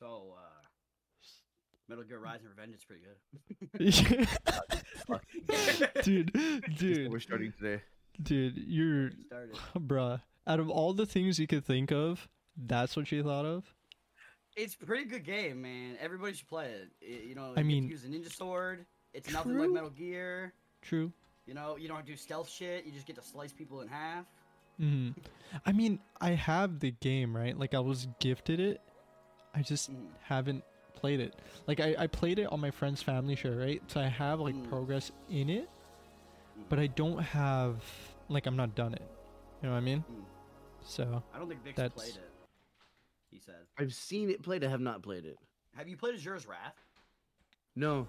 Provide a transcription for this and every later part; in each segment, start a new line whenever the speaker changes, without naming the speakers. So, uh, Metal Gear Rise and Revenge is pretty good.
dude,
That's what
dude,
We're starting today.
dude, you're,
It started.
bruh. Out of all the things you could think of, that's what you thought of.
It's a pretty good game, man. Everybody should play it. It- you know,
I
you get to
mean-
use a ninja sword. It's nothing like
True.
Metal Gear.
True.
You know, you don't do stealth shit. You just get to slice people in half.
hmm I mean, I have the game, right? Like, I was gifted it. I just
Mhm.
haven't played it. Like, I, I played it on my friend's family share, right? So I have, like,
Mm.
progress in it, but I don't have, like, I'm not done it. You know what I mean?
Mm.
So,
I don't think Vic's
That's-
played it. He said,
I've seen it played. I have not played it.
"Have you played Azure's Wrath?"
No.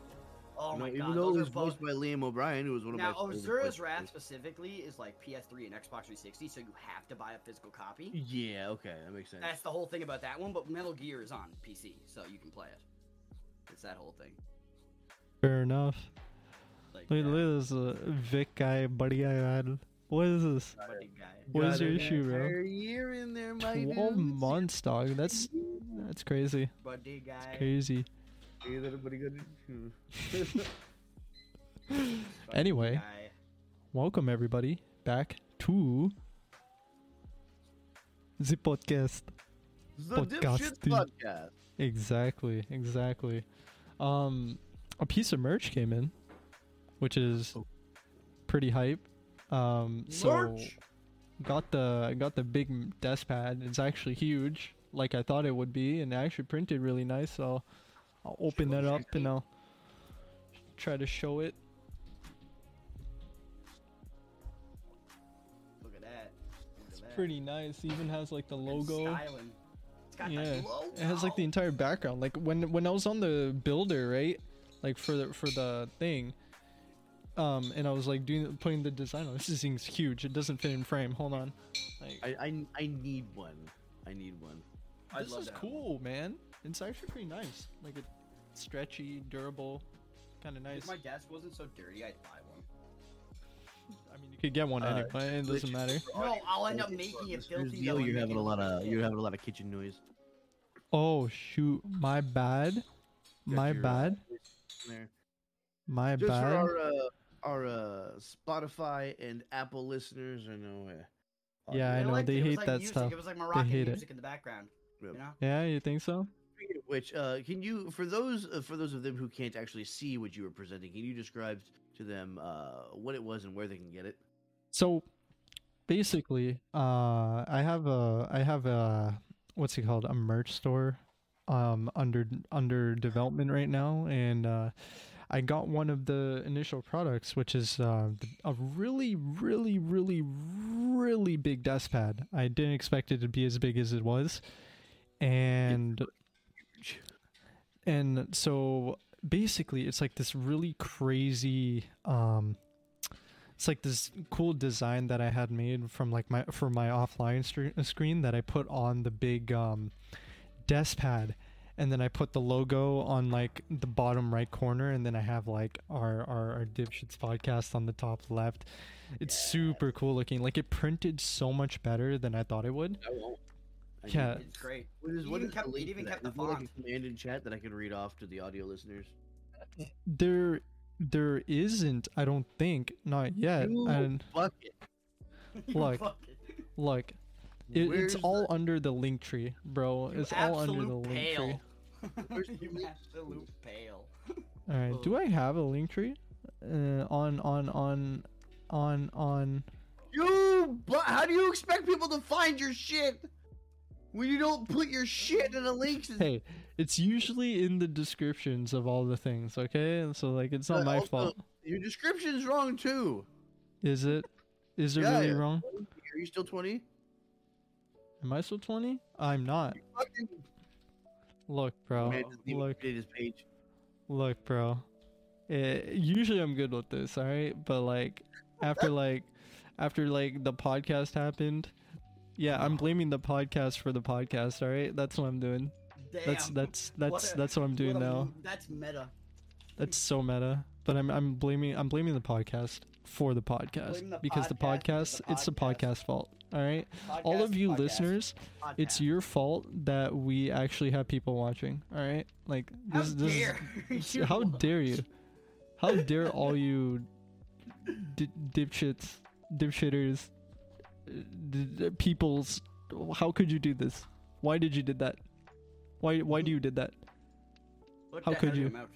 Oh
no
my
even
god,
though
those
it
are
was
both
voiced by Liam O'Brien, who was one of
Now, oh,
my. favorite
Azura's
voice
Wrath
actors.
specifically is like PS3 and Xbox 360, so you have to buy a physical copy.
Yeah. Okay, that makes sense.
That's the whole thing about that one, but Metal Gear is on PC, so you can play it. It's that whole thing.
fair enough.
Like,
Look,
yeah,
look at this uh, Vic guy, buddy guy, man. What is this?
buddy guy.
What is
Got
your
an
issue, bro?
entire year in there, my
Twelve
dudes.
months, dog. That's that's crazy.
Buddy guy.
Crazy.
Is everybody good? Hmm.
buddy
Anyway.
guy.
Welcome everybody back to the podcast.
The
Podcast,
Dipshits
dude.
Podcast.
Exactly, exactly. Um, a piece of merch came in, which is
Oh.
pretty hype. Um, so
Merch!
got the got the big m- desk pad. It's actually huge, like I thought it would be, and it actually printed really nice. So I'll open that up and I'll try to show it.
Look at that. Look at that.
Pretty nice. Even has like the
Fucking
logo.
styling. It's got
yeah
the logo.
it has like the entire background like when when i was on the builder right like for the for the thing um and i was like doing putting the design on this thing's huge it doesn't fit in frame hold on like
I, I I need one. I need one.
I'd
this
love
is
to have one.
cool man it's actually pretty nice like it stretchy durable kind of nice
If my desk wasn't so dirty, I'd buy one.
i mean you could get one
Uh,
anyway it doesn't
Glitch.
matter
No, I'll end up
Audio
making
from
it
this
filthy,
video,
though, and
You're
make
having
it
a lot
look
of
like
you're
it.
having a lot of kitchen noise.
oh shoot my bad my
your-
bad
There.
my
Just for
bad
our uh, our uh, Spotify and Apple listeners, I know. Uh,
Yeah, I
They
know,
liked
they
it. It was
hate
like
that
music.
stuff.
It was like Moroccan
hate it.
music in the background.
Yep.
You know?
yeah you think so
Speaking of Which uh, can you for those uh, for those of them who can't actually see what you were presenting, can you describe to them uh, what it was and where they can get it?
so basically uh i have a i have a what's it called a merch store um under under development right now and uh i got one of the initial products which is uh th- a really really really really big desk pad i didn't expect it to be as big as it was and and so basically it's like this really crazy um it's like this cool design that I had made from like my for my offline stre- screen that I put on the big um, desk pad, and then I put the logo on like the bottom right corner, and then I have like our our, our dipshits podcast on the top left. It's super cool looking. Like it printed so much better than I thought it would.
I won't. I need-
Yeah.
It's great.
What is,
It
what
even
is
kept-
the
it
link
even
to that?
kept the
Is there, like, a
font.
command in chat that I can read off to the audio listeners.
There there isn't, I don't think, not yet.
You
And
bucket.
Look,
Fuck it.
look, it,
Where's
it's
the-
all under the link tree, bro.
You
It's all under the
absolute
link tree.
Where's the
you
link?
absolute pale.
All right. Do
Oh.
I have a link tree? Uh, on on on on on.
You but how do you expect people to find your shit when you don't put your shit in the links?
Hey, it's usually in the descriptions of all the things. Okay, And so like it's not
But
my
also-
fault.
Your description's wrong too.
Is it? Is it
Yeah,
really
yeah.
wrong?
Are you still twenty?
Am I still twenty? I'm not.
Fucking
Look, bro.
man just even
Uh, Look,
updated his page.
look, bro. Eh, usually I'm good with this. All right, but like after like after like the podcast happened. Yeah, I'm blaming the podcast for the podcast. All right, that's what I'm doing.
Damn.
That's that's that's
a-
that's what I'm doing
what a
now.
m- That's meta.
That's so meta. But I'm I'm blaming I'm blaming the podcast for the podcast
Blame the
because the
podcast for
podcast,
the
it's the
podcast.
podcast fault. All right, all of you listeners, it's your fault that we actually have people watching. All right, like
How
this. this
dare
is,
you
how
watch?
dare you? How dare all you di- dipshits, dipshitters, uh, d- d- peoples? How could you do this? Why did you did that? Why why do you did that,
What
how
the
could
hell,
you?
I'm out.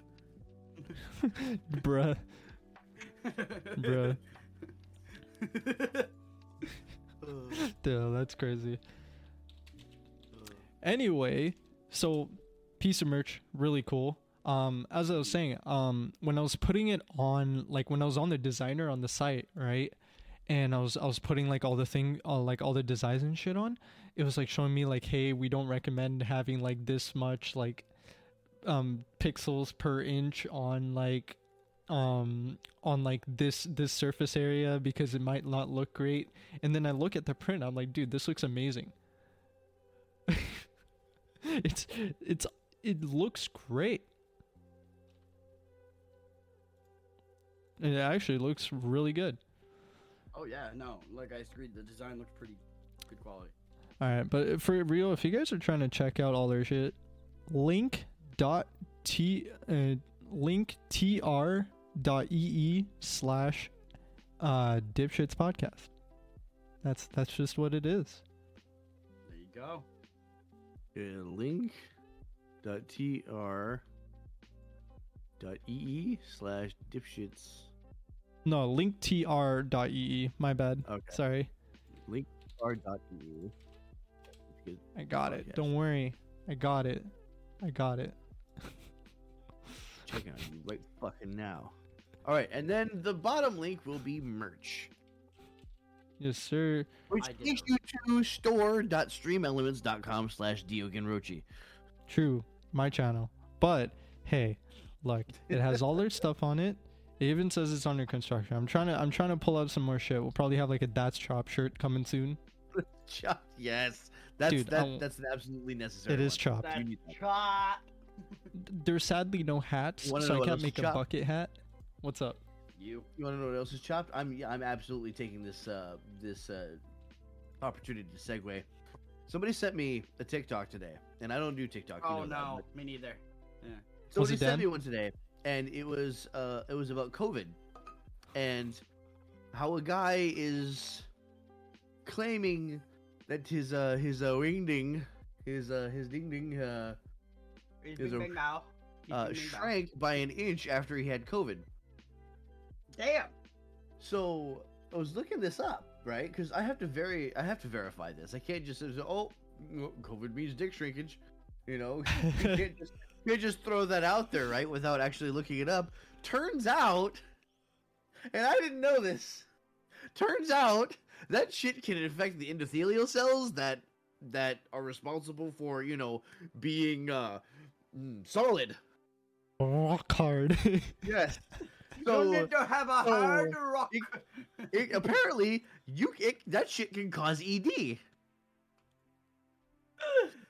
bruh, bruh? Dude, that's crazy. Anyway, so piece of merch, really cool. Um, as I was saying, um, when I was putting it on, like when I was on the designer on the site, right, and I was I was putting like all the thing, uh, like all the designs and shit on, it was like showing me like, hey, we don't recommend having like this much like, um, pixels per inch on like, um, on like this this surface area because it might not look great. And then I look at the print, I'm like, dude, this looks amazing it's it's it looks great. And it actually looks really good.
oh yeah, no. Like I agreed, the design looked pretty good quality.
All right, but for real, if you guys are trying to check out all their shit, link dot t uh, link tr dot ee slash uh dipshits podcast. That's that's just what it is.
There you go.
Uh, link dot tr dot ee slash dipshits
No, link tr dot ee. My bad.
okay
Sorry,
link tr dot E ee Dipshits
I got it.
Podcast.
Don't worry, I got it. I got it.
check out you right fucking now all right and then the bottom link will be merch
Yes, sir.
which
I did
takes you to store.streamelements.com slash diogenrochi
True, my channel. But hey, look, it has all their stuff on it. It even says it's under construction. I'm trying to I'm trying to pull out some more shit. We'll probably have like a That's Chop shirt coming soon.
Chop, yes that's
Dude,
that,
I'll-
that's an absolutely necessary
it is
one.
chopped.
You need that.
Chop.
There's sadly no hats,
Wanna know
so I
what
can't
else
make a
is chopped?
bucket hat. What's up?
You.
You want to know what else is chopped? I'm yeah, I'm absolutely taking this uh this uh opportunity to segue. Somebody sent me a TikTok today, and I don't do TikTok. you
Oh
know that,
no,
but
me neither.
Somebody
it
sent
Dan?
me one today, and it was uh it was about COVID, and how a guy is claiming that his uh his uh ring ding his uh his ding ding uh,
He's
Is
big,
a-
big now. He's
uh
big, big now.
shrank by an inch after he had COVID.
Damn.
So I was looking this up, right? Because I have to very, I have to verify this. I can't just say, oh, no, COVID means dick shrinkage. You know, you can't just, you can't just throw that out there, right? Without actually looking it up. Turns out, and I didn't know this. Turns out that shit can infect the endothelial cells that that are responsible for you know being uh mm, solid.
Rock hard.
Yes.
you need to have a
so-
hard rock.
it, apparently you it, that shit can cause E ED.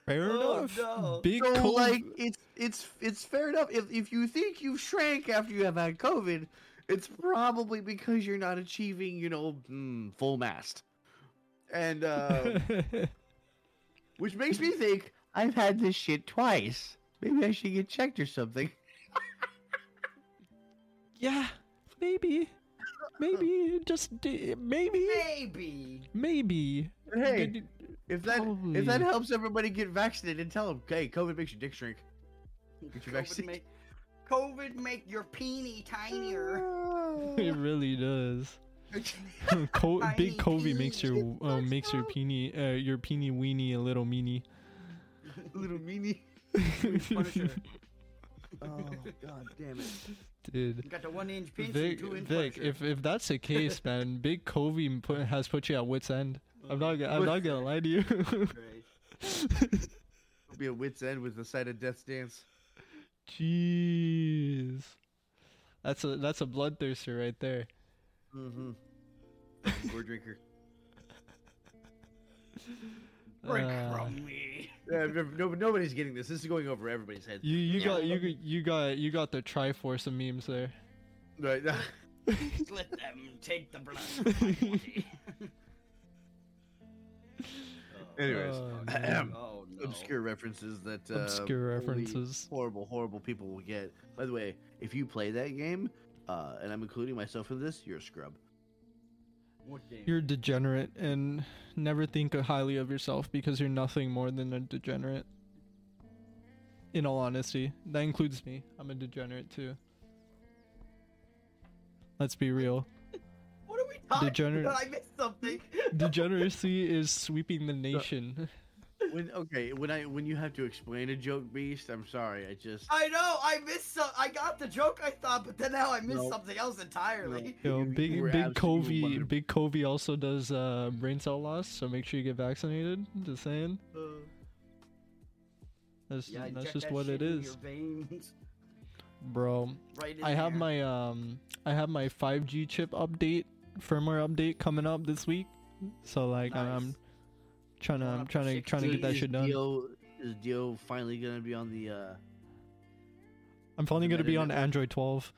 Fair
Oh,
enough.
no.
Big
So
cold-
like it's it's it's fair enough. If if you think you've shrank after you have had COVID, it's probably because you're not achieving you know mm, full mast, and uh, which makes me think I've had this shit twice. Maybe I should get checked or something.
yeah, maybe, maybe just maybe
Maybe.
maybe.
But hey, if that if
probably.
that helps everybody get vaccinated, tell them, hey, COVID makes your dick shrink. Get your
COVID
vaccine.
make, COVID make your peenie tinier.
Oh,
It really does. Co-
Tiny
big Covey makes your
peas.
uh, makes your peenie uh, your peenie weenie a little meanie.
Little meanie.
Punisher.
Oh god damn it.
Dude,
You got the one inch pinch
Vic,
and two inch
Vic,
Punisher.
if if that's the case, man, Big Covey m- put, has put you at wits end. I'm not gonna, I'm
Wits
not gonna lie to you.
Great.
It'll be a wit's end with the sight of death's dance.
Jeez, that's a that's a bloodthirster right there.
Mm-hmm. Beer drinker.
Break
Uh,
from me.
Yeah, no, no- nobody's getting this. This is going over everybody's head.
You you
Yeah.
got you g- you got you got the Triforce of memes there.
Right.
Let them take the blood. from my body.
Anyways,
Oh,
ahem.
man.
Oh no.
obscure references that uh,
obscure
only
references.
horrible, horrible people will get. By the way, if you play that game, uh, and I'm including myself in this, you're a scrub.
What game?
You're degenerate and never think highly of yourself because you're nothing more than a degenerate. In all honesty, that includes me. I'm a degenerate too. Let's be real.
What are we talking
Degenerate.
about? I missed something.
Degeneracy is sweeping the nation.
When okay, when I when you have to explain a joke, beast, I'm sorry, I just
I know. I missed some. I got the joke. I thought, but then now I missed
No.
something else entirely.
Yo,
You- you were
big big
absolutely
Covey,
wonderful.
big Covey also does uh, brain cell loss, so make sure you get vaccinated. Just saying,
Uh,
that's
Yeah,
that's
inject
just
that
what
shit
it
in
is,
Your veins,
bro.
right in
I have
there.
my um I have my 5G chip update firmware update coming up this week. So like I'm- I'm
Nice.
trying to
Going
I'm
up to
trying to
six
trying to
G.
get that
is
shit done.
Dio, is Dio finally gonna be on the? uh
I'm finally
the
going to be
meta
on
network.
Android 12.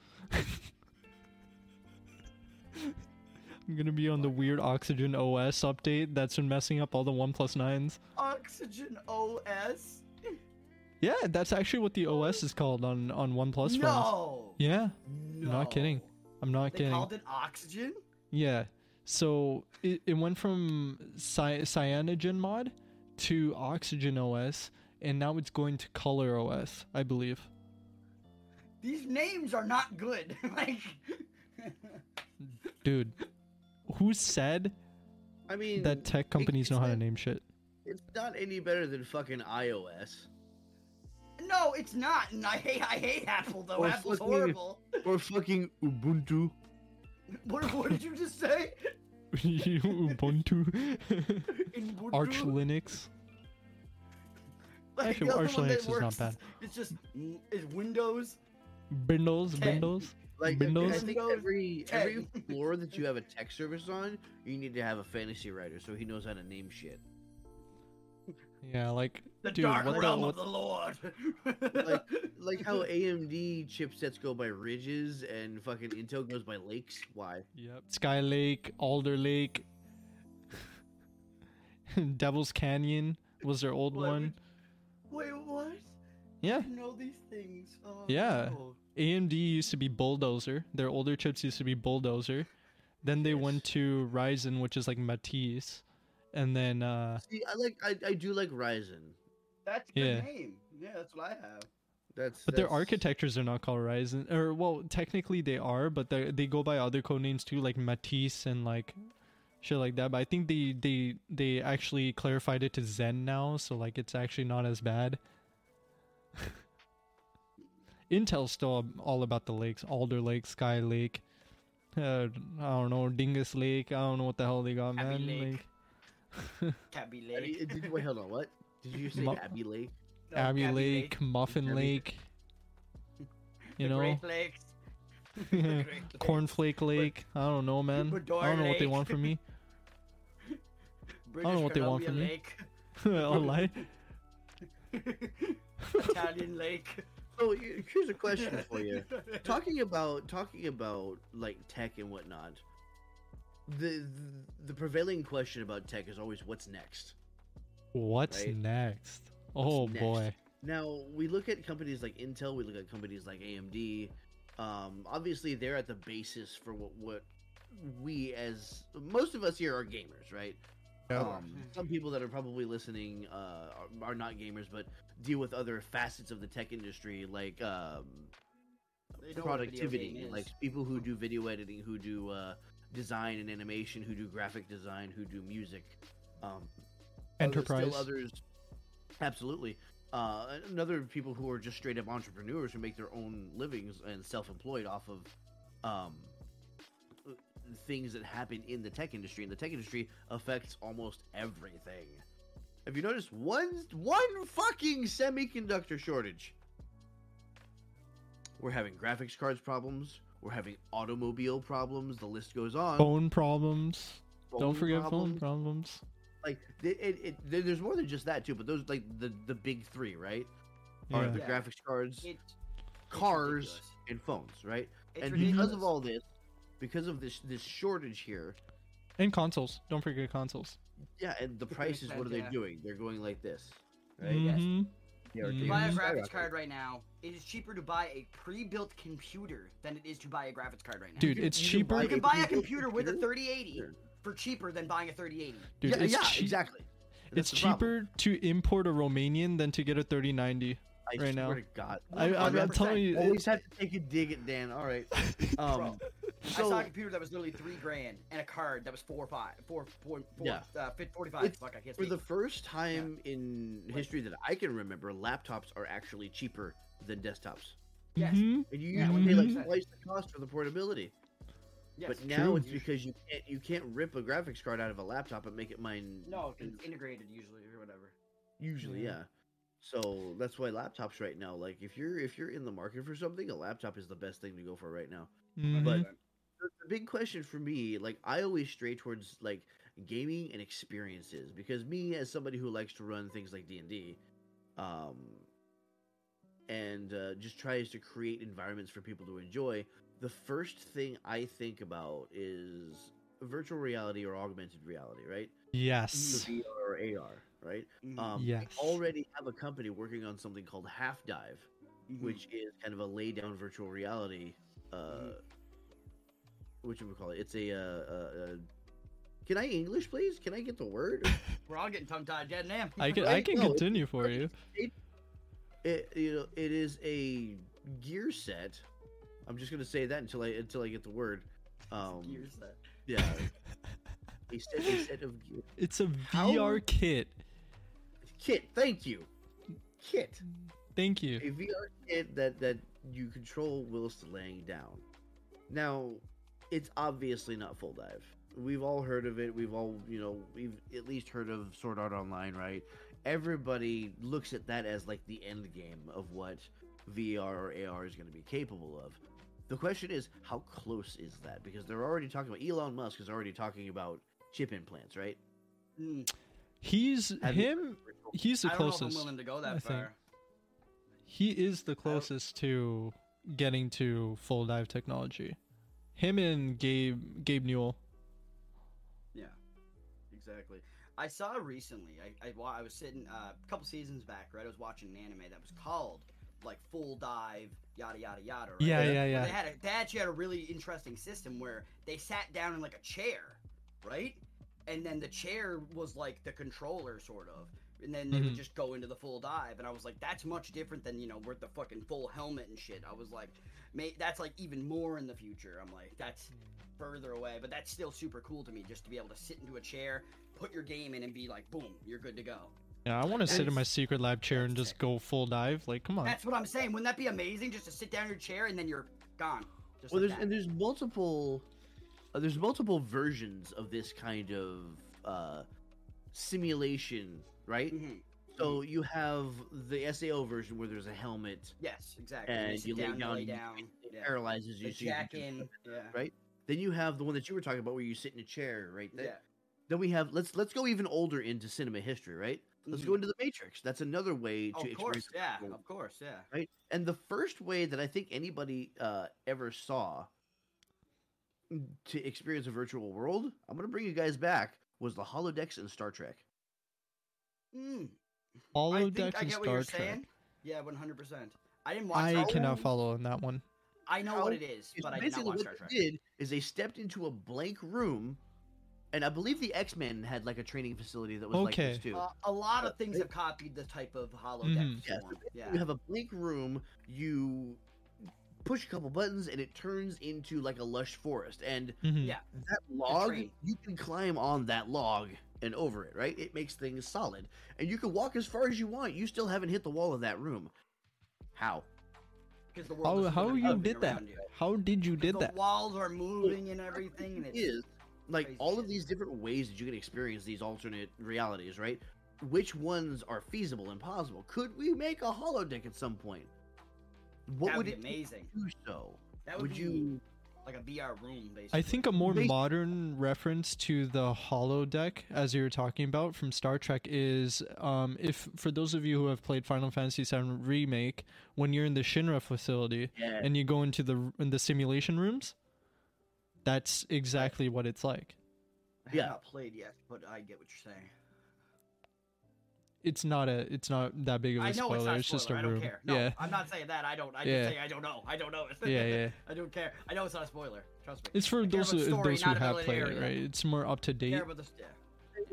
I'm going to be on the weird Oxygen OS update that's been messing up all the One 9s.
Oxygen OS.
Yeah, that's actually what the OS is called on on OnePlus phones.
no.
Yeah,
no.
not kidding. I'm not
They
kidding.
called it oxygen.
Yeah. So it, it went from cy- cyanogen mod to oxygen OS, and now it's going to color OS, I believe.
These names are not good. like,
Dude, who said
I mean,
that tech companies know how to
said-
name shit?
it's not any better than fucking iOS
no, it's not. And I hate, I hate Apple though.
Or
Apple's
fucking-
horrible.
or fucking Ubuntu.
What, what did you just say?
Ubuntu,
In
Arch
Ubuntu?
Linux.
Like,
Actually,
the only
Arch
one
Linux
that
is not
works
bad.
It's just it's Windows.
Windows,
Ten.
Windows.
Like I
Windows?
think
Windows
every
10.
every floor that you have a tech service on, you need to have a fantasy writer so he knows how to name shit.
Yeah, like,
The
dude,
dark
what the-
realm
what-
of the Lord.
Like how AMD chipsets go by ridges and fucking Intel goes by lakes. Why?
Yep. Sky Lake, Alder Lake, Devil's Canyon was their old
What
one.
would- Wait, what?
Yeah.
You know these things. Oh,
Yeah.
no.
AMD used to be Bulldozer. Their older chips used to be Bulldozer. Then they went to Ryzen, which is like Matisse. And then uh
See, I like I, I do like Ryzen.
That's the
Yeah.
name. Yeah, that's what I have.
That's
but their
that's-
architectures are not called Ryzen. Or well, technically they are, but they they go by other code names too, like Matisse and like shit like that. But I think they they they actually clarified it to Zen now, so like it's actually not as bad. Intel's still all about the lakes, Alder Lake, Sky Lake. Uh, I don't know, Dingus Lake. I don't know what the hell they got,
Abbey
man.
Lake.
Like,
Cabby Lake.
I mean, it- did- wait, hold on. What did you say?
Mo-
Abbey Lake.
No,
Abbey,
Cabby
Lake, Muffin
Abbey-
Lake. You
the
know,
Great Lakes. the Great Lakes.
Cornflake Lake. I don't know, man. I
Ecuador
don't know what they
Lake.
want from me.
British
know what they want
Columbia
A lie?
Lake. Italian Lake.
So Oh, y- here's a question for you. talking about talking about like tech and whatnot the the prevailing question about tech is always what's next
What's
Right.
next? Oh
next?
boy.
now we look at companies like intel we look at companies like amd um, obviously they're at the basis for what what we as most of us here are gamers right um,
Hmm.
some people that are probably listening uh, are, are not gamers but deal with other facets of the tech industry like um,
They know what a video game
productivity
is.
like people who do video editing who do uh, design and animation who do graphic design who do music um, other- still
Enterprise.
others absolutely uh, and other people who are just straight up entrepreneurs who make their own livings and self-employed off of um, things that happen in the tech industry and the tech industry affects almost everything have you noticed one one fucking semiconductor shortage we're having graphics cards problems we're having automobile problems the list goes on
Phone problems.
Phone
Don't forget phone
problems
problems.
like th- it, it, there- there's more than just that too but those like the the big three right are
Yeah.
the
Yeah.
graphics cards
It-
cars
ridiculous.
and phones right
It's
and
ridiculous.
because of all this because of this this shortage here
And consoles. Don't forget consoles.
Yeah, and the
It's
prices. What are they
expensive, yeah.
doing? They're going like this, right?
yes.
Mhm.
Yeah, or
Mhm.
they
buy a
just
graphics
skyrocket.
card right now. It is cheaper to buy a pre-built computer than it is to buy a graphics card right now.
Dude,
You-
it's
you
cheaper.
you
You
can buy a computer with a
computer?
3080
Sure.
for cheaper than buying a 3080.
Dude,
yeah,
it's,
yeah,
cheap-
exactly.
it's
That's the problem.
cheaper to import a Romanian than to get a 3090.
I
right now.
swear to God.
I, I'm, I'm
100%.
telling you,
always have to take a dig at Dan. All right. Um,
I saw a
so
computer that was literally three grand and a card that was four or five, four, four, four,
Yeah.
uh, fif- 45.
It's-
Fuck, I can't
for
speak.
the first time in history that I can remember, laptops are actually cheaper than desktops.
yes.
Mhm.
And you
Yeah,
usually pay like
100%.
twice the cost for the portability.
Mm-hmm. yes.
But now
True.
it's because you can't you can't rip a graphics card out of a laptop and make it mine.
no, 'cause
and-
it's integrated usually or whatever.
usually yeah. So that's why laptops right now, like if you're if you're in the market for something, a laptop is the best thing to go for right now.
Mhm.
But- The- The big question for me, like I always stray towards like gaming and experiences because me as somebody who likes to run things like D and D, um, and uh, just tries to create environments for people to enjoy. The first thing I think about is virtual reality or augmented reality, right?
yes.
So VR or AR, right?
Mhm,
Um,
Yes.
I already have a company working on something called Half Dive,
mhm.
which is kind of a lay down virtual reality. Uh,
Mhm.
what you would call it? It's a. Uh, uh, uh, can I English, please? Can I get the word?
we're all getting tongue tied, dead damn.
I can I
Right?
can
No, it's-
continue for you.
it you know it is a gear set. I'm just gonna say that until I until I get the word. Um,
Gear set.
yeah, a set, a set of gear.
It's a
How-
VR kit.
kit. Thank you, kit.
Thank you.
a VR kit that that you control whilst laying down. Now, it's obviously not full dive. We've all heard of it. We've all, you know, we've at least heard of Sword Art Online, right? Everybody looks at that as like the end game of what VR or AR is going to be capable of. The question is, how close is that? Because they're already talking about Elon Musk is already talking about chip implants, right?
Mm,
He's
Have you-
him. He's the
I don't know if I'm
closest.
willing to go
I
that
think.
far.
He is the closest to getting to full dive technology. Him and Gabe Gabe Newell.
Yeah, exactly. I saw recently. I I, wa- I was sitting uh, a couple seasons back, right? I was watching an anime that was called like Full Dive, yada yada yada. Right?
Yeah,
Where
yeah, yeah.
They had a, they actually had a really interesting system where they sat down in like a chair, right? And then the chair was like the controller, sort of. And then they
Mm-hmm.
Mhm.
would just go into the full dive, and I was like, "That's much different than you know, with the fucking full helmet and shit." I was like, "Mate, that's like even more in the future." I'm like, "That's further away, but that's still super cool to me just to be able to sit into a chair, put your game in, and be like, boom, you're good to go.
Yeah, I want to sit in my
That's-
secret lab chair and
that's
just go full dive. Like, come
Oh,
on.
That's what I'm saying. Wouldn't that be amazing just to sit down in your chair and then you're gone? Just
well,
like
there's
that.
and there's multiple, uh, there's multiple versions of this kind of uh, simulation, right?
Mhm.
So you have the SAO version where there's a helmet
Yes, exactly.
and
sit
you lay
down, you lay
down,
down.
you- it
yeah.
paralyzes you.
The
so you can
jack
do-
in. Yeah.
right? Then you have the one that you were talking about where you sit in a chair, right? There.
Yeah.
Then we have let's let's go even older into cinema history, right? Let's go
Mhm.
into the Matrix. That's another way to
Oh, Of course,
experience the
yeah.
world.
Of course, yeah.
right? And the first way that I think anybody uh, ever saw to experience a virtual world, I'm gonna bring you guys back, was the holodecks in Star Trek.
Mm. I
Follow
think
deck
I
and
get what you're
Star Trek.
saying. Yeah, 100. percent I didn't watch.
I
Star Trek.
cannot follow on that one.
I know what
How
it is,
It's
but I did
basically
not watch
what
Star Trek.
they did is they stepped into a blank room, and I believe the X Men had like a training facility that was like
Okay.
this too.
Uh, a lot
Uh,
of things
it-
have copied the type of hollow
Mhm.
Yeah, so
form. Yeah.
You have a blank room. You push a couple buttons, and it turns into like a lush forest. And
Mhm.
Yeah.
that log
tree.
you can climb on that log and over it right it makes things solid and you can walk as far as you want you still haven't hit the wall of that room how
Because the world
How
is
how
literally
you
moving
did that?
around you.
How did you did
the
that?
walls are moving and everything, and
It
it's
is like
crazy
all of
shit.
these different ways that you can experience these alternate realities right which ones are feasible and possible could we make a holodeck at some point what
that
would
be
it take
amazing.
to do so
That would,
would
be
you
like a VR room, basically.
I think a more
They-
modern reference to the holodeck, as you were talking about from Star Trek, is um, if for those of you who have played Final Fantasy VII Remake, when you're in the Shinra facility
yeah
and you go into the in the simulation rooms, that's exactly what it's like.
I
Yeah.
have not played yet, but I get what you're saying.
It's not a. It's not that big of a
I know it's not
spoiler.
a spoiler.
It's just a
I don't
rumor.
care. No,
yeah.
I'm not saying that. I don't. I
Yeah.
just say I don't know. I don't know it.
Yeah, yeah.
I don't care. I know it's not a spoiler. Trust me.
It's for
I care
those
about
who,
story,
those who
not
have
about
played it,
area.
right? It's more up to
I
date.
care about the yeah.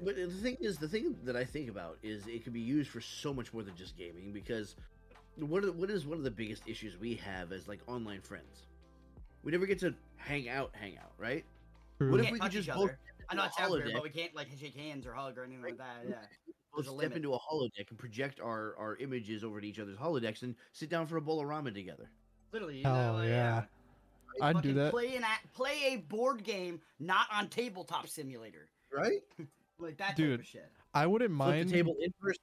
But the thing is, the thing that I think about is it can be used for so much more than just gaming because what are- what is one of the biggest issues we have as like online friends? We never get to hang out, hang out, right?
True.
What
We
if
can't
we could
touch each
just both
other. I know
a
it sounds weird,
holodeck.
but we can't like shake hands or hug or anything like that. Yeah.
both
There's a
step
limit.
into a holodeck and project our our images over to each other's holodecks and sit down for a bowl of ramen together?
Literally. You
Hell
know, like,
yeah. I'd do
Fucking
that.
Play an a- play a board game, not on tabletop simulator.
Right?
Like that type
Dude.
of shit.
I wouldn't
Flip
mind.
the table in first.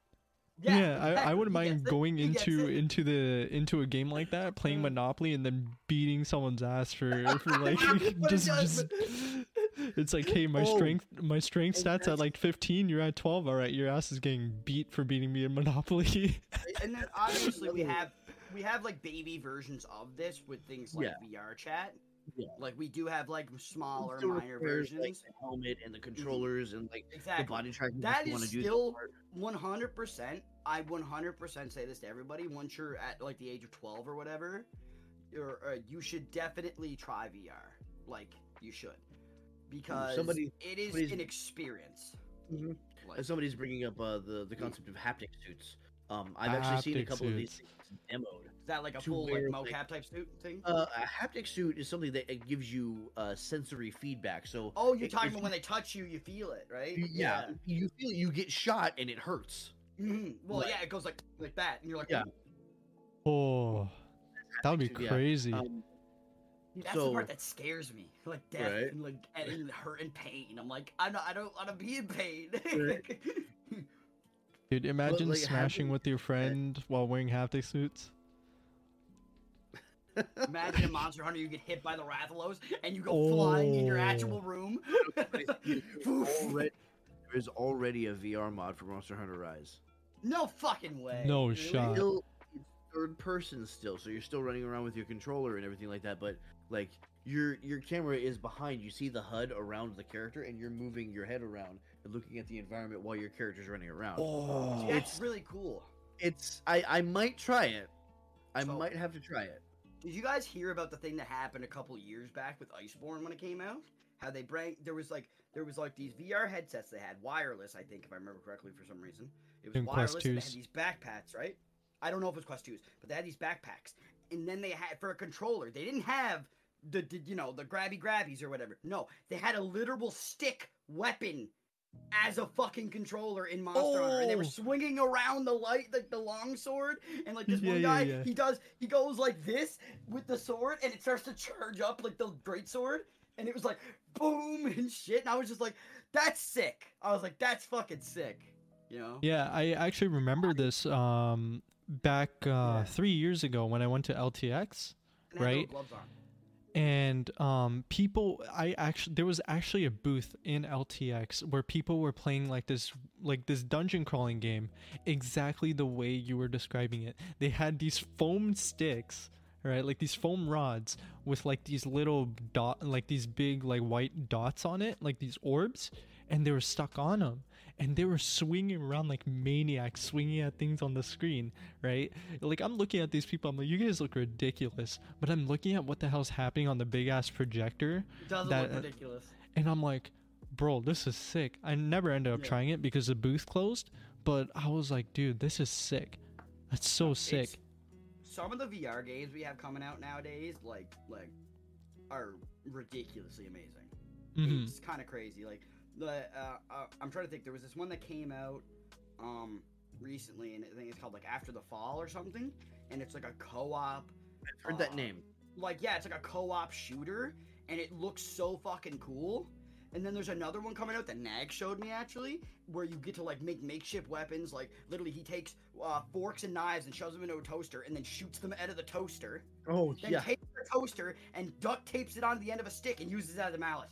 Yeah, I, I
exactly.
wouldn't
He
mind
gets it.
going
He gets
into
it.
into the into a game like that, playing
Mm.
Monopoly, and then beating someone's ass for, for like
What a
just, just it's like, hey, my
Oh.
strength my strength
And
stats at
that's-
like fifteen, you're at twelve. All right, your ass is getting beat for beating me in Monopoly.
and then obviously we
Literally.
have we have like baby versions of this with things like VR chat.
Yeah.
Like we do have like smaller,
Still
minor
requires,
versions.
like the helmet and the controllers and like the
exactly.
body tracking. if
That
you
is
wanna do that
still-
part.
One hundred percent. I one hundred percent say this to everybody. Once you're at like the age of twelve or whatever, or uh, you should definitely try VR. Like you should, because
somebody-
it is
somebody's-
an experience.
Mhm.
Like,
And somebody's bringing up uh, the the concept of haptic suits. Um, I've actually seen a
Haptic
couple of these
suits.
things demoed.
is that like a
to
full like
wear,
mocap
like-
type suit thing?
Uh, a haptic suit is something that it gives you uh, sensory feedback. So
oh, you're
if-
talking
if
about when they touch you, you feel it, right?
you, yeah, you feel you get shot and it hurts.
Mhm. Well,
Like-
yeah, it goes like like that, and you're like,
Yeah.
oh, that would be
Haptic suit, yeah.
crazy.
Um,
that's the
so
part that scares me, like death
Right.
and like and, and hurt and pain. I'm like, I'm not, I don't want to be in pain.
Right.
Dude, imagine
like,
smashing
having-
with your friend while wearing haptic suits.
Imagine in Monster Hunter, you get hit by the Rathalos and you go flying in your
Oh.
actual room. Woof.
already, there's already a VR mod for Monster Hunter Rise.
no fucking way.
No
Really?
shot.
Still it's third person still, so you're still running around with your controller and everything like that. But like your your camera is behind. You see the HUD around the character, and you're moving your head around and looking at the environment while your character's running around.
Oh,
See, That's really cool.
It's I I might try it. I
So-
might have to try it.
Did you guys hear about the thing that happened a couple years back with Iceborne when it came out? How they bring there was like there was like these VR headsets they had wireless, I think if I remember correctly for some reason. It was
And
wireless
Quest
and they
2s.
had these backpacks, right? I don't know if it was Quest 2s, but they had these backpacks. And then they had for a controller, they didn't have the, the you know, the grabby grabbies or whatever. No, they had a literal stick weapon as a fucking controller in Monster Hunter, and they were
Oh.
swinging around the light, like the long sword, and like this one
Yeah,
guy,
yeah, yeah.
he does, he goes like this with the sword, and it starts to charge up like the great sword, and it was like boom and shit, and I was just like, that's sick. I was like, that's fucking sick, you know?
Yeah, I actually remember this um back uh
Yeah.
3 years ago when I went to LTX
And they had little
right.
Gloves on.
and um people I actually there was actually a booth in LTX where people were playing like this like this dungeon crawling game exactly the way you were describing it. They had these foam sticks Right, like these foam rods with like these little dot, like these big like white dots on it, like these orbs, and they were stuck on them and they were swinging around like maniacs swinging at things on the screen right like i'm looking at these people i'm like you guys look ridiculous but i'm looking at what the hell's happening on the big ass projector
It doesn't
That- uh,
look ridiculous.
and i'm like bro this is sick i never ended up
Yeah.
trying it because the booth closed but i was like dude this is sick that's so sick
It's- some of the VR games we have coming out nowadays, like like, are ridiculously amazing.
hmm
it's kind of crazy. Like the uh, uh, I'm trying to think. There was this one that came out um recently, and I think it's called like After the Fall or something. And it's like a co-op.
I've heard that
Uh,
name.
Like yeah, it's like a co-op shooter, and it looks so fucking cool. And then there's another one coming out that Nag showed me actually, where you get to like make makeshift weapons. Like literally, he takes uh, forks and knives and shoves them into a toaster, and then shoots them out of the toaster.
Oh
Then takes the toaster and duct tapes it onto the end of a stick and uses it as a mallet.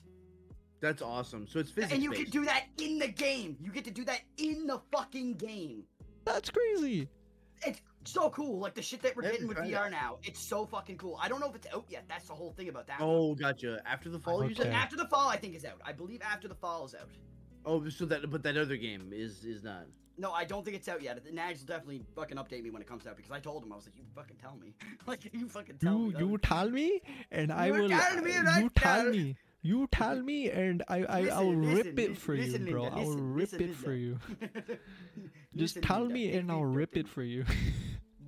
that's awesome. So it's physics.
And you can do that in the game. You get to do that in the fucking game.
that's crazy
so cool. Like the shit that we're
Yeah,
getting with
right.
VR now, it's so fucking cool. I don't know if it's out yet. That's the whole thing about that. one.
Oh, gotcha. After the fall, you
But
Oh, okay.
said.
After the fall, I think is out. I believe after the fall is out.
Oh, so that but that other game is is not.
No, I don't think it's out yet. Nags will definitely fucking update me when it comes out because I told him I was like, "You fucking tell me, like you fucking tell me."
You
that
you
was-
tell me, and I
You
will.
tell me right
you tell
now.
me. You tell me, and I I, I will
Listen,
rip
listen,
it for
listen,
you, bro.
Linda,
I will
listen,
rip
listen,
it for you.
Linda.
Just
Listen,
tell
Linda,
me,
if
and
you
I'll
don't
rip
do-
it for you.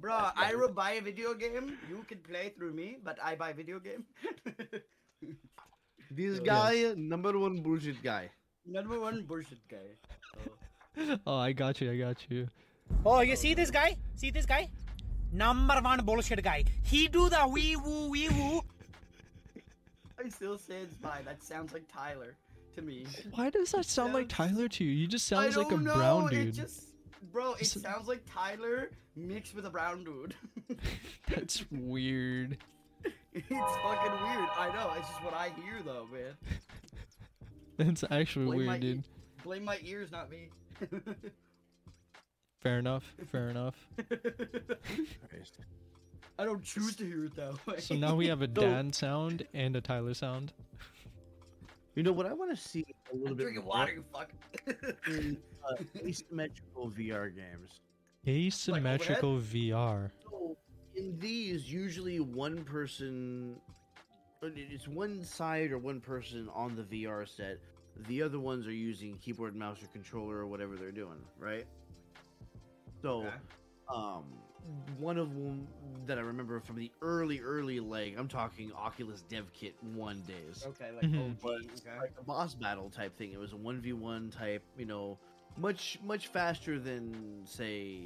Bruh, I will buy a video game. You can play through me, but I buy video game. Yes.
This guy, number one bullshit guy.
Number one bullshit guy. So-
oh, I got you. I got you.
Oh, you see this guy? See this guy? Number one bullshit guy. He do the wee woo wee woo.
I still stand by. That sounds like Tyler to me.
Why does that sound like
Sounds-
Tyler to you? You just sounds
I
like
don't
a
know.
brown
It
dude.
just, bro, it
Just-
sounds like Tyler mixed with a brown dude.
That's weird.
it's fucking weird. I know. It's just what I hear though, man.
That's actually
Blame my
weird, dude.
Blame my ears, not me.
Fair enough. Fair enough.
I don't choose to hear it that way.
So now we have a
So-
Dan sound and a Tyler sound.
You know what I want to see a little
I'm
bit
drinking
more
water, you fuck.
in uh, asymmetrical VR games.
Asymmetrical VR.
So in these, usually one person, but it- it's one side or one person on the VR set. The other ones are using keyboard, mouse, or controller or whatever they're doing, right? So,
Okay.
um, one of them that I remember from the early, early like I'm talking Oculus Dev Kit one days.
Okay, like
Mhm.
OG.
But
Okay.
like a boss battle type thing. It was a one v one type, you know, much much faster than say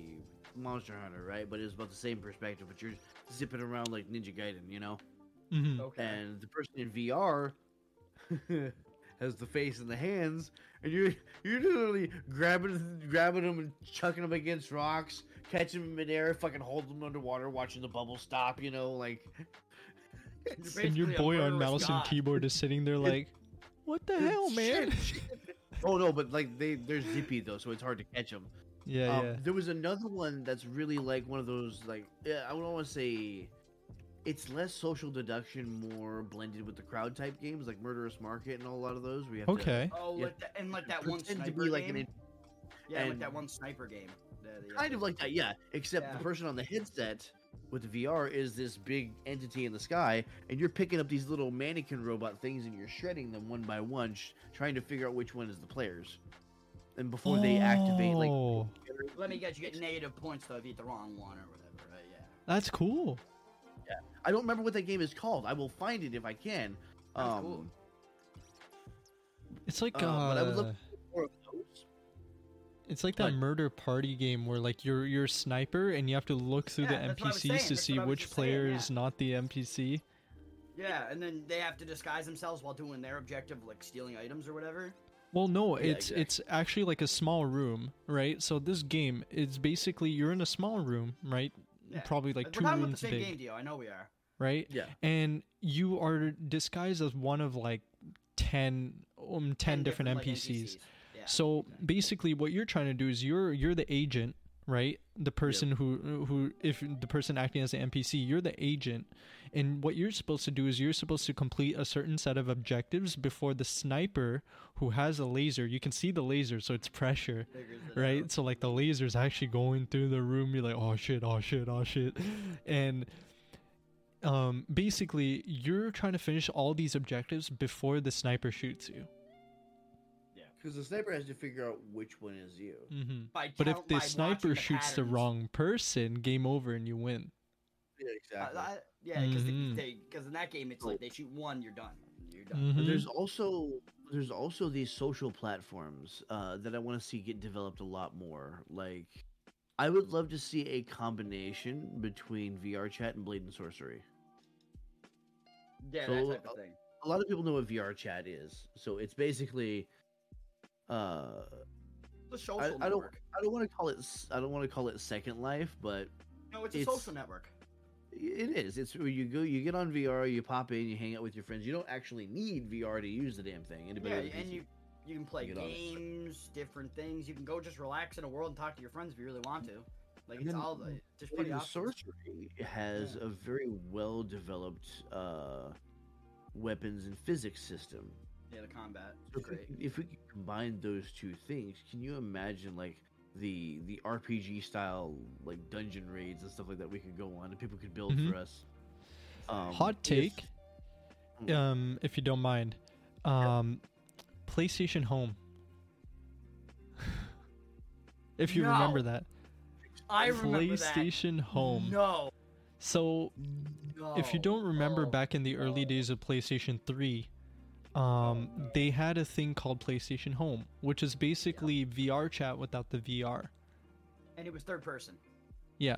Monster Hunter, right? But it was about the same perspective. But you're zipping around like Ninja Gaiden, you know.
Mm-hmm.
hmm
Okay.
And the person in VR has the face and the hands, and you're you're literally grabbing grabbing them and chucking them against rocks, catching them in air, fucking holding them underwater, watching the bubbles stop, you know, like. it's-
And your
Basically a
boy on
murderous
mouse and
god.
keyboard is sitting there like, "What the hell, man?"
oh no, but like they they're zippy though, so it's hard to catch them.
Yeah,
Um, There was another one that's really like one of those like yeah, I don't want to say it's less social deduction, more blended with the crowd type games like Murderous Market and a lot of those. We have
yeah. Okay.
Oh,
Yeah.
like that, and like that one
pretend
sniper
to be like
game.
an
yeah, like
and-
that one sniper game. The- the- uh,
kind of like that, yeah. Except
Yeah.
the person on the headset with the VR is this big entity in the sky, and you're picking up these little mannequin robot things and you're shredding them one by one, sh- trying to figure out which one is the players. And before they activate, like
Oh,
Let me guess, you get negative points though if you hit the wrong one or whatever, right? Yeah.
that's cool.
I don't remember what that game is called. I will find it if I can.
Sounds
Um,
cool.
It's like uh,
Uh,
Um,
but I would love- More of those.
it's like that
like-
murder party game where like you're you're a sniper and you have to look through
Yeah,
the
that's what I was
NPCs
saying,
to
that's
see
what I was
which
just saying,
player
yeah.
is not the NPC.
Yeah, and then they have to disguise themselves while doing their objective, like stealing items or whatever.
Well, no,
Yeah,
it's
exactly.
it's actually like a small room, right? So this game is basically you're in a small room, right?
Yeah.
Probably like
Like,
two
we're talking about the
rooms
same
big,
game deal. I know we are.
right?
Yeah.
And you are disguised as one of like 10 um 10, different,
like,
NPCs.
Yeah.
So basically, what you're trying to do is you're you're the agent, right? The person who who if the person acting as an NPC, you're the agent, and what you're supposed to do is you're supposed to complete a certain set of objectives before the sniper who has a laser. You can see the laser, so it's pressure,
Figures it
right?
out.
So like the laser's actually going through the room. You're like, oh shit, oh shit, oh shit, and um basically you're trying to finish all these objectives before the sniper shoots you.
Because the sniper has to figure out which one is you.
Mm-hmm.
By
But if
count-
the
by
sniper
watching
shoots the
patterns.
wrong person, game over and you win.
Yeah,
Uh,
exactly.
I- yeah, because
Mhm.
because in that game it's like they shoot one, you're done. You're done.
But
Mhm.
there's also there's also these social platforms uh, that I want to see get developed a lot more. Like, I would love to see a combination between VR chat and Blade and Sorcery.
Yeah,
So,
that type
uh,
of thing.
A lot of people know what VR chat is, so it's basically. Uh,
It's a social
I, I don't.
network.
I don't want to call it. s- I don't want to call it Second Life, but
No, it's a
it's-
social network.
It is. It's where you go, you get on VR, you pop in, you hang out with your friends. You don't actually need VR to use the damn thing. Anybody
Yeah,
with a
and
PC
you you can play
Get on it.
games, different things. You can go just relax in a world and talk to your friends if you really want to. Like
And
it's
then
all the just
Blade
pretty
and
options.
sorcery has a very well developed uh, weapons and physics system.
Yeah, the combat. is
So if we
great.
could- if we could combine those two things, can you imagine like the the RPG style like dungeon raids and stuff like that we could go on and people could build
Mhm.
for us? Um,
Hot
if-
take,
Mm.
um, if you don't mind, um, PlayStation Home. if you remember that,
I remember that.
PlayStation Home.
No,
So
no.
if you don't remember
Oh,
back in the early
no.
days of PlayStation 3, um, they had a thing called PlayStation Home, which is basically VR chat without the VR.
and it was third person.
Yeah.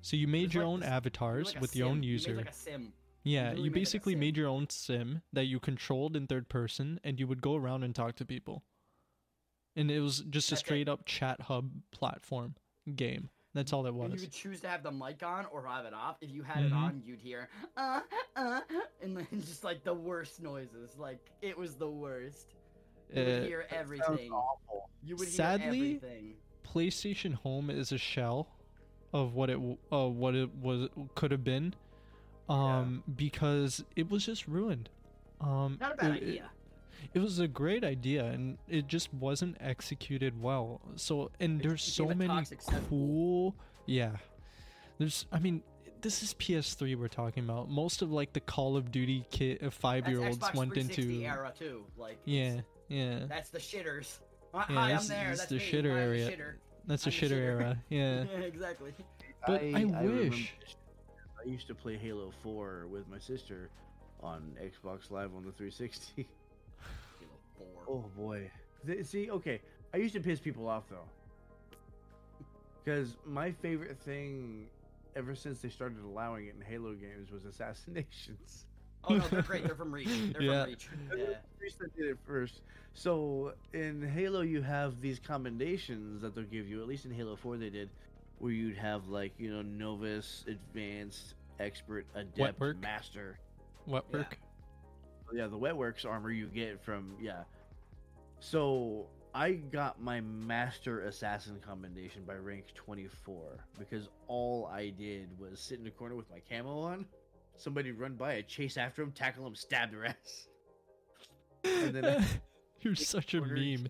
So you made
was
your
like
own
this- It was
avatars
like a
with your
sim.
own
You made
user.
like a sim.
yeah,
literally
you
made like a
basically
sim.
made your own sim that you controlled in third person and you would go around and talk to people. And it was just a
That's it.
straight up chat hub platform game. That's all it
And
was. Uh,
you could choose to have the mic on or have it off. If you had it
Mhm.
on, you'd hear uh uh, and then just like the worst noises. Like it was the worst. You
Uh,
would hear everything.
awful.
You would hear
Sadly-
everything.
PlayStation Home is a shell of what it w- uh, what it was could have been, um, because it was just ruined. Um,
Not a bad
it- it-
idea.
It, was a great idea, and it just wasn't executed well. So, and there's
just
so
became a
many
toxic cesspool.
cool, yeah. There's, I mean, this is PS3 we're talking about. Most of like the Call of Duty kid, uh, five
That's
year olds
Xbox
went
360
into,
era too. Like it's-
yeah, yeah.
That's the shitters. Hi,
Yeah,
hi,
this-
I'm there.
this
That's
the
me.
shitter
I'm
area.
The shitter.
That's a
I'm a
shitter
shitter.
era, yeah.
Yeah, exactly.
But I
remember
wish-
this shit. I used to play Halo 4 with my sister on Xbox Live on the 360. Oh boy. Th- See, okay, I used to piss people off though, because my favorite thing ever since they started allowing it in Halo games was assassinations.
Oh no, they're great. They're from Reach. They're
Yeah.
from Reach. Yeah.
Priest that did it first. So in Halo, you have these commendations that they'll give you. At least in Halo Four, they did, where you'd have like you know novice, advanced, expert, adept,
work?
master.
What
Yeah.
work?
yeah, the wet works armor you get from yeah. So I got my master assassin commendation by rank 24 because all I did was sit in the corner with my camo on. Somebody run by, I chase after him, tackle him, stab their ass. And then I-
You're such a
order each-
meme.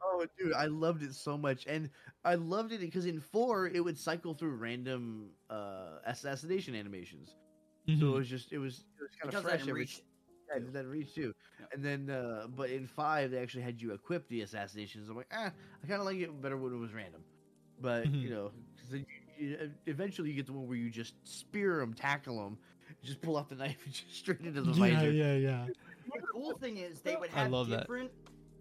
oh, dude, I loved it so much, and I loved it because in four it would cycle through random uh, assassination animations. So it
Mhm.
was just it was it was kind
Because
of fresh
that in
every
Reach.
Yeah, did that in Reach too.
Yep.
And then, uh, but in five, they actually had you equip the assassinations. I'm like, ah, I kind of like it better when it was random. But
Mhm.
you know, 'cause then you, you, eventually you get the one where you just spear them, tackle them, just pull out the knife and just straight into the
Yeah,
visor.
yeah, yeah.
The cool thing is they would
I
have
love that.
different.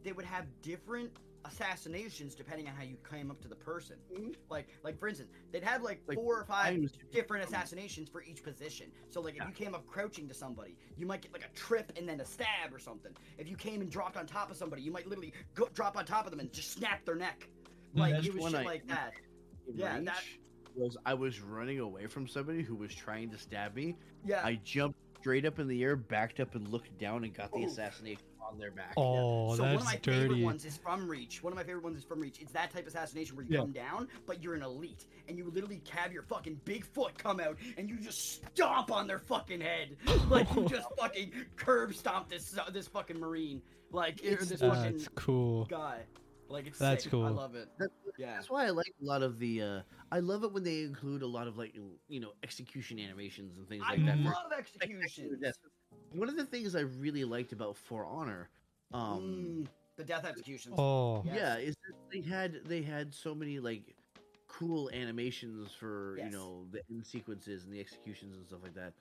They would have different assassinations depending on how you came up to the person.
Mhm.
Like, like for instance, they'd have like,
Like,
four or five
I'm-
different assassinations for each position. So like if you came up crouching to somebody, you might get like a trip and then a stab or something. If you came and dropped on top of somebody, you might literally go drop on top of them and just snap their neck. Like
That's
it was
one
shit
I-
like that.
in
yeah, that-
Reach was I was running away from somebody who was trying to stab me.
Yeah.
I jumped straight up in the air, backed up, and looked down and got the
Oof.
assassination on their back.
Oh,
so one of
that's
my favorite
dirty.
ones is from Reach. One of my favorite ones is from Reach. It's that type of assassination where you
Yeah.
come down, but you're an elite, and you literally have your fucking big foot come out, and you just stomp on their fucking head, like you just fucking curb stomp this uh, this fucking marine, like or
It's-
this fucking
That's cool.
guy. Like it's
That's
sick.
cool.
I love it.
That's-
Yeah.
That's why I like a lot of the. Uh, I love it when they include a lot of like you know execution animations and things
I
like that.
Mm-hmm.
for-
love
like, execution
executions.
to death. One of the things I really liked about For Honor, um,
Mm, the death executions.
Oh,
yes.
yeah, is that they had they had so many like cool animations for you
Yes.
know the end sequences and the executions and stuff like that.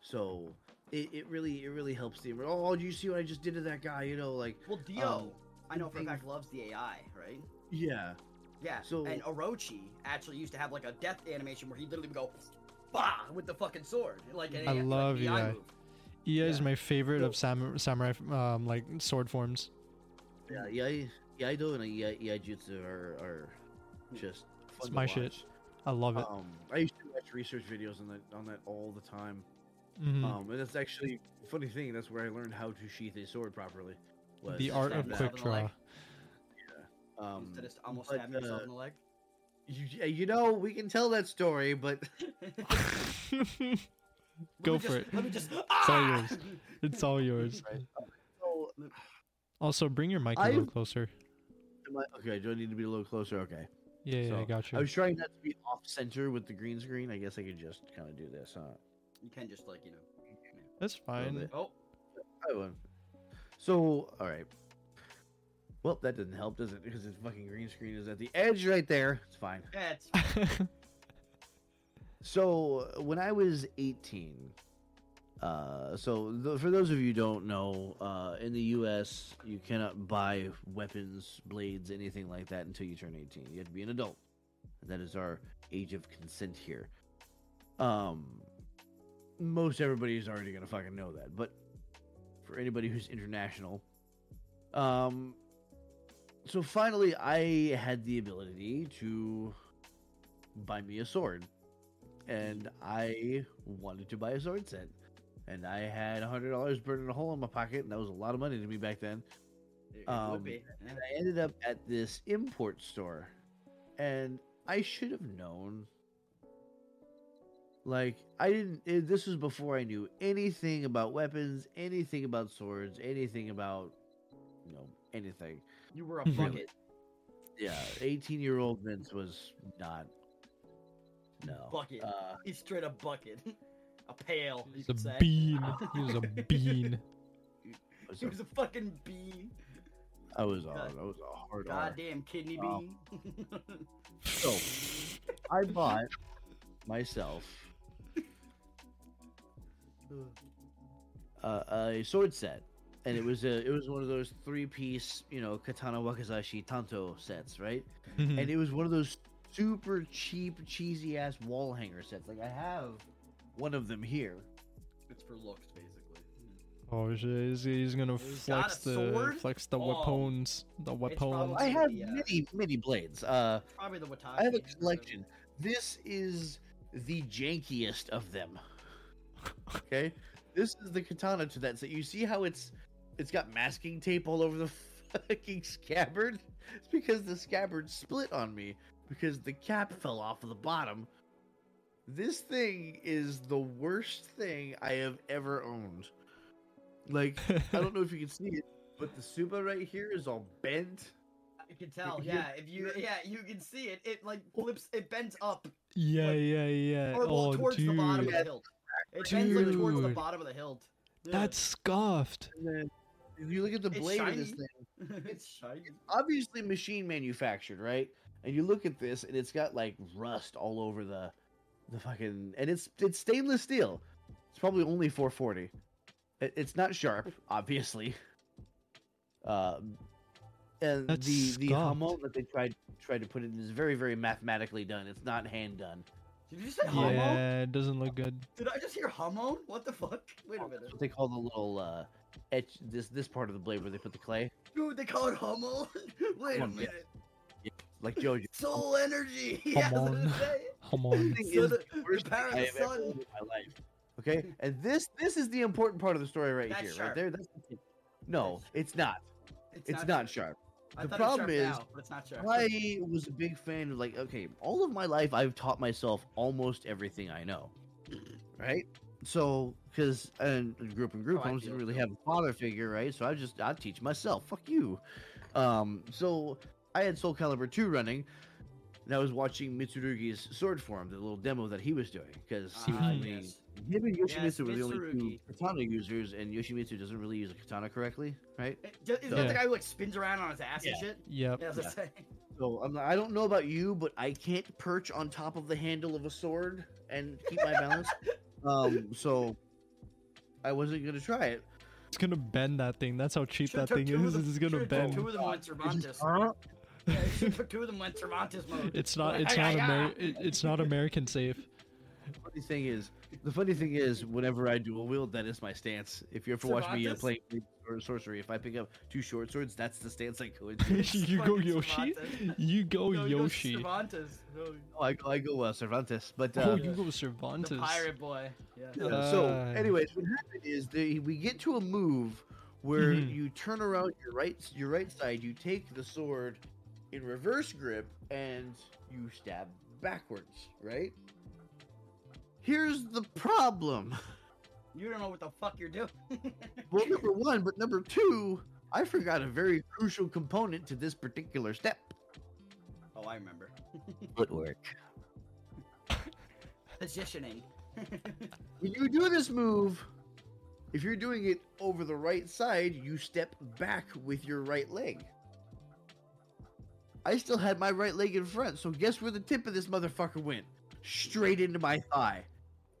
So it, it really it really helps the oh do you see what I just did to that guy you know like
Well, Dio,
Um,
I know for a
thing-
fact loves the AI, right?
yeah
Yeah.
So-
and Orochi actually used to have like a death animation where he literally would go, bah, with the fucking sword, like an
I
like,
love
the eye
EI.
move.
EA is
Yeah.
my favorite
Dope.
of sam- samurai um, like sword forms.
yeah E yeah Yaido and E yeah Yaijutsu are are just
It's
fun to
my shit.
watch.
I love
Oh,
it.
Um, I used to watch research videos on that on that all the time.
Mhm.
oh,
Um, and that's actually funny thing. That's where I learned how to sheath a sword properly. was
the art
from
of
stab
that.
quick
yourself in the leg.
draw.
Um,
Instead of almost
but,
stabbing yourself
uh,
in the leg.
You, you know, we can tell that story, but
Go
me just,
for it.
Let me just.
all
Ah!
yours. It's all yours.
so,
Also, bring your mic a little
I've-
closer.
am I- okay, do I need to be a little closer? Okay.
Yeah, yeah, I
So,
got you.
I was trying not to be off center with the green screen. I guess I could just kind of do this, huh?
You can just like you know.
That's fine.
bit.
Oh,
I would. So, all right. Well, that doesn't help, does it? Because the fucking green screen is at the edge right there. It's fine.
that's
So when I was 18, uh, so th- for those of you who don't know, uh, in the U.S. you cannot buy weapons, blades, anything like that until you turn 18. You have to be an adult. That is our age of consent here. Um, most everybody's already gonna fucking know that, but for anybody who's international, um, so finally I had the ability to buy me a sword and I wanted to buy a sword set. And I had hundred dollars burning a hole in my pocket, and that was a lot of money to me back then.
it
Um,
would be. yeah.
And I ended up at this import store, and I should have known. Like I didn't. eh, This was before I knew anything about weapons, anything about swords, anything about, you know, anything.
You were a
Really?
bucket.
Yeah, eighteen-year-old Vince was not. No.
Bucket.
Uh,
He's straight a bucket. A pail. You
He
could
was
say.
a bean. He was a bean.
He was a fucking bean.
I was on.
God-
I was a hard R.
Goddamn kidney
Wow.
bean.
So, I bought myself uh, a sword set, and it was a it was one of those three piece, you know, katana wakizashi tanto sets, right?
Hmm.
And it was one of those super cheap, cheesy ass wall hanger sets. Like I have one of them here.
it's for looks, basically.
oh shit! He's, he's gonna
He's got
flex
a
the
sword?
flex the
Oh.
weapons. The
probably-
weapons.
I have
Yeah.
many, many blades. Uh,
Probably the Watanabe.
I have a
or whatever.
collection. This is the jankiest of them. Okay, this is the katana to that. So you see how it's it's got masking tape all over the fucking scabbard. It's because the scabbard split on me because the cap fell off of the bottom. This thing is the worst thing I have ever owned. Like I don't know if you can see it, but the suba right here is all bent.
You can tell,
Here-
yeah. If you, yeah, you can see it. It like flips. It bends up,
yeah, yeah, yeah.
or well,
oh,
towards
dude,
the bottom of the hilt. It bends like towards the
Dude.
bottom of the hilt. Yeah.
that's scuffed.
And then if you look at the
It's
blade of this
shiny.
thing.
it's shiny.
obviously machine manufactured, right? And you look at this, and it's got like rust all over the, the fucking, and it's it's stainless steel. It's probably only 440. It, it's not sharp, obviously. Uh, and
That's
the the
scuffed.
hamon that they tried tried to put in is very very mathematically done. It's not hand done.
Did you just say homo?
Yeah, it doesn't look good.
Did I just hear homon? What the fuck? Wait a
That's
minute.
what they call the little uh, etch this this part of the blade where they put the clay,
Dude, they call it homo? Wait a
Come on,
minute.
like JoJo.
Soul energy. Yeah, that's what
Homon.
it say.
Come on.
thing
So
is
the-
the
the
worst thing
power of
I
the
have ever
sun.
heard in my life. Okay, and this this is the important part of the story right
That's
here,
sharp.
right there. That's the tip. no, it's not. It's, not, sharp.
I
the
thought it was
problem
sharp
is
now, but it's not sharp.
I was a big fan of like, okay, all of my life I've taught myself almost everything I know, right? So, because and grew up in group
Oh, I
homes,
feel
didn't really have a father figure, right? So I just I teach myself. Fuck you. Um, so I had Soul Calibur two running, and I was watching Mitsurugi's sword form, the little demo that he was doing, because he was
Ah,
only-
yes.
him and Yoshimitsu
Yes,
were the only two
Mitsurugi.
katana users, and Yoshimitsu doesn't really use a katana correctly, right?
It- d- Is that
Yeah.
the guy who like spins around on his ass and shit?
Yep.
Yeah, I was gonna say.
So I'm, I don't know about you, but I can't perch on top of the handle of a sword and keep my balance. um, so I wasn't gonna try it.
It's gonna bend that thing. That's how cheap
Should've
that
took
thing
two of
is.
them-
It's gonna
should've took
bend.
Two of them went
I
Cervantes.
just- "Huh?"
Yeah, you should've took two of them went Cervantes mode.
It's not.
Like,
It's
"Ay,
not.
ay,
Amer-
ah!"
it- It's not American safe.
funny thing is, the funny thing is, whenever I dual wield, that is my stance. If you ever watch me uh,
Cervantes?
play or sorcery, if I pick up two short swords, that's the stance I go into.
you go
fucking
Yoshi.
Cervantes.
You go
No, you go
Yoshi.
Cervantes. No,
No, I go, I go uh, Cervantes, but uh,
oh, you go
The
Cervantes.
pirate boy. Yeah.
Yeah, so,
Ah.
anyways, what happened is the, we get to a move where
Mhm.
you turn around your right your right side, you take the sword in reverse grip and you stab backwards, right? Here's the problem.
You don't know what the fuck you're doing.
Well, number one, but number two, I forgot a very crucial component to this particular step.
oh, I remember.
Footwork.
Positioning.
When you do this move, if you're doing it over the right side, you step back with your right leg. I still had my right leg in front, so guess where the tip of this motherfucker went? Straight into my thigh.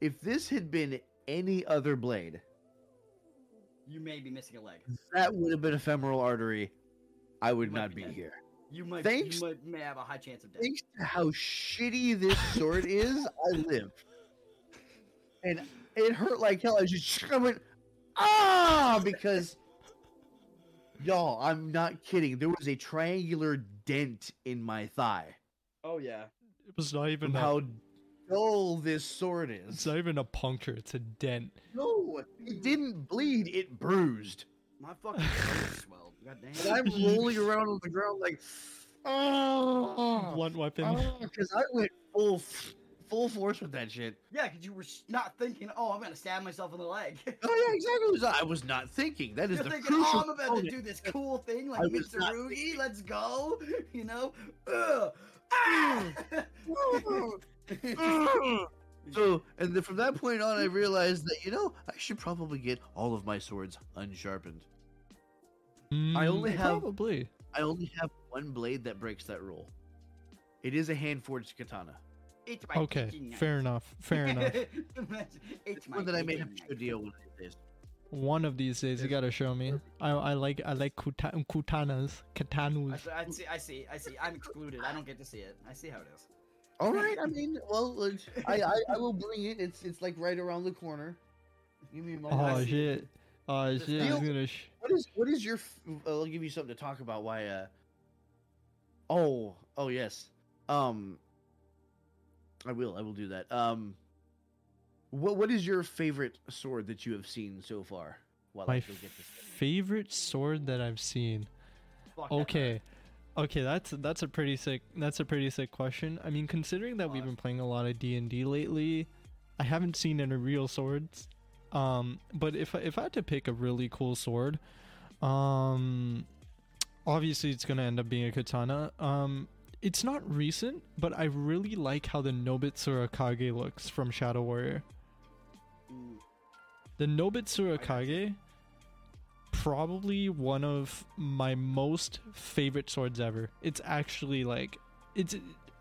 If this had been any other blade,
you may be missing a leg.
that would have been a femoral artery. I would
You might
not
be
be
dead.
here.
You might,
Thanks-
you might may have a high chance of death.
Thanks to how shitty this sword is, I live. And it hurt like hell. I just I went, ah, because y'all, I'm not kidding. There was a triangular dent in my thigh.
Oh yeah.
It was not
From
even a,
how dull this sword
it's
is.
not even a puncture. It's a dent.
No, it didn't bleed. It bruised.
My fucking throat swelled. God
And
damn.
I'm rolling around on the ground like, oh,
Blunt weapon.
because I went full, full force with that shit.
Yeah, because you were s- not thinking, oh, I'm gonna stab myself in the leg.
Oh yeah, exactly. It was- I was not thinking. That is
You're
the
thinking,
crucial.
oh, I'm about to
component.
do this cool thing like
I was not
Mitsurugi, let's go. You know? Ugh. Ah!
so, and then from that point on, I realized that you know I should probably get all of my swords unsharpened. I only
Mm,
have-
probably.
I only have one blade that breaks that rule. It is a hand forged katana,
it's my
Okay,
kitchen knife.
fair enough. Fair enough.
it's my
one that I may have
kitchen
to
knife.
deal with these days.
One of these days, you
Yes.
gotta show me. I, I like I like kuta- kutanas,
I,
katanas.
see- I see, I see, I see. I'm excluded. I don't get to see it. I see how it is.
All right, I mean, well, uh, I, I I will bring it. It's it's like right around the corner. Give me a moment.
I
Oh
see.
shit! Oh
Just
shit! I'm
feel-
gonna sh-
What is what is your? f- I'll give you something to talk about. Why? uh Oh, oh yes. Um, I will. I will do that. Um, what what is your favorite sword that you have seen so far? While
my
I go get this.
favorite sword that I've seen.
Fuck that.
Okay. Okay, that's that's a pretty sick that's a pretty sick question. I mean, considering that we've been playing a lot of D&D lately, I haven't seen any real swords. Um, but if I- if I had to pick a really cool sword, um obviously it's going to end up being a katana. Um it's not recent, but I really like how the Nobitsura Kage looks from Shadow Warrior.
Mm,
The Nobitsura
I got
Kage, probably one of my most favorite swords ever. It's actually like, it's,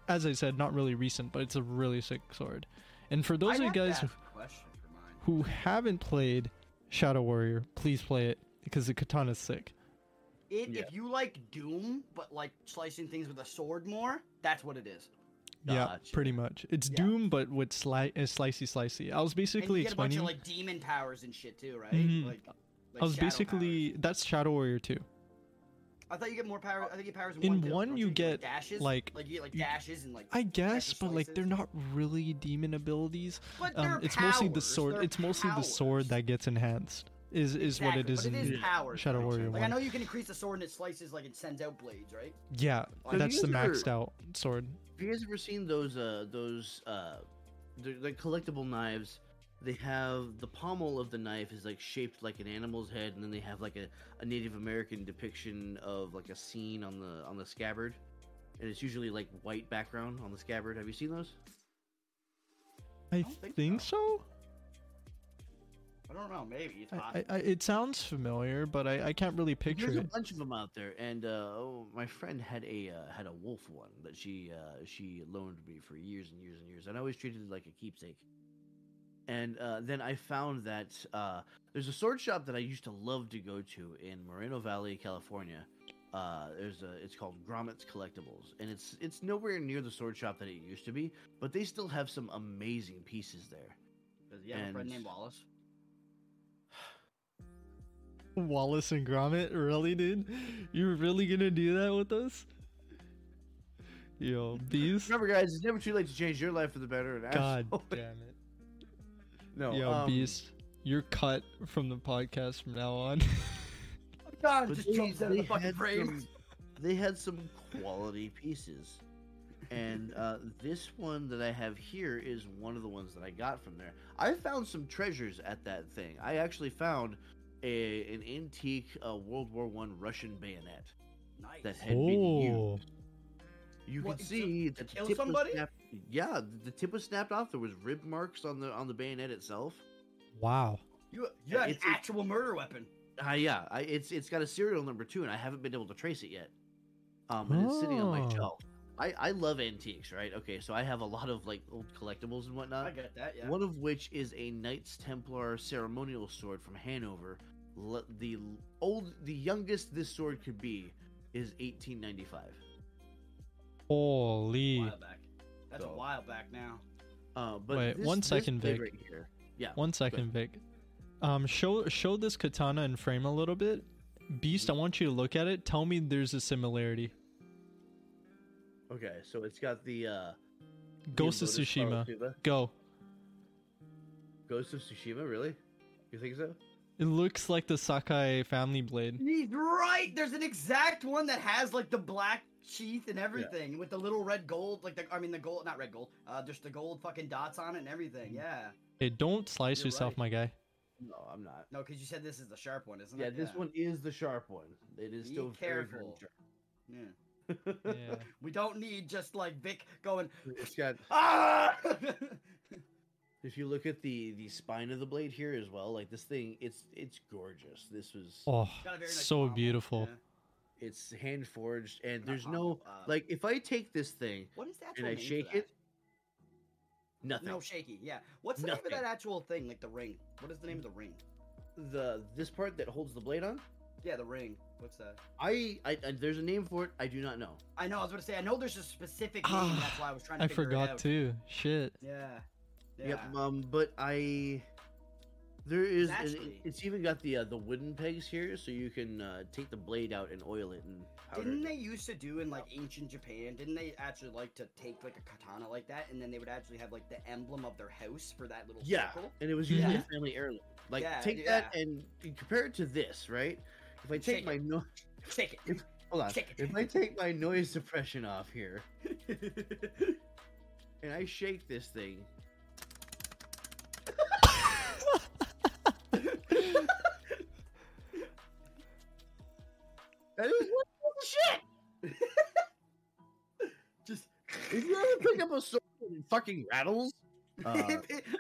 as I said, not really recent, but it's a really sick sword. And for
I
those of you
have to
guys
ask
who,
a question for mine.
who haven't played Shadow Warrior, please play it because the katana's sick.
It,
Yeah.
If you like Doom, but like slicing things with a sword more, that's what it is.
Yeah,
Gotcha.
pretty much. It's
Yeah.
Doom, but with sli- uh, slicey, slicey. I
And
was
you
basically
get a bunch
explaining.
of like demon powers and shit too, right?
Mhm.
Like, like
I was
shadow
basically that's Shadow Warrior too.
powers. I thought you get more power. I think you get powers in,
In
one. too.
one,
Don't
you
like,
get,
dashes.
like-
like you get like
you-
dashes and like.
I guess,
extra
but like they're
slices.
not really demon abilities.
But
um,
they're
it's mostly the
powers,
sword.
they're
It's mostly the sword
powers.
that gets enhanced. Is is
Exactly,
what it is.
But it
in,
is powers.
Shadow
though.
Warrior
Like I
1.
know you can increase the sword and it slices like it sends out blades, right?
yeah,
Have
that's
you
the
ever-
maxed out sword.
Have you guys ever seen those uh those uh the, the collectible knives? They have the pommel of the knife is like shaped like an animal's head, and then they have like a, a Native American depiction of like a scene on the on the scabbard, and it's usually like white background on the scabbard. Have you seen those?
I
don't
think,
think
so.
I don't know. Maybe it's
I,
possible.
I, I, it sounds familiar, but I, I can't really picture
There's a
it.
bunch of them out there, and uh, oh, my friend had a uh, had a wolf one that she uh, she loaned me for years and years and years, and I always treated it like a keepsake. And uh, then I found that uh, there's a sword shop that I used to love to go to in Moreno Valley, California. Uh, there's a it's called Grommets Collectibles, and it's it's nowhere near the sword shop that it used to be, but they still have some amazing pieces there.
Does he have a friend
and-
named Wallace?
Wallace and Gromit, really, dude? You're really gonna do that with us? Yo, beast.
Remember, guys, it's never too late to change your life for the better. And
God
absolutely-
damn it.
no,
Yo,
um,
beast. You're cut from the podcast from now on.
God,
But
just jumps out of the fucking
had
frame.
some- they had some quality pieces. And uh, this one that I have here is one of the ones that I got from there. I found some treasures at that thing. I actually found a, an antique uh, World War One Russian bayonet
Nice.
that had been used.
Oh,
You
What,
can
to-
see
to
that the
kill
tip was
somebody?
snapped- yeah, the tip was snapped off. There was rib marks on the on the bayonet itself.
wow.
you you had an
It's- it's-
actual murder weapon.
Uh, yeah, I, it's it's got a serial number too, and I haven't been able to trace it yet. Um, and it's sitting on my
Oh.
shelf. I I love antiques, right? Okay, so I have a lot of like old collectibles and
I
whatnot.
get that. Yeah.
One of which is a Knights Templar ceremonial sword from Hanover. L- the l- old, the youngest this sword could be is 1895.
a
Holy.
while back. That's a
So-
while back now.
Uh, but
Wait,
this,
one
this
second,
blade
Vic.
right here. Yeah,
One second, Vic. Um, show show this katana in frame a little bit. Beast, I want you to look at it. Tell me there's a similarity.
Okay, so it's got the uh, the
Ghost of
Lotus Flower
Tsushima.
Tuba.
Go.
Ghost of Tsushima, really? You think so?
It looks like the Sakai family blade.
He's right. There's an exact one that has like the black sheath and everything with the little red gold, like the I mean the gold, not red gold, uh, just the gold fucking dots on it and everything.
Mm-hmm.
Yeah.
Hey, don't slice
You're
yourself,
right.
my guy.
No, I'm not.
No, because you said this is the sharp one, isn't
Yeah,
it?
this one is the sharp one. It is
Be
still very, very
careful. Yeah.
sharp.
Yeah.
We don't need just like Vic going
it's got.
ah.
If you look at the the spine of the blade here as well, like this thing, it's it's gorgeous. This was
Oh,
Got a very nice
so
pommel,
beautiful.
yeah.
it's hand forged, and
Not
there's no
pommel, uh,
like if I take this thing,
What is that?
I shake it? nothing.
No shaky. Yeah. What's the name
Nothing.
of that actual thing? Like the ring. What is the name of the ring?
The this part that holds the blade on,
Yeah, the ring. What's that?
I, I, I there's a name for it. I do not know.
I know. I was gonna say. I know there's a specific name.
Ah,
that's why I was trying to.
I
figure it
forgot
out.
too. Shit.
Yeah. Yeah.
Yep. Um, but I there is and it-
Nasty.
it's even got the uh, the wooden pegs here, so you can uh, take the blade out and oil it and powder
Didn't
it.
they used to do in like ancient Japan? Didn't they actually like to take like a katana like that, and then they would actually have like the emblem of their house for that little
Yeah,
circle?
and it was usually
Yeah.
a family heirloom. Like,
Yeah,
take that and compare it to this, right? If I
Shake
take my no,
Shake it.
hold on.
shake it.
If I take my noise suppression off here and I shake this thing, that is what shit.
Just
If you ever pick up a sword and it fucking rattles, uh,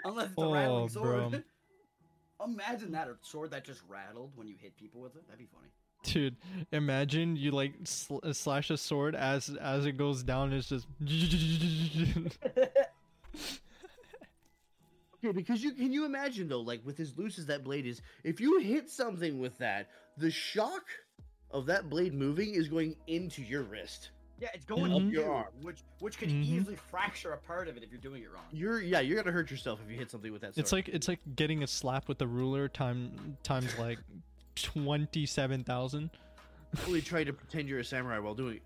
unless it's a rattling
Oh,
sword.
bro.
Imagine that a sword that just rattled when you hit people with it. That'd be funny.
Dude, imagine you like sl- uh, slash a sword as as it goes down. It's just.
Yeah, because you can you imagine though, like with as loose as that blade is, if you hit something with that, the shock of that blade moving is going into your wrist.
Yeah, it's going
Up
up
Mm-hmm. your
your arm,
arm.
which which could
Mhm.
easily fracture a part of it if you're doing it wrong.
You're yeah, you're gonna hurt yourself if you hit something with that. Sword.
It's like it's like getting a slap with a ruler time times like twenty seven thousand.
really trying to pretend you're a samurai while doing. it.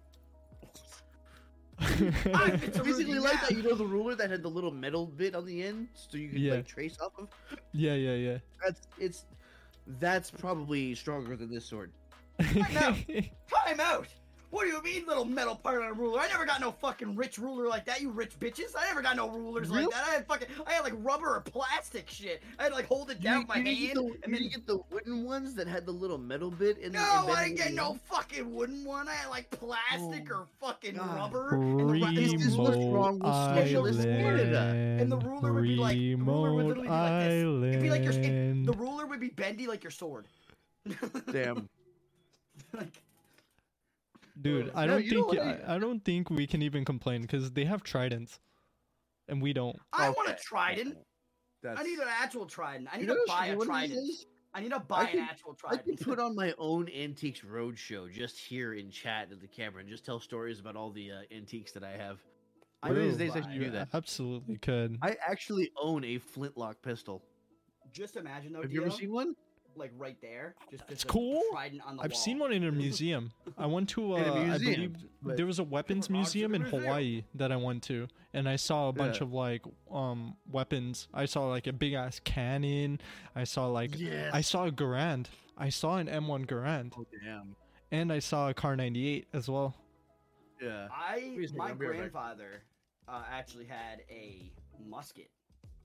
Ah,
It's
it's a
basically
Rudy
like
now.
that. You know the ruler that had the little metal bit on the end, so you could
Yeah.
like trace off of.
yeah, yeah,
That's it's that's probably stronger than this sword.
yeah.
Time out! What do you mean, little metal part on a ruler? I never got no fucking rich ruler like that, you rich bitches. I never got no rulers
Really?
like that. I had fucking, I had like rubber or plastic shit. I had to, like hold it down with my
didn't
hand.
get the,
and
you
then,
didn't get the wooden ones that had the little metal bit in
no,
embedded
I
in
didn't
the
get no
end?
fucking wooden one. I had like plastic
Oh,
or fucking
God.
rubber. And the, ru-
is what's wrong
Remote
with socialist Canada.
island.
And the ruler would be like- the ruler would literally be like this. it'd be like your, it,
island.
the ruler would be bendy like your sword.
Damn.
like,
Dude, I
No,
don't
you know
think
what
I, I don't think we can even complain because they have tridents, and we don't.
I want a
Okay.
trident.
That's...
I need an actual trident. I
You
need
know
to
what
buy
should-
a
what it
trident.
is?
I need to buy
can-
an actual
I
trident.
can put on my own Antiques Roadshow just here in chat at the camera and just tell stories about all the uh, antiques that I have. One of these
Bro,
days I should do
you
that.
Absolutely could.
I actually own a flintlock pistol.
Just imagine though,
have you ever
Dio,
seen one?
like right there. Just
That's
just a
cool.
Trident on the
I've
wall.
seen one in a museum. I went to, uh,
In a
I
museum,
believe
but-
there was a weapons
They were rocks in
museum
a
in
museum.
Hawaii that I went to, and I saw a bunch
Yeah.
of like um weapons. I saw like a big ass cannon. I saw like
Yes.
I saw a Garand. I saw an M1 Garand,
Oh damn!
and I saw a car 98 as well.
Yeah.
I
Excuse me,
my
I'll be right back.
grandfather uh, actually had a musket,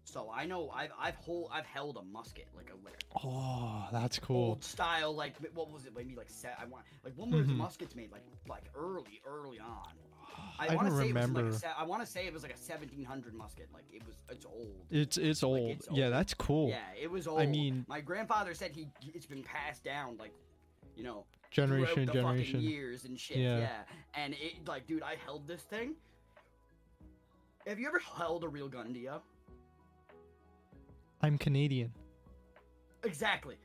so I know I've I've hold I've held a musket like a like
Oh, that's cool.
old style like what was it maybe like set I want like when were the
Mhm.
muskets made like like early early on.
I
wanna
don't
say It
remember.
was like a, se- I want to say it was like a 1700 musket. Like it was, it's old.
It's it's old.
it's
Yeah,
old.
that's cool.
Yeah, it was old.
mean-
my grandfather said he it's been passed down like, you know,
Generation
throughout the
generation.
fucking years and shit.
Yeah.
Yeah. And it like, dude, I held this thing. Have you ever held a real gun, Dio?
I'm Canadian.
Exactly.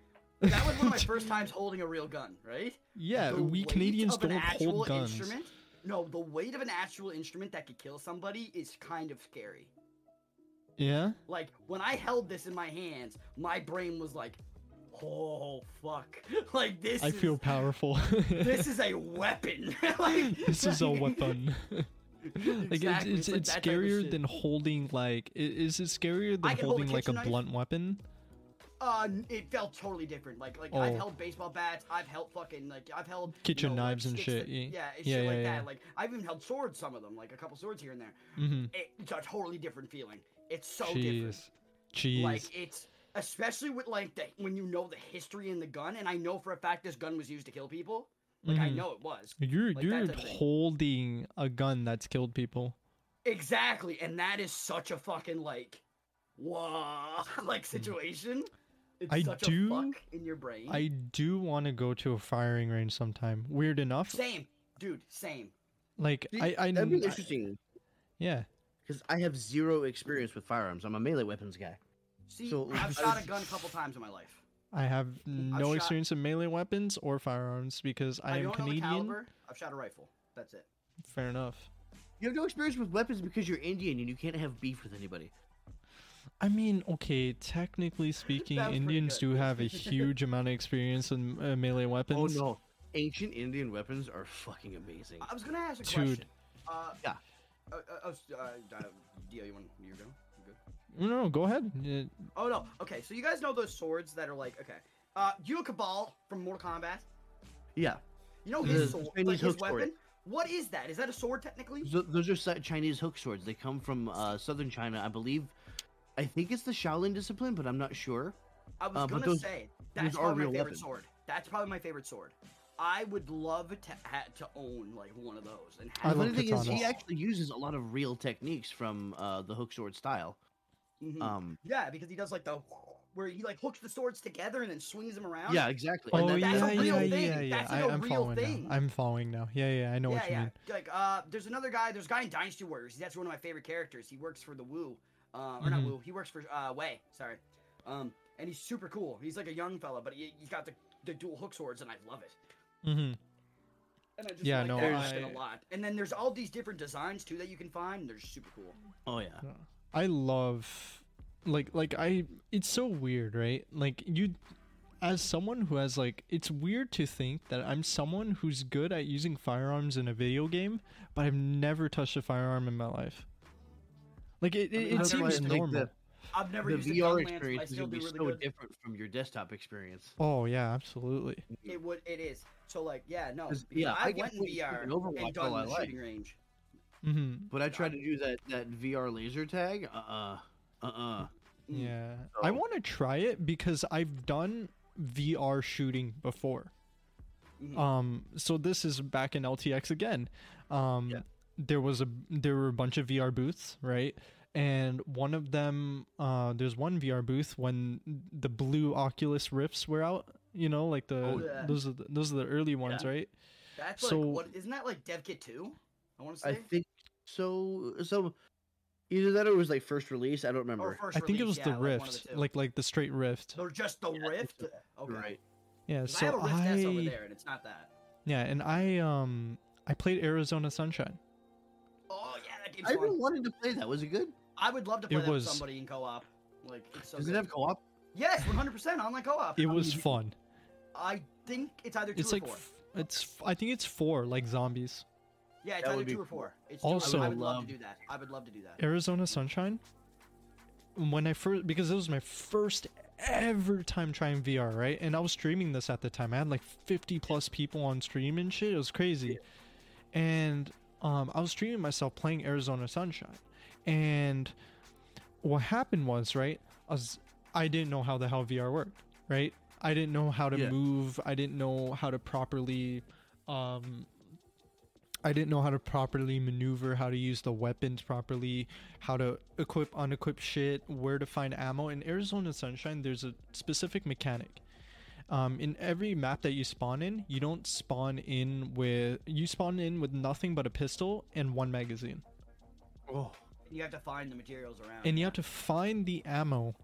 That was one of my first times holding a real gun, right?
Yeah,
The
we
weight
Canadians
of an
don't
actual
hold guns.
Instrument, no, the weight of an actual instrument that could kill somebody is kind of scary.
Yeah.
Like when I held this in my hands, my brain was like, "Oh fuck!" Like this.
I
is,
feel powerful.
This is a weapon. like,
this is a
like-
weapon. like
Exactly,
it's it's,
like
it's
that type of
scarier
shit.
than holding like i- is it scarier
I
than
can hold a
holding like a
kitchen knife.
blunt weapon?
Uh, n- it felt totally different. Like like I've
Oh.
held baseball bats. I've held fucking like I've held you
Kitchen
know, like,
knives and
sticks
shit,
that-
yeah.
yeah, and
Yeah,
shit like
yeah,
that.
yeah.
Like I've even held swords. Some of them, like a couple swords here and there.
Mhm.
It- It's a totally different feeling. It's so different.
Jeez. Jeez.
Like it's especially with like the, when you know the history in the gun, and I know for a fact this gun was used to kill people. Like I
Mhm.
know it was.
you're
like, that
you're
type of thing.
holding a gun that's killed people.
Exactly, and that is such a fucking like, whoa, like situation. It's
Mm. I
such
do-
a fuck in your brain.
I do want to go to a firing range sometime. Weird enough.
Same, dude. Same.
Like
See,
I I,
That'd be
I-
interesting
yeah.
because I have zero experience with firearms. I'm a melee weapons guy.
See,
So-
I've shot a gun a couple times in my life.
I have no
shot-
experience in melee weapons or firearms because I,
I, don't
am
know the
Canadian.
caliber. I've shot a rifle. That's it.
Fair enough.
You have no experience with weapons because you're Indian and you can't have beef with anybody.
I mean, okay, technically speaking,
That was pretty
Indians
good.
do have a huge amount of experience in uh, melee weapons.
Oh no, ancient Indian weapons are fucking amazing.
I was gonna ask a
Dude.
question. Uh,
Yeah.
Uh, uh, uh, uh, uh, Dio, you want you go? You good?
no. No, go ahead. Uh,
Oh no. Okay, so you guys know those swords that are like okay. Uh, you know Cabal from Mortal Kombat.
Yeah,
You know
The
his sword, like
Chinese
his
hook sword.
weapon. What is that? Is that a sword technically?
Th- those are si- Chinese hook swords. They come from uh, southern China, I believe. I think it's the Shaolin discipline, but I'm not sure.
I was
Uh, but
gonna
those-
say that's
those are
probably my
real
favorite
weapons.
sword. That's probably my favorite sword. I would love to ha- to own like one of those. And
I
have
the
love
it.
funny thing is,
katanas.
he actually uses a lot of real techniques from uh, the hook sword style.
Mhm.
Um,
yeah, because he does like the where he like hooks the swords together and then swings them around.
yeah, exactly.
oh
And that-
yeah,
that's a
yeah,
real
yeah,
thing.
yeah,
That's
I,
like a
am
real
following
thing.
now. I'm following now. Yeah, yeah, I know
yeah,
what you
yeah.
mean.
Like uh, there's another guy. There's a guy in Dynasty Warriors. He's actually one of my favorite characters. He works for the Wu, uh, or not
Mm-hmm.
Mhm.
Wu. He works for uh, Wei. Sorry. Um, and he's super cool. He's like a young fella, but he, he's got the, the dual hook swords, and I love it.
hmm
And I just
Yeah,
like
no,
that shit
I-
a lot. And then there's all these different designs too that you can find. And they're just super cool.
oh yeah.
Mm-hmm. I love, like, like I. It's so weird, right? Like you, as someone who has like, it's weird to think that I'm someone who's good at using firearms in a video game, but I've never touched a firearm in my life. Like it, it,
mean,
it
that's why I
seems
think
normal.
that-
I've never
The
used a gun lance,
VR
but I
experience is
still
going
do
to be
really
so
good.
different from your desktop experience.
Oh yeah, absolutely.
It would. It is. So like, yeah, no.
'Cause,
because
yeah,
I,
I can
went in
play
VR
fucking
and
Overwatch all I
done the
like.
shooting range.
hmm
Mm.
But I tried to do that that VR laser tag. Uh uh-uh. uh.
Mm.
Yeah. I
So-
want to try it because I've done VR shooting before.
Mhm.
Um so this is back in LTX again. Um
Yeah.
there was a there were a bunch of VR booths, right? And one of them uh there's one VR booth when the blue Oculus Rifts were out, you know, like the
Oh, yeah.
those are the, those are the early ones, right?
That's
So-
like what isn't that like Dev Kit 2? I want to say.
I think so. So either that or it was like first release. I don't
or
remember.
first
I think it
release,
was
yeah,
the
like one of
Rift,
two.
like like the straight Rift.
or just the
Yeah, I think
Rift. Okay.
Right.
Yeah,
'Cause
so
I have a Rift S over
I-
there, and it's not that.
yeah, and I um I played Arizona Sunshine.
Oh yeah, that game's
I really
fun.
wanted to play that. Was it good?
I would love to play
It
that with
was-
somebody in co-op. Like it's so.
Does
good.
it have co-op?
Yes, 100 percent online co-op.
It
I
was
mean,
fun.
I think it's either two
it's
or
like
four.
f- it's f- i think it's four like zombies
Yeah, it's
That
either
would be
two or
cool.
four. It's
Also- um,
two. I would love
Love-
to do that. I would love to do that.
arizona sunshine when i first because it was my first forever time trying VR, right? And I was streaming this at the time. I had like 50 plus people on stream and shit. It was crazy. And um, I was streaming myself playing Arizona Sunshine. And what happened was, right? I was I didn't know how the hell VR worked, right? I didn't know how to
Yeah.
move. I didn't know how to properly um I didn't know how to properly maneuver, how to use the weapons properly, how to equip, unequip shit, where to find ammo. In Arizona Sunshine, there's a specific mechanic. Um, in every map that you spawn in, you don't spawn in with you spawn in with nothing but a pistol and one magazine,
Oh,
You have to find the materials around.
and you have to find the ammo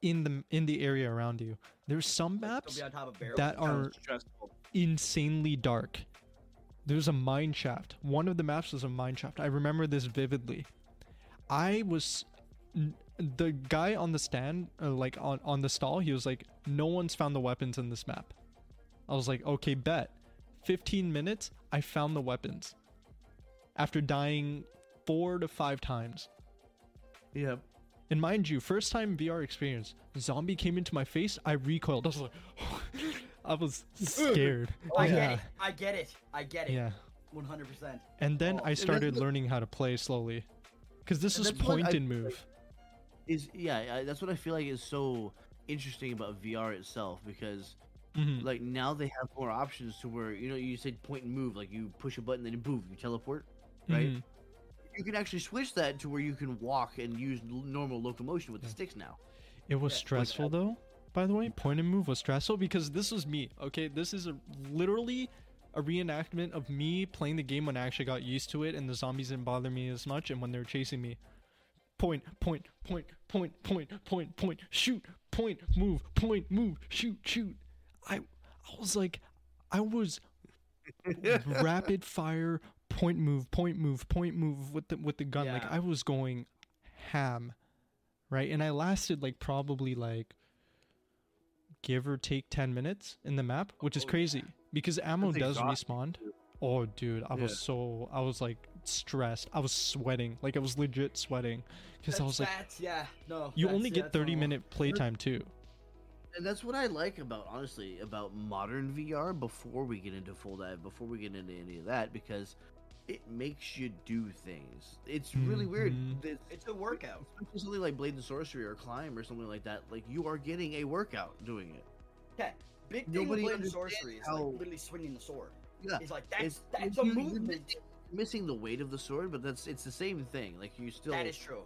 in the in the area around you. There's some
Like, they'll
maps
be on top of barrels.
that are
sounds stressful.
insanely dark. There's a mine shaft. One of the maps was a mine shaft. I remember this vividly. I was n- the guy on the stand, uh, like on on the stall. He was like, "No one's found the weapons in this map." I was like, "Okay, bet." 15 minutes, I found the weapons. After dying four to five times.
Yep.
And mind you, first time VR experience, zombie came into my face, I recoiled. I was like, I was scared.
Oh, I get
yeah.
it. I get it. I get it.
Yeah.
100%.
And then
Oh,
I
and that's
started
the-
learning how to play slowly. Because this
And
is
that's what
point
I-
and move.
Is yeah, I, that's what I feel like is so interesting about VR itself because
Hmm.
Mhm.
like now they have more options to where you know you said point and move, like you push a button, then you move, you teleport, right?
Mhm.
You can actually switch that to where you can walk and use l- normal locomotion with the sticks now.
It was stressful though. By the way, point and move was stressful because this was me. Okay, this is a, literally a reenactment of me playing the game when I actually got used to it and the zombies didn't bother me as much and when they were chasing me. Point, point, point, point, point, point, point, shoot, point, move, point, move, shoot, shoot. I I was like I was rapid fire point move, point move, point move with the with the gun. Like
Yeah.
I was going ham right? And I lasted like probably like give or take 10 minutes in the map, which is
Oh, yeah.
crazy because ammo
That's
does
exhausting,
respawn. Oh, dude, I was so, I was like stressed. I was sweating. Like, I was legit sweating because I
That's-
was like,
that's- yeah, no.
you
that's-
only get
that's
30
all.
minute playtime too.
And that's what I like about honestly about modern VR before we get into full dive, before we get into any of that, because it makes you do things. It's really weird.
Mm-hmm.
Mhm.
It's-
It's a workout.
especially something like Blade and Sorcery or Climb or something like that. Like you are getting a workout doing it.
Okay. Big thing
Nobody
with Blade and
understands
Sorcery is
how-
like literally swinging the sword.
Yeah,
It's like that's
it's-
that's
it's
a
you- you're
movement.
missing- missing the weight of the sword, but that's it's the same thing. Like you still
That is true.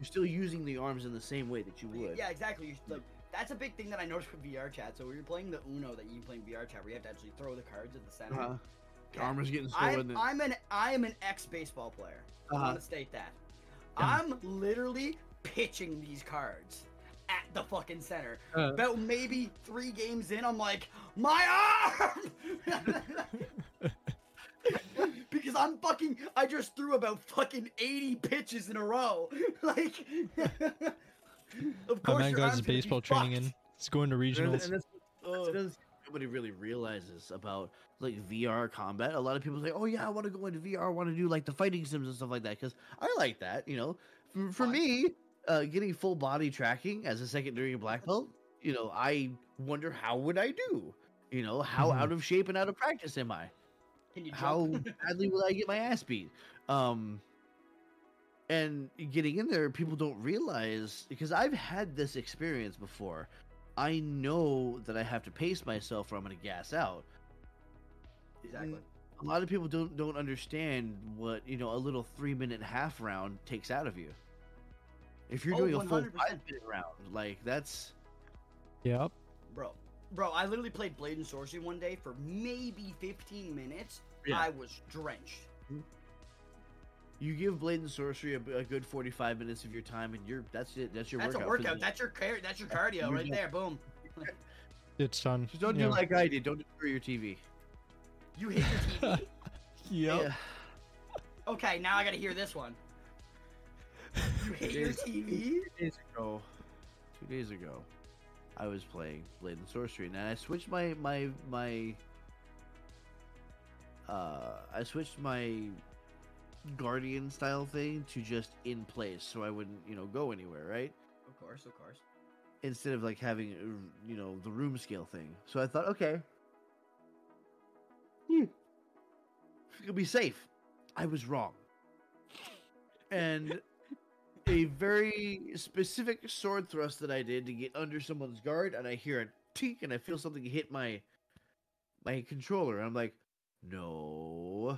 you're still using the arms in the same way that you would.
Yeah, exactly. You, like, that's a big thing that I noticed with VR chat. So we were playing the Uno that you play in VR chat, where you have to actually throw the cards at the center.
Uh-huh.
Okay.
Your armor's getting slow,
I'm,
isn't it?
I'm an I am an ex baseball player. I
Uh-huh.
want to state that.
Uh, Yeah.
I'm literally pitching these cards at the fucking center.
Uh.
About maybe three games in, I'm like, my arm, because I'm fucking. I just threw about fucking 80 pitches in a row. like, of
My
course,
man
your
got
arm's
his
gonna be
baseball training
fucked.
in. He's going to
And
regionals.
that's- that's
Ugh.
another thing nobody really realizes about like VR combat. A lot of people say, "Oh yeah, I want to go into VR. I want to do like the fighting sims and stuff like that." Because I like that, you know. For, for
Fine.
me, uh, getting full body tracking as a secondary black belt, you know, I wonder how would I do. You know, how
Mhm.
out of shape and out of practice am I?
Can you jump?
How badly will I get my ass beat? Um, and getting in there, people don't realize because I've had this experience before. I know that I have to pace myself or I'm going to gas out.
Exactly.
A lot of people don't don't understand what you know a little three minute half round takes out of you. If you're
Oh,
doing a full
100%.
five minute round, like that's
Yep.
Bro, bro, I literally played Blade and Sorcery one day for maybe 15 minutes.
Yeah.
I was drenched.
you give Blade and Sorcery a, a good forty five minutes of your time, and you're that's it. That's your
That's
workout.
a
for the
workout.
day.
That's your car- that's your cardio
You're
right
done.
there. Boom.
It's done.
Just don't
Yeah.
do like I did. Don't destroy your TV.
You hit your TV.
Yep.
Yeah.
okay, now I gotta hear this one. You hit your
Jason.
TV.
Two days ago, two days ago, I was playing Blade and Sorcery, and I switched my my my. Uh, I switched my guardian style thing to just in place, so I wouldn't you know go anywhere, right?
Of course, of course.
instead of like having uh, you know the room scale thing. So I thought, okay, hmm, it'll be safe. I was wrong, and a very specific sword thrust that I did to get under someone's guard, and I hear a tink, and I feel something hit my my controller. And I'm like, no.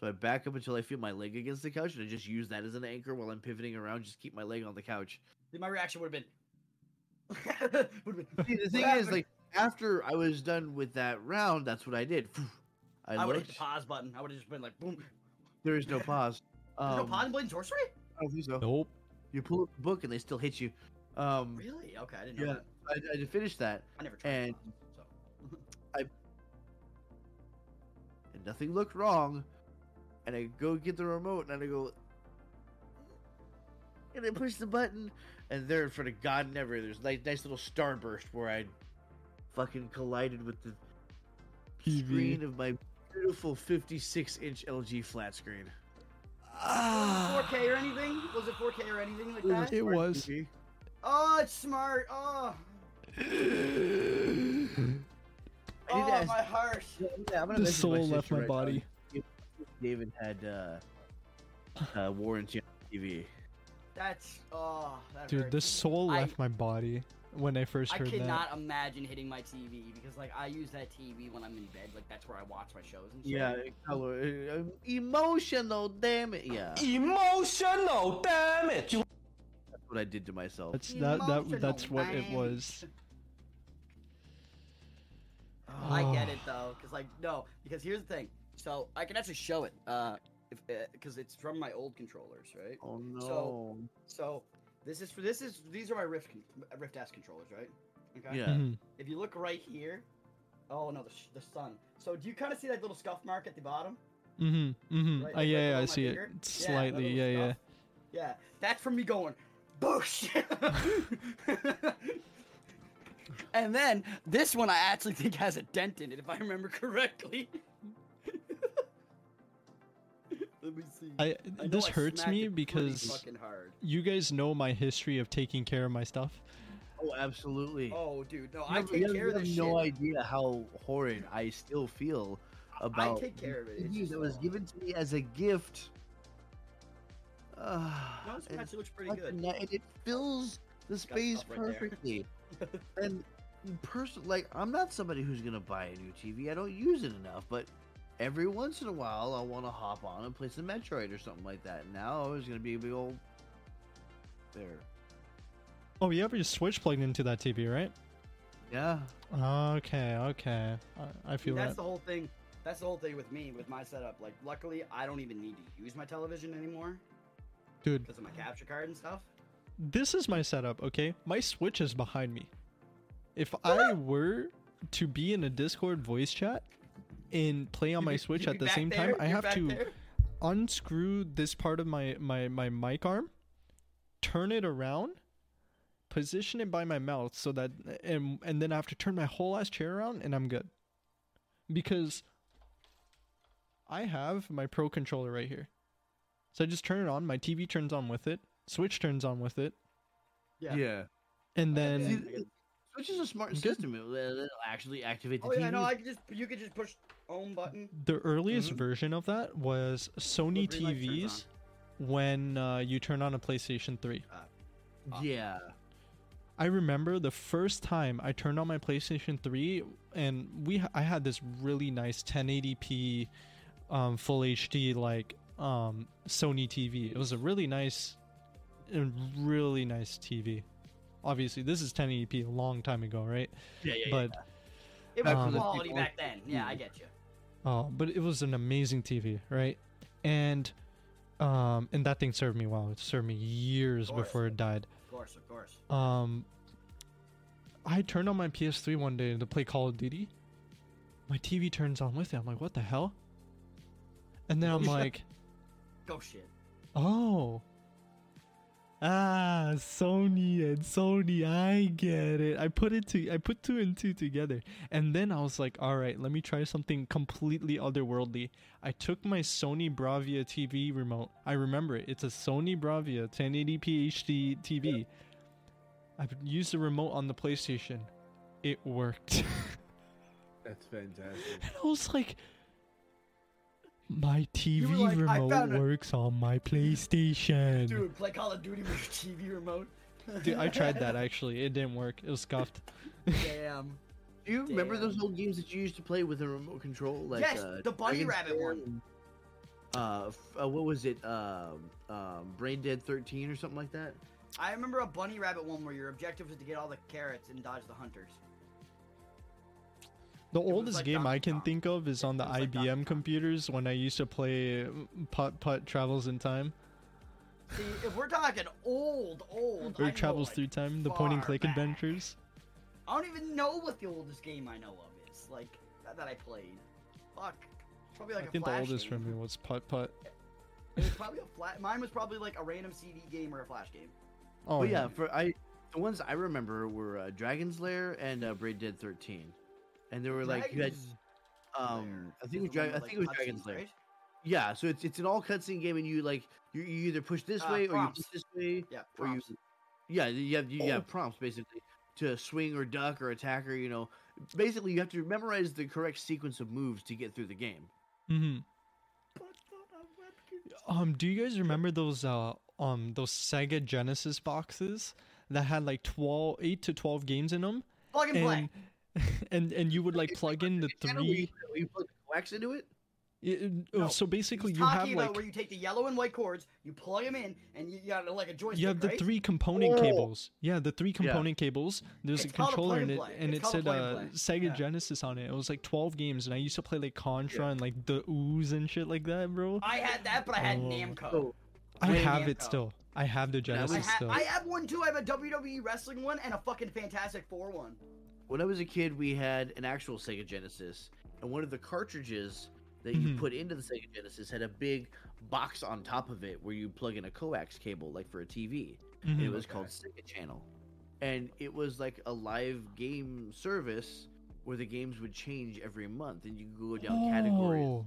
So I back up until I feel my leg against the couch, and I just use that as an anchor while I'm pivoting around. Just keep my leg on the couch.
Then my reaction would have been. would have been.
See, the thing is, like after I was done with that round, that's what I did. I,
I would have hit
looked.
the pause button. I would have just been like, boom.
There is no pause.
There's
Um,
no pause button sorcery?
I don't think so.
Nope.
You pull up the book, and they still hit you. Um,
Really? Okay, I didn't know
yeah.
that.
I, I did finish that,
I never tried.
And-
pause, so.
and nothing looked wrong. And I go get the remote, and I go, and I push the button, and there in front of God and ever, there's like nice little starburst where I fucking collided with the screen of my beautiful 56 inch LG flat screen.
Ah,
4K or anything? Was it 4K or anything like that?
It was.
TV.
Oh, it's smart. Oh,
I need to
oh
ask-
my heart.
Yeah, I'm gonna
Ah, The
message my
soul left
sister
my
right now.
body.
David had uh, uh, warranty on TV.
That's oh, that
Dude,
hurts.
the soul
I-
left my body when I first
I
heard
could
that.
not imagine hitting my TV because like I use that TV when I'm in bed. Like that's where I watch my shows and shit.
Yeah, it color uh, emotional damage. Yeah,
Emotional damage.
that's what I did to myself.
That's that, that that's
Emotional
what it
damage.
was.
I get
Oh.
it though, because like no, because here's the thing. So I can actually show it, uh, if because it's from my old controllers, right?
oh no.
So- So this is for this is these are my Rift con- Rift S controllers, right? Okay.
yeah.
Mhm.
If you look right here, oh no, the, sh- the sun. So do you kind of see that little scuff mark at the bottom?
Mhm.
Right,
Mhm. Oh,
like, right
yeah, yeah,
below
I
my
see it
finger?
It's
Yeah, that
slightly.
little
Yeah, yeah.
scuff. Yeah, that's from me going, boosh. and then this one I actually think has a dent in it, if I remember correctly. Let me see.
I
I know
this
I
hurts
smacked it
me
pretty
because
fucking hard.
you guys know my history of taking care of my stuff.
Oh, absolutely.
Oh, dude, no,
You
I
have-
take
you have-
care of
you
this
have no
shit.
idea how horrid I still feel about
I take care of it. It's
TV
just,
that was
uh,
given to me as a gift. Uh,
No, this one actually looks pretty
Fucking
good.
na- and it fills the space
stuff right there.
perfectly. and person, like, I'm not somebody who's gonna buy a new TV. I don't use it enough, but every once in a while, I want to hop on and play some Metroid or something like that. Now it's gonna be a big old there.
Oh, you have your Switch plugged into that TV, right?
Yeah,
Okay, okay. I, I feel
that's
that.
the whole thing. That's the whole thing with me, with my setup. Like, luckily, I don't even need to use my television anymore
Dude,
because of my capture card and stuff.
this is my setup, okay? My Switch is behind me. If I were to be in a Discord voice chat and play on
You'd
my
be-
Switch
you'd
at
be
the
back
same
there,
time, I
you're
have
back
to
there.
unscrew this part of my, my, my mic arm, turn it around, position it by my mouth so that and and then I have to turn my whole ass chair around and I'm good. Because I have my pro controller right here. So I just turn it on, my TV turns on with it, Switch turns on with it,
Yeah.
yeah.
and
Okay,
then
yeah, I
See,
get it.
Which is a smart
Good.
system. It'll, it'll actually activate the
Oh
TV.
yeah, no, I could just you could just push home button.
the earliest
Mm-hmm.
Mhm.
version of that was Sony
green light turns
TVs when uh, you turn on a PlayStation 3.
Ah.
yeah.
I remember the first time I turned on my PlayStation 3 and we I had this really nice 1080p um, full HD like um, Sony TV. It was a really nice and really nice TV. Obviously, this is 1080p a long time ago, right?
Yeah, yeah,
But
It was
Back to the
quality
people.
back then. Yeah, I get you.
Oh, but it was an amazing TV, right? And um and that thing served me well. It served me years
Of course.
before it died.
Of course, of course.
Um I turned on my PS3 one day to play Call of Duty. My TV turns on with it. I'm like, "What the hell?" And then I'm like,
Go shit.
"Oh. Ah, Sony and Sony, I get it. I put it to I put two and two together. And then I was like, all right, let me try something completely otherworldly. I took my Sony Bravia TV remote. I remember it. It's a Sony Bravia 1080p HD TV. I used the remote on the PlayStation. It worked.
That's fantastic.
And I was like, my TV
like, "I
remote
found a-"
works on my PlayStation. Dude.
Dude, play Call of Duty with your TV remote.
I tried that actually. It didn't work. It was scuffed.
Damn.
Do you remember those
Damn.
old games that you used to play with a remote control? Like
Yes,
uh,
the bunny
Dragon's
rabbit
Den
one.
and, Uh, f- uh, what was it? Um, um, Brain Dead Thirteen or something like that.
I remember a bunny rabbit one where your objective was to get all the carrots and dodge the hunters.
The
was
oldest
like
game I
Donkey
can
Kong.
think of is on the
It was like Donkey
IBM
Kong.
computers when I used to play uh, Putt Putt Travels in Time
See, if we're talking old, old,
or
I know,
Travels
like,
Through Time, the point and
far
click
back.
adventures.
I don't even know what the oldest game I know of is. Like that, that I played. Fuck. Probably like
I
a
think the
Flash
oldest for
game.
me was Putt Putt.
It was probably a flat. Mine was probably like a random CD game or a flash game.
Oh
Oh yeah, for I the ones I remember were uh, Dragon's Lair and uh, Brain Dead Thirteen, and they were like you had
Dragon's
um
Lair
I
is
think it was
the one
Dra- I
with,
think
like,
it was
cutscenes,
Dragon's Lair.
right?
Yeah, so it's it's an all cutscene game, and you like you, you either push this
Uh,
way or you
prompts.
push this way,
Yeah.
or you
prompts.
yeah you have you, you have prompts basically to swing or duck or attack or you know basically you have to memorize the correct sequence of moves to get through the game.
hmm Um, do you guys remember those uh um those Sega Genesis boxes that had like 12, 8 to twelve games in them,
Plug and play.
and and and you would like
It's
plug in the
Nintendo, where you,
three.
where you plug wax into it.
it- it- oh,
No,
so basically,
He's
you have
talking about
like
where you take the yellow and white cords, you plug them in, and you got like a joystick.
you have the
right?
three component
Oh.
cables. Yeah, the three component cables. There's
It's
a
called a
controller
plug
in
and
it,
play.
and
It's
it
called a
said
plug and
uh,
play.
Sega
Yeah.
Genesis on it. It was like twelve games, and I used to play like Contra and like the Ooze and shit like that, bro.
I had that, but I had
Oh.
Namco.
Oh,
I
Wait,
have
man,
it
though.
still. I have the
I
I,
Genesis
ha-
still.
I have one too. I have a WWE wrestling one and a fucking Fantastic Four one.
when I was a kid, we had an actual Sega Genesis, and one of the cartridges that
Mhm.
you put into the Sega Genesis had a big box on top of it where you plug in a coax cable, like for a TV. And
Mhm.
It was called Sega Channel, and it was like a live game service where the games would change every month, and you could go down categories.
Oh.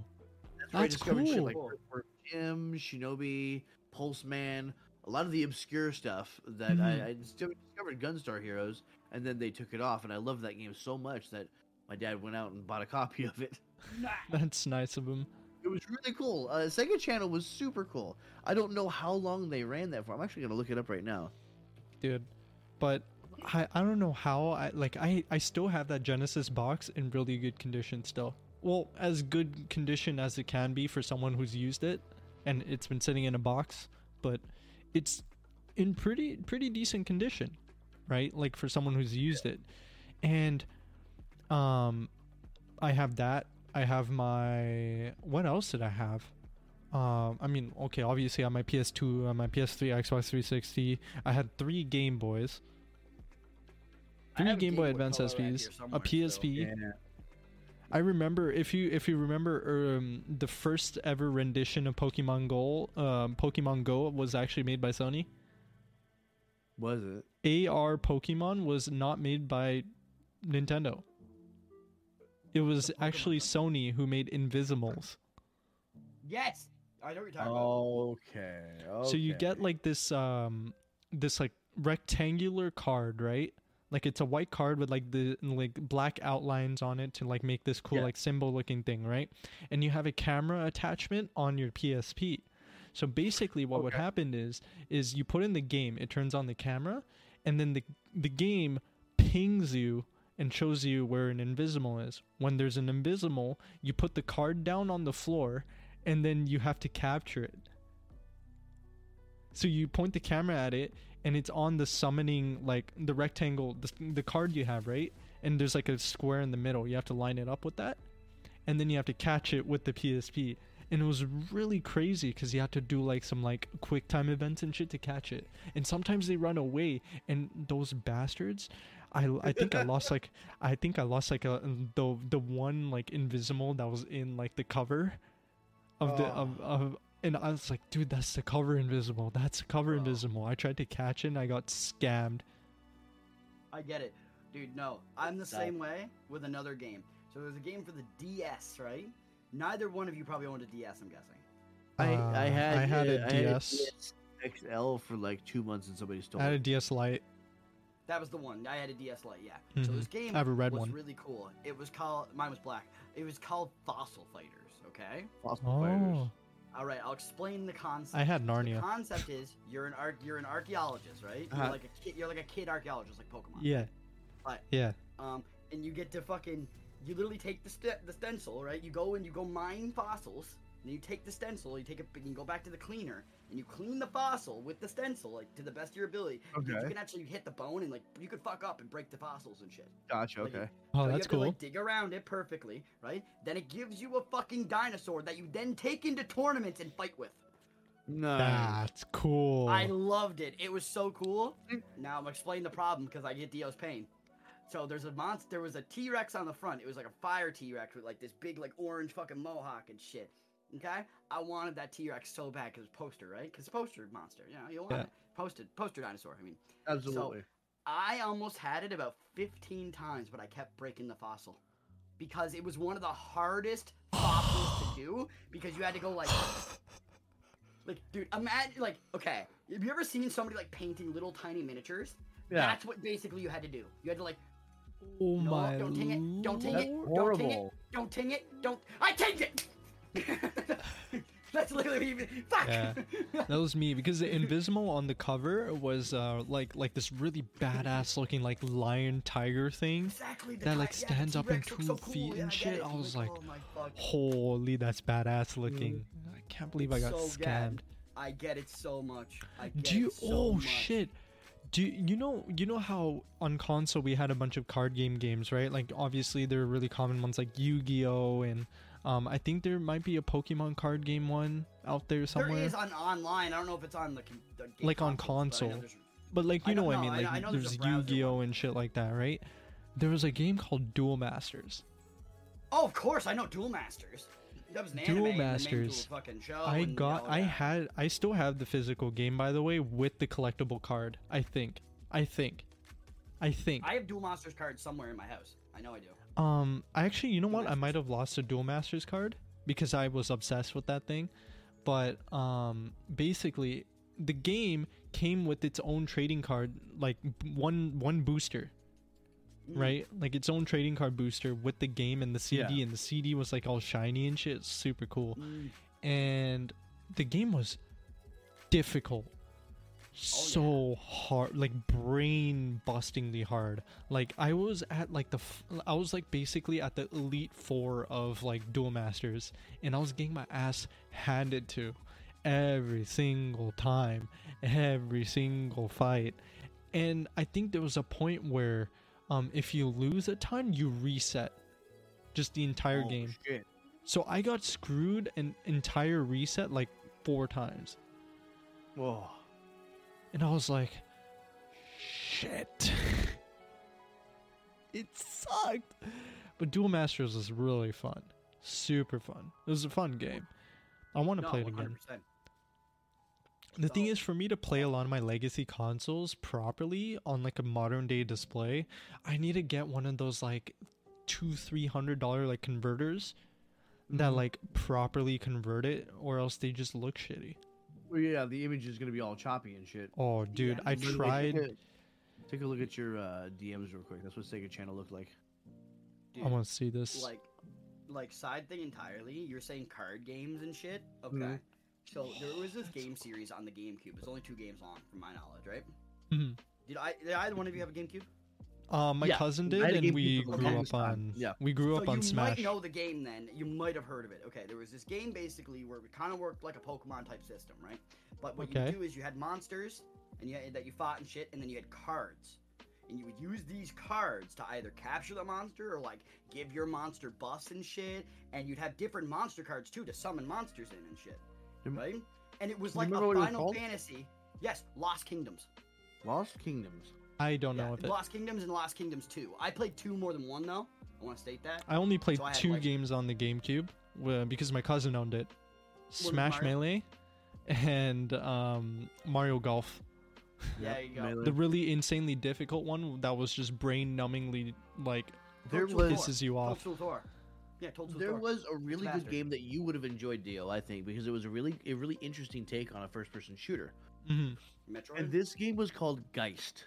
where I
that's
discovered shit like
cool.
Earthworm Jim, Shinobi, Pulseman, a lot of the obscure stuff that
Mhm.
I, I discovered, discovered Gunstar Heroes, and then they took it off, and I loved that game so much that my dad went out and bought a copy of it.
That's nice of him.
It was really cool. Uh, Sega Channel was super cool. I don't know how long they ran that for. I'm actually gonna look it up right now.
dude. But I, I don't know how I like I I still have that Genesis box in really good condition still. Well, as good condition as it can be for someone who's used it and it's been sitting in a box, but it's in pretty pretty decent condition, right? Like for someone who's used it. And um I have that. I have my what else did I have? Um, I mean, okay, obviously on my PS2, on my PS3, Xbox 360, I had three Game Boys,
I
three
have a
Game
Game
Boy
Boy
Advance
Color right here
SPs,
somewhere,
a
so-
PSP. I remember if you if you remember um, the first ever rendition of Pokemon Go, um, Pokemon Go was actually made by Sony.
Was it?
AR Pokemon was not made by Nintendo. It was actually Sony who made Invisimals.
Yes, I know what you're talking
Oh.
about.
Okay.
So you get like this um this like rectangular card, right? Like it's a white card with like the like black outlines on it to like make this cool
Yeah.
like symbol looking thing, right? And you have a camera attachment on your PSP. So basically what would happen is is you put in the game, it turns on the camera, and then the the game pings you and shows you where an invisible is. When there's an invisible, you put the card down on the floor and then you have to capture it. So you point the camera at it, and it's on the summoning, like the rectangle, the, the card you have, right? And there's like a square in the middle. You have to line it up with that, and then you have to catch it with the PSP. And it was really crazy because you had to do like some like quick time events and shit to catch it. And sometimes they run away, and those bastards. I, I think I lost like I think I lost like a the the one like invisible that was in like the cover of the of, of and I was like, dude, that's the cover invisible. That's the cover invisible. I tried to catch it and I got scammed.
I get it. Dude, no. I'm the
Stop.
same way with another game. So there's a game for the DS, right? Neither one of you probably owned a DS, I'm guessing.
I,
Uh,
I had
I had a
uh,
DS.
DS XL for like two months, and somebody stole
I had a
it.
DS Lite.
That was the one. I had a DS Lite, yeah. So this game
Mm-hmm. I have a red
was
one.
really cool. It was called mine was black. It was called Fossil Fighters, okay?
Oh,
All right, I'll explain the concept.
I had
So the
Narnia.
concept is you're an arch you're an archaeologist, right?
Uh-huh.
You're like a kid. You're like a kid archaeologist, like Pokemon.
yeah,
Right.
yeah.
Um, and you get to fucking you literally take the st- the stencil, right? You go and you go mine fossils. And you take the stencil, you take it, and you go back to the cleaner, and you clean the fossil with the stencil, like to the best of your ability. You-
Okay.
You can actually hit the bone, and like you could fuck up and break the fossils and shit.
Gotcha.
Like,
Okay.
Oh,
so you
that's
have To,
cool.
like, dig around it perfectly, right? Then it gives you a fucking dinosaur that you then take into tournaments and fight with.
No.
That's cool. Oh
I loved it. It was so cool. Now I'm explaining the problem because I get Dio's pain. So there's a monster. There was a T-Rex on the front. It was like a fire T-Rex with like this big like orange fucking mohawk and shit. Okay, I wanted that T-Rex so bad because poster, right? Because poster monster, you know, you want
Yeah.
it. Poster, poster dinosaur. I mean,
Absolutely.
I almost had it about 15 times, but I kept breaking the fossil because it was one of the hardest fossils to do because you had to go like, like, dude, imagine like, okay, have you ever seen somebody like painting little tiny miniatures?
Yeah.
That's what basically you had to do. You had to like,
oh
no,
my
don't ting it, don't ting it, don't
lord.
ting it,
horrible.
don't ting it, don't. I tinged it. That's literally even fuck.
Yeah. That was me because the Invisimo on the cover was uh like like this really badass looking like lion tiger thing.
Exactly. the
That,
ti-
like,
yeah, the
stands up in
T-Rex looks so
two
cool,
feet
yeah,
and
I get
shit.
it.
I
I'm
was
like,
like,
oh my fuck.
Holy, that's badass looking. I can't believe I got
so
scammed.
Good. I get it so much. I get
Do you?
it so
oh
much.
shit! Do you, you know you know how on console we had a bunch of card game games, right? Like obviously there are really common ones like Yu-Gi-Oh and um, I think there might be a Pokemon card game one out there somewhere.
There is on online. I don't know if it's on the, com- the game
Like on
consoles, but I know
console.
there's-
but like
I
you know
don't
what I
know,
mean,
I-
like
I know there's
there's
a browser one.
Yu-Gi-Oh and shit like that, right? There was a game called Duel Masters.
Oh, of course, I know Duel Masters. That was an
Duel
anime and they made into
Masters.
a fucking show.
I
and
got,
all
I
that.
had, I still have the physical game by the way with the collectible card. I think, I think, I think.
I have Duel Masters cards somewhere in my house. I know I do.
Um, I actually, you know what? I might have lost a Duel Masters card because I was obsessed with that thing. But um, basically, the game came with its own trading card, like b- one one booster, right? Like its own trading card booster with the game and the CD,
Yeah.
and the CD was like all shiny and shit, It's super cool. And the game was difficult so hard like brain bustingly hard like i was at like the f- i was like basically at the elite four of like dual masters and i was getting my ass handed to every single time every single fight and i think there was a point where um if you lose a ton you reset just the entire
Oh,
game
shit.
so i got screwed an entire reset like four times
Whoa.
and I was like, shit. it sucked. But Dual Masters was really fun. Super fun. It was a fun game. I want to
No,
play it
100%.
again. The thing is, for me to play a lot of my legacy consoles properly on like a modern day display, I need to get one of those like two, three hundred dollar like converters that like properly convert it, or else they just look shitty.
Well, yeah, the image is gonna be all choppy and shit.
Oh, dude, I
Take a-
tried.
Take a look at your uh, DMs real quick. That's what Sega Channel looked like.
Dude,
I want to see this.
like, like side thing entirely. You're saying card games and shit. Okay.
Mm-hmm.
Mhm.
So there was this game series on the GameCube. It's only two games long, from my knowledge, right?
Mhm.
Did I? Did either one of you have a GameCube?
Uh, my
Yeah,
cousin
I
did,
had a
and
GameCube
we
for
the
grew
longest
up on.
time, yeah.
we grew up
so
on
you
Smash.
might know the game then. You might have heard of it. Okay, there was this game basically where it kind of worked like a Pokemon type system, right? But what
Okay.
you do is you had monsters and you had, that you fought and shit, and then you had cards, and you would use these cards to either capture the monster or like give your monster buffs and shit, and you'd have different monster cards too to summon monsters in and shit,
Rem-
right? And it was
you
like a
remember what it was
Final
called?
Fantasy. Yes, Lost Kingdoms.
Lost Kingdoms.
I don't
Yeah,
know if it.
Lost Kingdoms and Lost Kingdoms 2. I played two more than one though. I want to state that.
I only played
So I had,
two
like-
games on the GameCube wh- because my cousin owned it:
was it,
Smash
Mario?
Melee and um, Mario Golf.
Yeah, you go.
The really insanely difficult one that was just brain-numbingly like
There
Total
was-
War.
pisses you off.
Total War. Yeah, Total
There
War.
was a really good
bastard.
game that you would have enjoyed, Dio, I think, because it was a really, a really
Oh,
interesting take on a first-person shooter.
Mhm.
Metroid.
And this game was called Geist.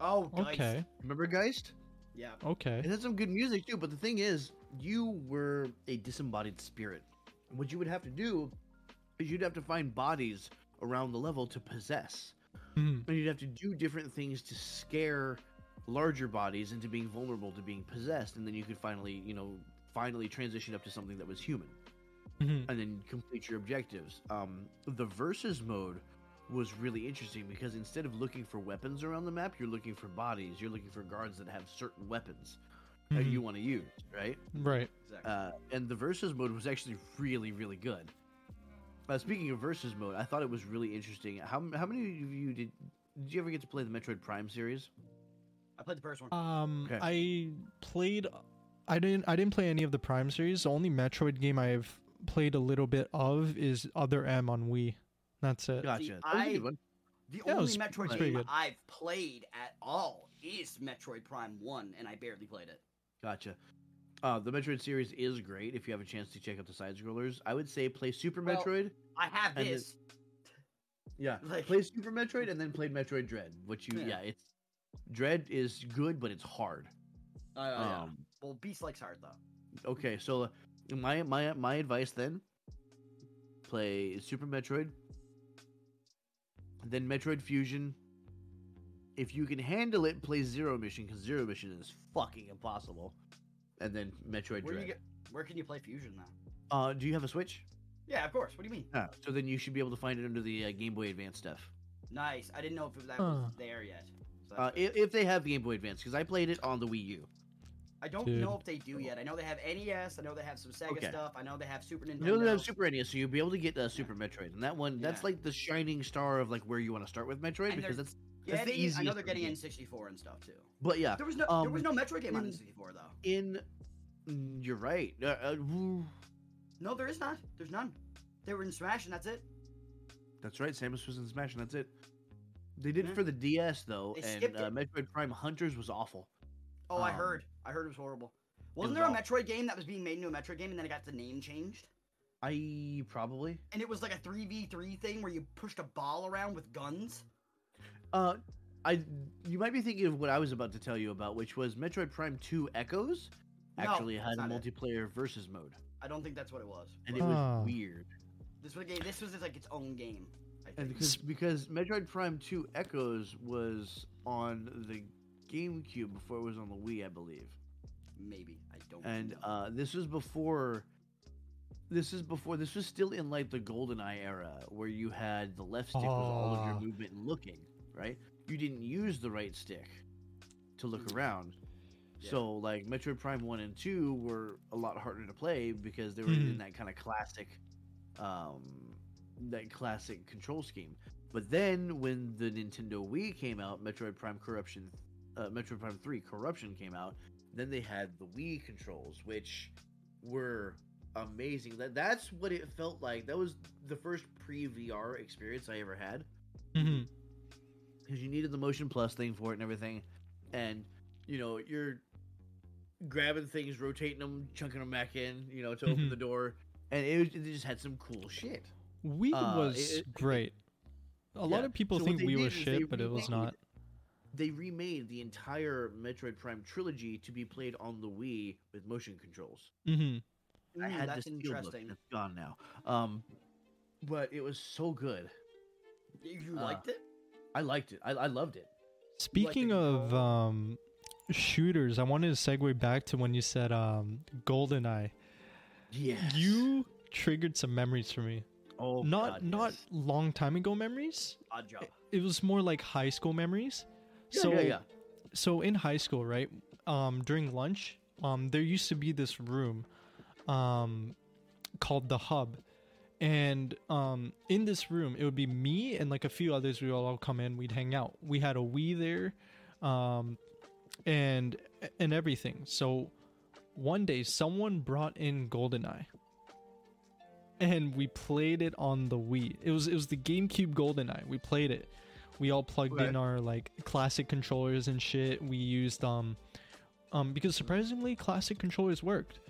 Oh, Geist.
Okay.
Remember Geist?
Yeah.
It
Okay.
had some good music too, but the thing is, you were a disembodied spirit. What you would have to do is you'd have to find bodies around the level to possess.
Mm,
And you'd have to do different things to scare larger bodies into being vulnerable to being possessed, and then you could finally, you know, finally transition up to something that was human
mhm.
and then complete your objectives. Um, the versus mode was really interesting because instead of looking for weapons around the map, you're looking for bodies, you're looking for guards that have certain weapons that you want to use, right?
Mm-hmm. Right.
Exactly.
Uh, and the versus mode was actually really, really good. Uh, speaking of versus mode, I thought it was really interesting. How how many of you did did you ever get to play the Metroid Prime series?
I played the first one.
Um,
Okay.
I played. I didn't. I didn't play any of the Prime series. The only Metroid game I've played a little bit of is Other M on Wii. That's it.
Gotcha. That was a
Uh, I-
good one.
The
yeah, it
only
was-
Metroid
it's pretty
game
good.
I've played at all is Metroid Prime One, and I barely played it.
Gotcha. Uh, the Metroid series is great if you have a chance to check out the side scrollers. I would say play Super
Well,
Metroid.
I have
And it-
this.
Yeah,
Like-
play Super Metroid and then play Metroid Dread. Which you,
Yeah.
yeah, it's Dread is good, but it's hard.
Uh, yeah.
um,
Well, Beast likes hard though.
Okay, so uh, my my my advice then: play Super Metroid, then Metroid Fusion. If you can handle it, play Zero Mission because Zero Mission is fucking impossible. And then Metroid
Where,
Dread.
you get, where can you play Fusion though?
uh, do you have a Switch?
Yeah, of course. What do you mean?
Yeah. So then you should be able to find it under the uh, Game Boy Advance stuff.
Nice. I didn't know if that
Huh.
was there yet. So that's
Uh,
good.
if, if they have Game Boy Advance, because I played it on the Wii U.
I don't
Dude.
know if they do yet. I know they have NES. I know they have some Sega
Okay.
stuff. I know they have Super Nintendo.
No, no, Super NES, so you'll be able to get uh, Super Metroid, and that one, that's
Yeah.
like the shining star of like where you want to start with Metroid,
And
because
they're
that's that's the
getting, I know
easiest
they're
of the
getting
games.
N64 and stuff too.
but yeah,
There was no, there
Um,
was no Metroid game on
in-
N64 though.
in mm, you're right. Uh, uh, woo.
No, there is not. There's none. They were in Smash and that's it.
that's right. Samus was in Smash, and that's it. They did
Yeah.
it for the DS though,
They
and
skipped
uh,
it.
Metroid Prime Hunters was awful.
Oh, I
Um,
heard. I heard it was horrible. Wasn't
was
there a
awful.
Metroid game that was being made into a Metroid game and then it got the name changed?
I probably
And it was like a 3v3 thing where you pushed a ball around with guns?
uh. I you might be thinking of what I was about to tell you about, which was Metroid Prime Two Echoes
No,
actually
that's
had a
not it.
multiplayer versus mode,
I don't think that's what it was.
and it
but
Ah.
was weird.
This was a game, this was like its own game. I
And
think.
because because Metroid Prime Two Echoes was on the GameCube before it was on the Wii, I believe.
Maybe. I don't
And
know.
uh, this was before. This is before. This was still in like the GoldenEye era, where you had the left stick was all of
Ah.
your movement and looking. Right, you didn't use the right stick to look
Mhm.
around.
Yeah.
So like Metroid Prime One and Two were a lot harder to play because they were in that kind of classic, um, that classic control scheme. But then when the Nintendo Wii came out, Metroid Prime Corruption, uh, Metroid Prime Three Corruption came out. Then they had the Wii controls, which were amazing. That that's what it felt like. That was the first pre VR experience I ever had Mm-hmm.
Mhm.
because you needed the motion plus thing for it and everything, and you know you're grabbing things, rotating them, chunking them back in, you know, to open
Mhm.
the door, and it, was- it just had some cool shit.
Wii
Uh, it-
was
it-
great. A lot
yeah.
of people
So what
think
they
Wii
did
was
is they
shit, but it was
remade
not.
They remade the entire Metroid Prime trilogy to be played on the Wii with motion controls.
hmm
Ooh,
I had
that's
this field book,
interesting.
and it's gone now. Um, but it was so good.
You you
uh,
liked it?
I liked it. I, I loved it.
Speaking of
control.
um, shooters, I wanted to segue back to when you said um, GoldenEye.
Yeah.
You triggered some memories for me.
Oh,
not
God,
not
yes.
long time ago memories.
Odd job.
It was more like high school memories.
Yeah,
so
yeah, yeah.
so in high school, right? Um, during lunch, um, there used to be this room, um, called the hub, and um, in this room, it would be me and like a few others. We would all come in. We'd hang out. We had a Wii there, um, and and everything. So one day, someone brought in GoldenEye. And we played it on the Wii. It was it was the GameCube GoldenEye. We played it. We all plugged in
Okay.
our like classic controllers and shit. We used um um because surprisingly classic controllers worked.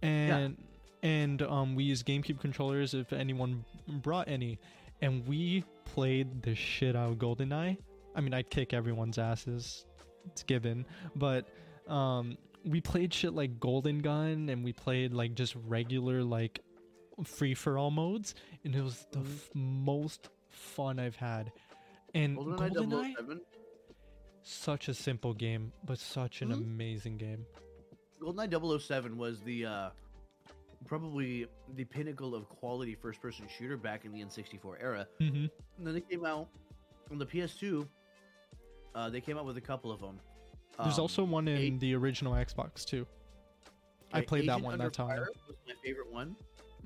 And and um we used GameCube controllers if anyone brought any. And we played the shit out of GoldenEye. I mean, I'd kick everyone's asses. it's given. But um, we played shit like Golden Gun, and we played like just regular like free for all modes, and it was
Mm-hmm.
the f- most fun I've had. And
GoldenEye
GoldenEye,
007.
such a simple game, but such
Mm-hmm.
an amazing game.
GoldenEye 007 was the uh, probably the pinnacle of quality first-person shooter back in the N64 era.
Mm-hmm.
And then it came out on the PS2. Uh, they came out with a couple of Um, them.
There's also one in
A-
the original Xbox too. I played that one. That's how I know.
was my favorite one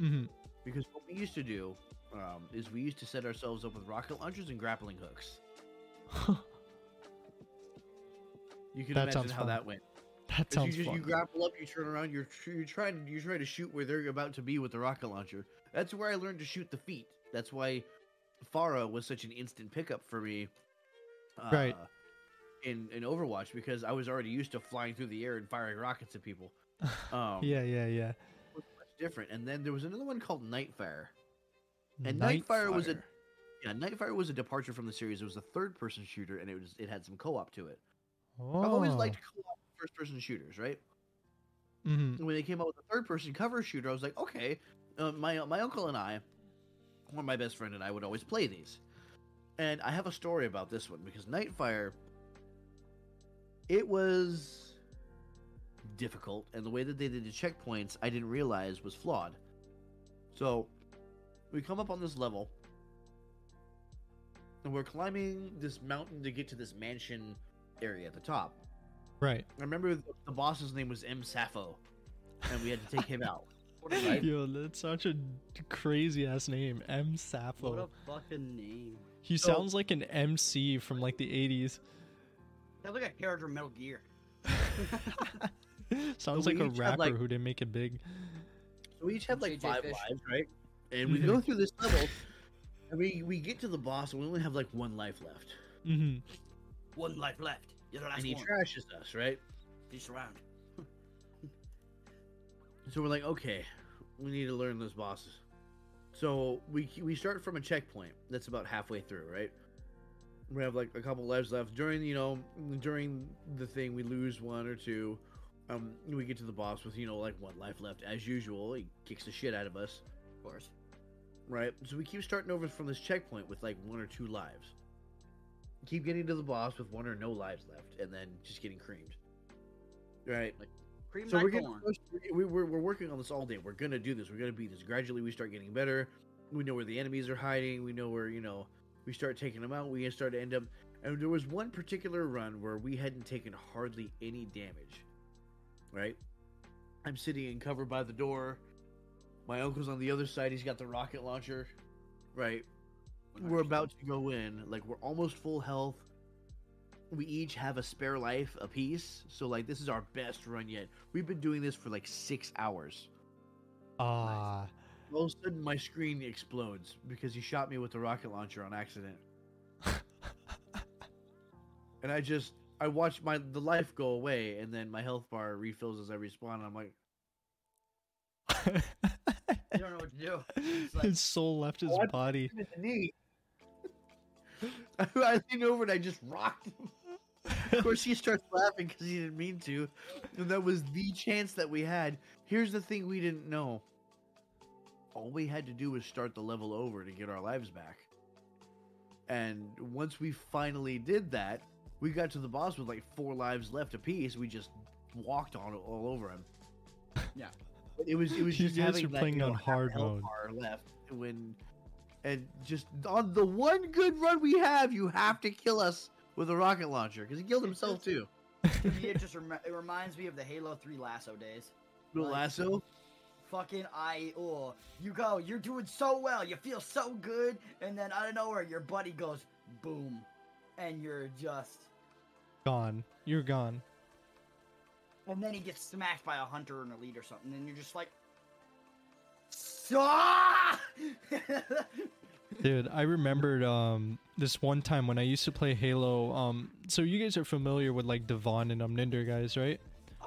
Mm-hmm.
because what we used to do um, is we used to set ourselves up with rocket launchers and grappling hooks. You can
That
imagine
sounds
how
fun.
that went.
That
'Cause
sounds
you, just,
fun.
you grapple up, you turn around, you're tr- you're trying you try to shoot where they're about to be with the rocket launcher. That's where I learned to shoot the feet. That's why Farah was such an instant pickup for me. Uh,
Right.
In in Overwatch because I was already used to flying through the air and firing rockets at people. Um,
yeah, yeah, yeah.
it was much different. And then there was another one called Nightfire. And
Night
Nightfire was a
Fire.
yeah, Nightfire was a departure from the series. It was a third-person shooter, and it was it had some co-op to it.
Oh.
I've always liked co-op first-person shooters, right?
hmm
when they came out with the third person cover shooter, I was like, okay. Uh, my my uncle and I, or my best friend and I, would always play these. And I have a story about this one because Nightfire, it was difficult, and the way that they did the checkpoints, I didn't realize was flawed. So, we come up on this level, and we're climbing this mountain to get to this mansion area at the top.
Right.
I remember th- the boss's name was M. Sappho, and we had to take him out. What a name.
Yo, that's such a crazy ass name, M
What a
Sappho.
fucking name.
He sounds like an MC from like the '80s.
Sounds like a character in Metal Gear.
sounds
we
like a
each had,
rapper
like-
who didn't make it big.
So we each had like
JJ
five
Fish.
lives, right? And we go through this level, and we we get to the boss, and we only have like one life left,
hmm
One life left. You're the last
and he
one.
trashes us, right?
Peace around.
So we're like, okay, we need to learn those bosses. So we we start from a checkpoint that's about halfway through, right? We have like a couple lives left. During you know during the thing, we lose one or two. Um, we get to the boss with you know like one life left as usual. He kicks the shit out of us.
Of course.
right? So we keep starting over from this checkpoint with like one or two lives. Keep getting to the boss with one or no lives left, and then just getting creamed. Right? Like,
Cream
so
my
we're getting
corn.
close- we, we're, we're working on this all day. We're gonna do this. We're gonna beat this. Gradually, we start getting better. We know where the enemies are hiding. We know where you know. We start taking them out. We start to end up. And there was one particular run where we hadn't taken hardly any damage. Right? I'm sitting in cover by the door. My uncle's on the other side. He's got the rocket launcher. Right? We're about to go in. Like we're almost full health. We each have a spare life apiece. So like this is our best run yet. We've been doing this for like six hours.
Ah,
All of a sudden my screen explodes because he shot me with the rocket launcher on accident. and I just I watched my the life go away and then my health bar refills as I respawn and I'm like
You don't know what to do. It's like,
his soul left his
What?
body.
hit the knee. I leaned over and I just rocked him. of course, he starts laughing because he didn't mean to. And that was the chance that we had. Here's the thing we didn't know. All we had to do was start the level over to get our lives back. And once we finally did that, we got to the boss with like four lives left apiece. We just walked on all over him.
Yeah.
But it was it was
You
just
guys
having
are
that,
playing
you know,
on
half
hard
health
mode.
bar left when and just on the one good run we have, you have to kill us with a rocket launcher because he killed himself too.
to me, it just rem- it reminds me of the Halo 3 lasso days.
Little
Like-
lasso.
Fucking I, oh, you go, you're doing so well, you feel so good, and then out of nowhere, your buddy goes boom, and you're just,
Gone. You're gone.
and then he gets smashed by a hunter and a lead or something, and you're just like, ah!
Dude, I remembered um this one time when I used to play Halo. Um, so you guys are familiar with like Devon and Omninder guys, right?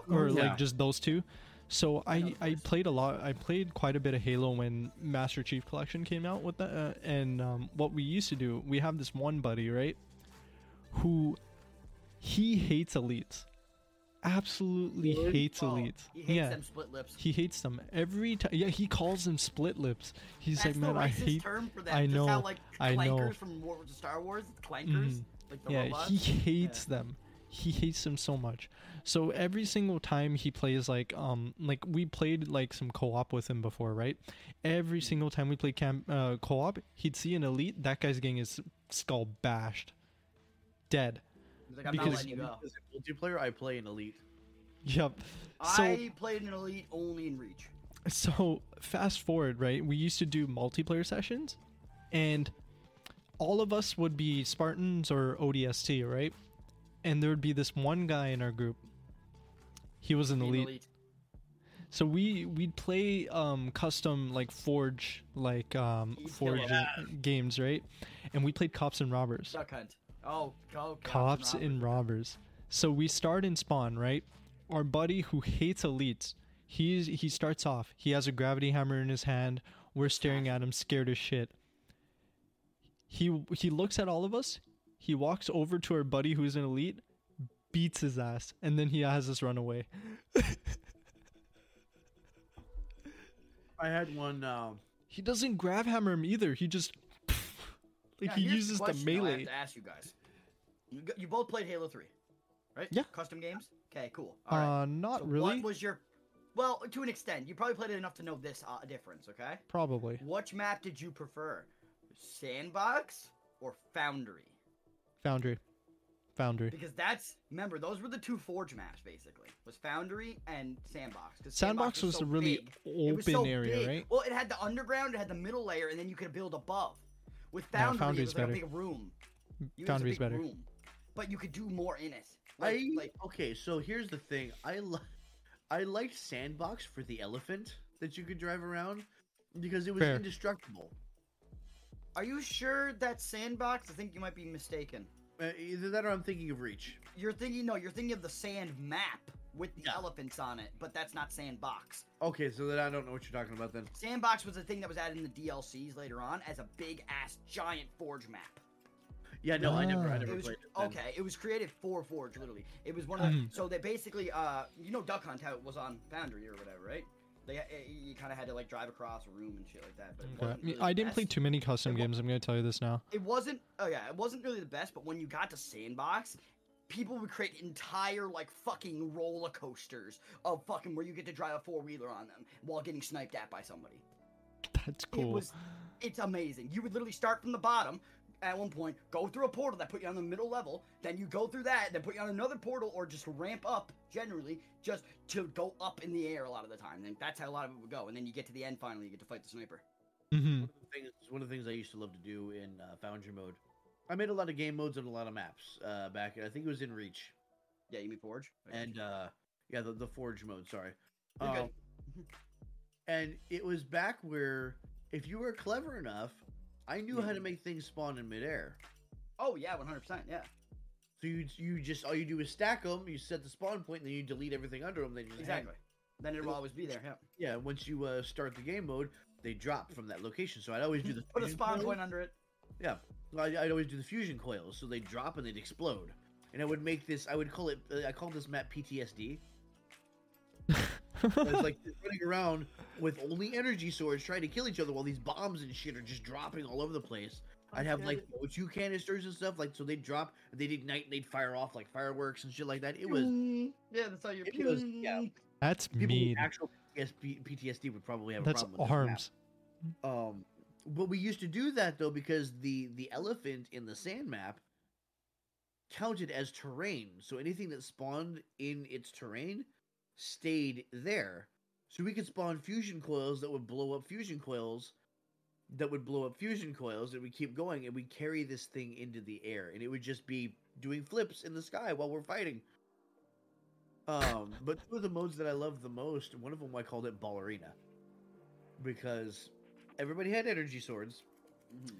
Or
Yeah.
like just those two. So I
those
I played a lot. I played quite a bit of Halo when Master Chief Collection came out with that. Uh, and um, what we used to do, we have this one buddy, right? Who He hates elites. Absolutely hates
Oh,
elites.
He hates
yeah.
them split lips.
He hates them every time. Yeah, he calls them split lips. He's
That's
like, man,
the racist
I hate.
term for them.
I
Just how
know,
like
I know.
clankers from War- Star Wars, clankers,
Mhm.
like the
yeah,
robots.
he hates them. He hates them so much. So every single time he plays like um like we played like some co-op with him before, right? Every single time we played cam- uh, co-op, he'd see an elite. That guy's getting his skull bashed, dead.
He's like, I'm
because-
not letting you go.
As a multiplayer, I play an elite.
Yep. So
I played an elite only in Reach.
so fast forward, right? We used to do multiplayer sessions, and all of us would be Spartans or ODST, right? And there would be this one guy in our group. He was an
Team
elite. So we we'd play um, custom like Forge like um,
You'd kill
Forge games, right? And we played cops and robbers.
Duck Hunt. Oh, oh
Cops and robbers. So we start in spawn, right? Our buddy who hates elites, he's he starts off. He has a gravity hammer in his hand. We're staring at him, scared as shit. He he looks at all of us. He walks over to our buddy who's an elite, beats his ass, and then he has us run away.
I had one. Um,
He doesn't grab hammer him either. He just like he uses the
I have
melee.
to ask you guys. You, g- you both played Halo 3, right?
Yeah.
Custom games? Okay, cool. All right.
Uh, not
So
really.
What was your. Well, to an extent. You probably played it enough to know this uh, difference, okay?
Probably
Which map did you prefer? Sandbox or Foundry?
Foundry. Foundry.
Because that's remember those were the two Forge maps basically was Foundry and Sandbox. 'cause
Sandbox was
so
a really
big. It
open
was so
area,
big.
right?
Well, it had the underground, it had the middle layer, and then you could build above. With
Yeah,
Foundry, it
Foundry's
was like a
better.
big room. You- it was a
Foundry's
big
better.
Room. But you could do more in it. Like,
I
like
okay. So here's the thing. I li- I liked Sandbox for the elephant that you could drive around because it was
Fair.
indestructible.
are you sure that's Sandbox? I think you might be mistaken.
Uh, either that or I'm thinking of Reach.
You're thinking no, you're thinking of the sand map with the
Yeah.
elephants on it, but that's not Sandbox.
Okay, so then I don't know what you're talking about then.
Sandbox was the thing that was added in the DLCs later on as a big ass giant Forge map.
Yeah, no, I never,
Ah.
I never
it was
played it. then.
okay. It was created for Forge, literally. It was one of the,
Mhm.
so they basically, uh, you know, Duck Hunt how it was on Foundry or whatever, right? They it- you kind of had to like drive across a room and shit like that. But it
Okay.
wasn't really
I
the
didn't play
best.
too many custom
It wa-
games. I'm gonna tell you this now.
It wasn't. Oh yeah, it wasn't really the best. But when you got to Sandbox. People would create entire like fucking roller coasters of fucking where you get to drive a four wheeler on them while getting sniped at by somebody.
That's cool.
It was, it's amazing. You would literally start from the bottom at one point, go through a portal that put you on the middle level, then you go through that, then put you on another portal, or just ramp up generally, just to go up in the air a lot of the time. And that's how a lot of it would go. And then you get to the end finally, you get to fight the sniper.
hmm
One of the things, one of the things I used to love to do in uh, Foundry mode. I made a lot of game modes and a lot of maps uh, back. I think it was in Reach
Yeah, you mean Forge? I got
and
you.
uh, yeah, the, the Forge mode. Sorry.
You're good.
Um, and it was back where if you were clever enough, I knew how to
Mhm.
make things spawn in midair.
oh yeah, 100%. Yeah.
So you you just all you do is stack them. You set the spawn point, and then you delete everything under them. They just hang.
Exactly. Then it will always be there. Yeah.
Yeah. Once you uh, start the game mode, they drop from that location. So I'd always do the
Mm-hmm. Put a
fusion
spawn
coil.
point under it.
Yeah, I, I'd always do the fusion coils, so they drop and they'd explode. And I would make this. I would call it. Uh, I called this map PTSD. It was like just running around with only energy swords, trying to kill each other while these bombs and shit are just dropping all over the place. I'd have like O2 canisters and stuff, like so they'd drop, they'd ignite, and they'd fire off like fireworks and shit like that. It was
Yeah, that's how you're.
it was- yeah.
That's
people
mean.
with actual PTSD, PTSD would probably have
That's
a problem. with this map.
arms.
Um, but we used to do that though because the the elephant in the sand map counted as terrain. So anything that spawned in its terrain stayed there. So we could spawn fusion coils that would blow up fusion coils that would blow up fusion coils and we keep going and we carry this thing into the air and it would just be doing flips in the sky while we're fighting. Um, but two of the modes that I love the most, one of them I called it ballerina because everybody had energy swords,
Mm-hmm.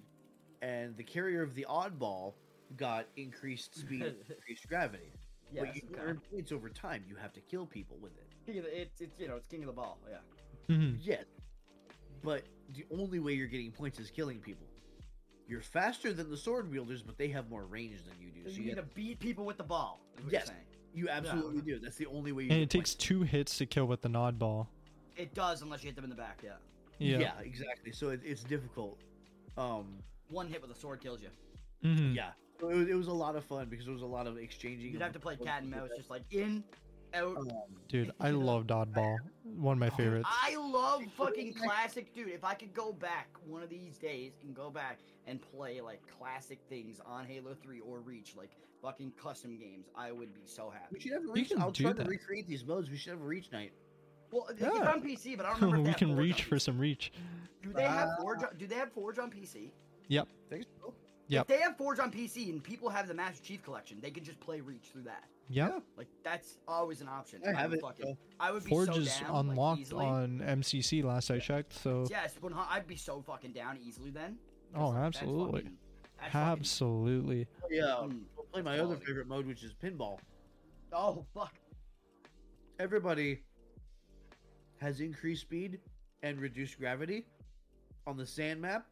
and the carrier of the oddball got increased speed, and increased gravity.
Yeah.
but you can earn points over time. You have to kill people with it.
It's it's you know it's king of the ball. Yeah.
Mhm.
Yes, but the only way you're getting points is killing people. you're faster than the sword wielders, but they have more range than you do. So
You
you,
need to
have,
beat people with the ball. is what you're
Yes.
saying.
you absolutely do. That's the only way you.
And
can
it
play.
takes two hits to kill with the nod ball.
It does unless you hit them in the back. Yeah.
Yeah.
Yeah, exactly. So it, it's difficult. Um,
One hit with a sword kills you.
Mhm.
yeah. So it was, it was a lot of fun because there was a lot of exchanging.
You'd
of-
have to play cat and mouse, just like in, out.
Um,
Dude, I love dodgeball. One of my favorites.
Oh, I love fucking classic, dude. If I could go back one of these days and go back and play like classic things on Halo 3 or Reach, like fucking custom games, I would be so
we
happy.
should have a reach.
can
I'll
do
try
that.
to recreate these modes. We should have a reach night.
Well, it- it's
Yeah.
on PC, but I don't remember. if
we
they
can
have Forge
reach
on
for
PC.
some reach.
Do they have
Ah.
Forge? On, do they have Forge on PC?
Yep.
Thanks, bro.
Yep.
If they have Forge on PC and people have the Master Chief Collection, they can just play Reach through that.
Yep.
Like that's always an option.
I have
would
it, so-
I would be
Forge
so
is
down, like,
unlocked
easily.
on MCC last I checked, so
Yes, when I- I'd be so fucking down easily then. Just
Oh,
like, that's
absolutely.
fucking- that's fucking-
absolutely.
Oh, yeah.
Mm.
We'll play my other
Quality.
favorite mode, which is pinball.
Oh fuck.
Everybody has increased speed and reduced gravity on the sand map,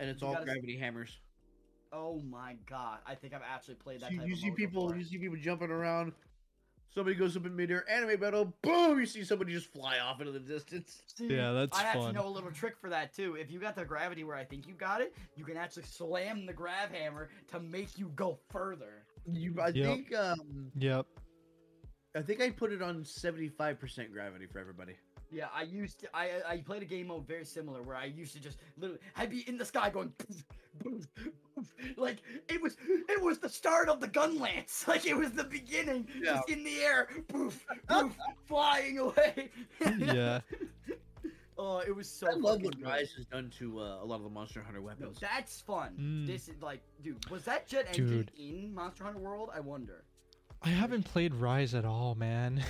and it's
You
all
gotta s-
gravity hammers.
Oh my god. I think I've actually played
So
that.
you,
type
you
of
see
mode
people,
before.
you see people jumping around. Somebody goes up in midair, anime battle, boom! You see somebody just fly off into the distance.
See,
Yeah, that's
I
fun.
actually know a little trick for that too. If you got the gravity where I think you got it, you can actually slam the grab hammer to make you go further.
You, I
Yep.
think, um,
Yep.
I think I put it on seventy-five percent gravity for everybody.
Yeah, I used to. I I- I played a game mode very similar where I used to just literally I'd be in the sky going, like it was it was the start of the gun lance. Like it was the beginning,
Yeah.
just in the air, poof, poof, flying away.
Yeah.
Oh, it was so.
I love
fucking
what
good.
Rise has done to uh, a lot of the Monster Hunter
No,
weapons.
that's fun.
Mm.
This is like, dude, was that jet engine
Dude.
in Monster Hunter World? I wonder.
I haven't played Rise at all, man.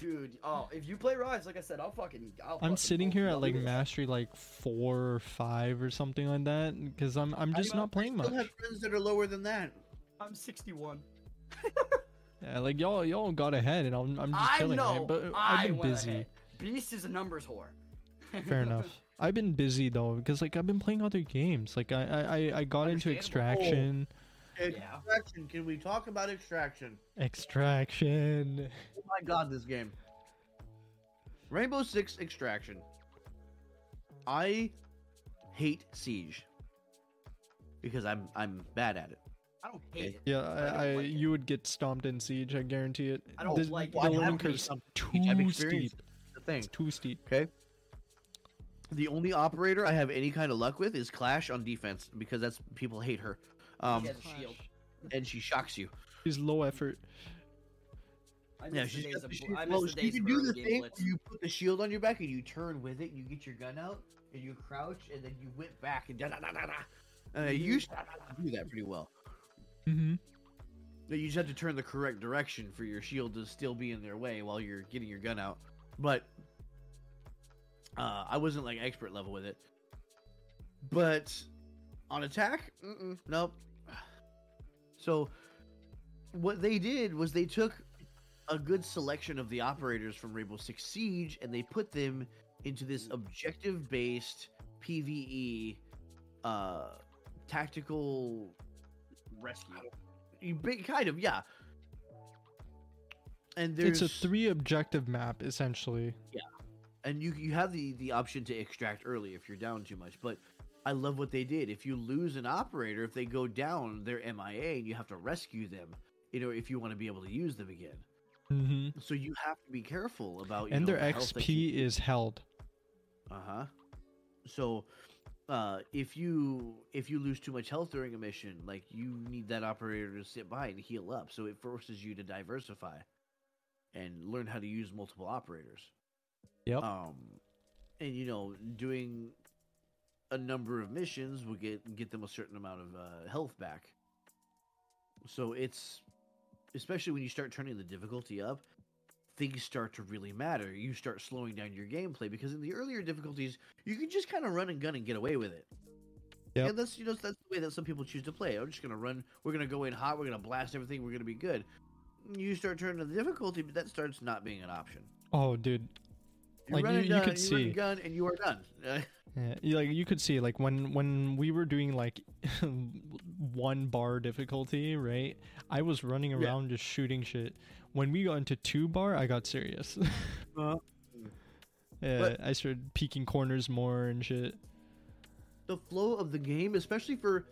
Dude, oh, if you play Rise, like I said, I'll fucking. I'll
I'm
fucking
sitting
roll
here
you
at
up.
like mastery like four or five or something like that because I'm I'm just
know,
not playing
I
much.
still have friends that are lower than that.
I'm 61.
Yeah, like y'all y'all got ahead and I'm I'm just
I
chilling. man,
know.
but uh,
I
I've been
went
busy.
ahead. Beast is a numbers whore.
Fair enough. I've been busy though because like I've been playing other games. Like I I, I- I got into
Understandable.
Extraction.
Yeah.
Extraction. Can we talk about Extraction?
Extraction.
Oh my god, this game. Rainbow Six Extraction. I hate Siege because I'm I'm bad at it.
I don't hate it.
Yeah,
don't
I, I
like it.
you would get stomped in siege. I guarantee it.
I don't
the,
like
the
it. I
learning
haven't
curve's
done I've
too steep.
experienced The thing.
It's too steep.
Okay. The only operator I have any kind of luck with is Clash on defense because that's people hate her, um,
She has a shield.
and she shocks you.
He's low effort.
I
Yeah,
miss the
she's
days
got
of.
the
bl-
shield.
I
Well,
miss the
you
days
can
of
do
early
the
game
thing where
blitz.
you put the shield on your back and you turn with it. You get your gun out and you crouch and then you whip back and da da da da da. Uh, you should do that pretty well.
Mm-hmm.
Now, You just have to turn the correct direction for your shield to still be in their way while you're getting your gun out. But uh, I wasn't like expert level with it. But on attack, mm-mm, nope. So what they did was they took a good selection of the operators from Rainbow Six Siege and they put them into this objective-based PVE uh, tactical
Rescue.
you ba- kind of, yeah. And
It's
there's
a three objective map essentially.
and you you have the the option to extract early if you're down too much. But I love what they did. If you lose an operator, if they go down, they're MIA, and you have to rescue them. You know, if you want to be able to use them again.
Mm-hmm.
So you have to be careful about you
And
know,
their
the health that you-
XP is held.
Uh-huh. So uh if you if you lose too much health during a mission, like you need that operator to sit by and heal up. So it forces you to diversify and learn how to use multiple operators.
Yep.
Um and you know, doing a number of missions will get get them a certain amount of uh, health back. So it's especially when you start turning the difficulty up, things start to really matter. You start slowing down your gameplay because in the earlier difficulties, you can just kind of run and gun and get away with it.
Yep.
And that's you know that's the way that some people choose to play. I'm just gonna run. We're gonna go in hot. We're gonna blast everything. We're gonna be good. You start turning the difficulty, but that starts not being an option.
Oh, dude. like
run
you,
a
you
gun,
could
run a
see Uh-huh.
gun and you are done.
yeah, you- like you could see like when when we were doing like one bar difficulty right i was running around just shooting shit when we got into two bar i got serious
Uh,
yeah
But-
i started peeking corners more and shit
the flow of the game, especially for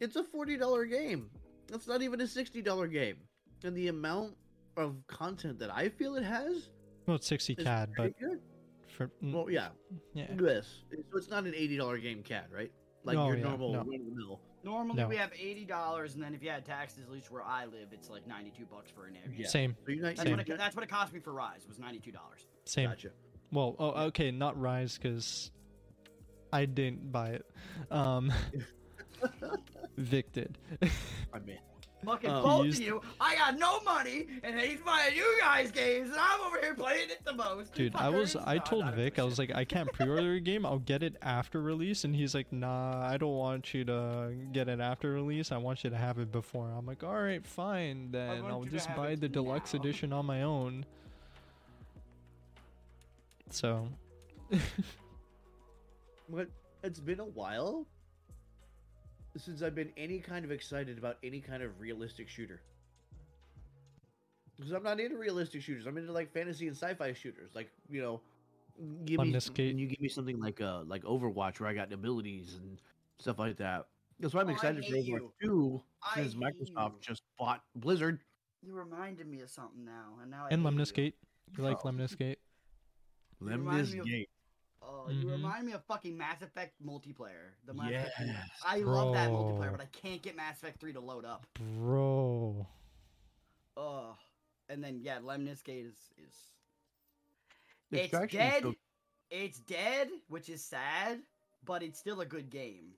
it's a forty dollar game. That's not even a sixty dollar game, and the amount of content that I feel it has
well it's 60
is
cad
very
but
good.
for mm,
Well, yeah,
yeah
yes. So it's not an eighty dollar game, cat, right? Like
No,
your
yeah,
normal
no.
run of the mill.
Normally
No.
we have eighty dollars, and then if you add taxes, at least where I live, it's like ninety-two bucks for an area.
Yeah.
same
So you're not.
That's, what
you're
it, that's what it cost me for Rise was ninety-two dollars.
same
Gotcha.
well oh okay not rise because i didn't buy it um vic did
I mean,
Fucking
Um,
both
used-
of you, I got no money, and he's buying you guys games, and I'm over here playing it the most. You
Dude, I was
fuckers.
I
No,
told
not a
Vic I was
bullshit.
like I can't pre-order a game. I'll get it after release and he's like, "Nah, I don't want you to get it after release. I want you to have it before." I'm like, "All right, fine. Then
want
I'll
you to
just
have
buy
it
the deluxe
now."
edition on my own." So,
but it's been a while since I've been any kind of excited about any kind of realistic shooter. Because I'm not into realistic shooters. I'm into like fantasy and sci-fi shooters. Like you know, give
On
me
this gate-
you give me something like uh like Overwatch where I got abilities and stuff like that. That's why I'm
Oh, I
excited for
hate
Overwatch
you.
Two
I
since
hate
Microsoft
you.
just bought Blizzard.
You reminded me of something now, and now I
and
hate
Lemnis
you.
Gate. You like
Oh.
Lemnis Gate?
Lem
remind
this
me of-
gate.
Oh, you
Mhm.
remind me of fucking Mass Effect multiplayer. The Mass
Yes,
Effect- I love that multiplayer,
bro.
but I can't get Mass Effect three to load up.
Bro.
Oh, and then yeah, Lemnis Gate is is it's
Extraction is
dead.
still-
It's dead, which is sad, but it's still a good game.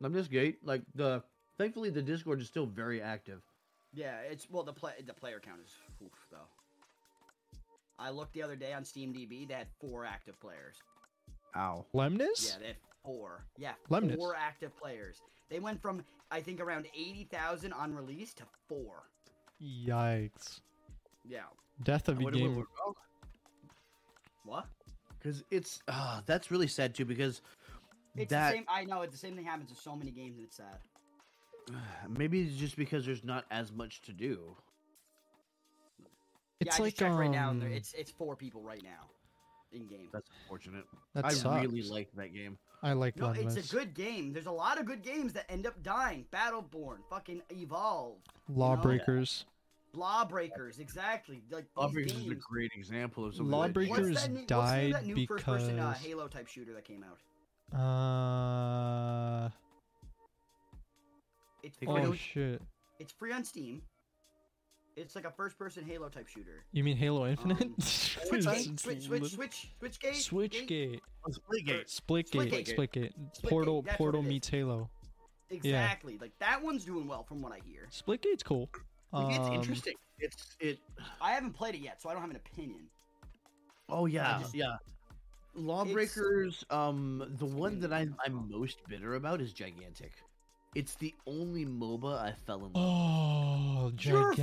Lem this gate. Like the thankfully the Discord is still very active.
Yeah, it's well the play the player count is oof though. I looked the other day on SteamDB, they had four active players.
Ow.
Lemnis?
Yeah, they had four. Yeah,
Lemnis.
four active players. They went from I think around eighty thousand on release to four.
Yikes.
Yeah.
Death of
I
a
wonder what
game.
went wrong.
What?
Because it's ah, that's really sad too. Because
It's
that
the same. I know. It's the same thing happens to so many games, and it's sad.
maybe it's just because there's not as much to do.
It's
yeah, I
like
just checked
um,
right now, and there- it's it's four people right now in game.
That's unfortunate.
that
I
sucks.
really like that game.
I like
No,
Lemnis.
it's a good game. There's a lot of good games that end up dying. Battleborn, fucking Evolve,
Lawbreakers.
Lawbreakers, exactly. Like these
Lawbreakers is a
games.
great example of something.
What's
Lawbreakers
that,
Breakers
new, what's the name of that
died
new first-person uh,
because-
Halo type shooter that came out?
Uh
It's free,
Take Halo.
Oh
on,
shit.
it's free on Steam. It's like a first-person Halo type shooter.
You mean Halo Infinite?
Um, Switch,
It's-
gate,
it's
switch, switch,
lit-
switch, switch gate,
Switch Gate.
Splitgate.
Split
Split
Gate.
Gate.
Split Gate.
Gate,
Portal
that's what
Portal
it is.
meets Halo.
Exactly. Like that one's doing well from what I hear.
Split Gate's cool.
Like, it's
Um,
interesting. It's it.
I haven't played it yet, so I don't have an opinion.
Oh yeah,
just-
yeah. Lawbreakers. Um, the one that I'm I'm most bitter about is Gigantic. It's the only MOBA I fell in love.
Oh,
You're fucking.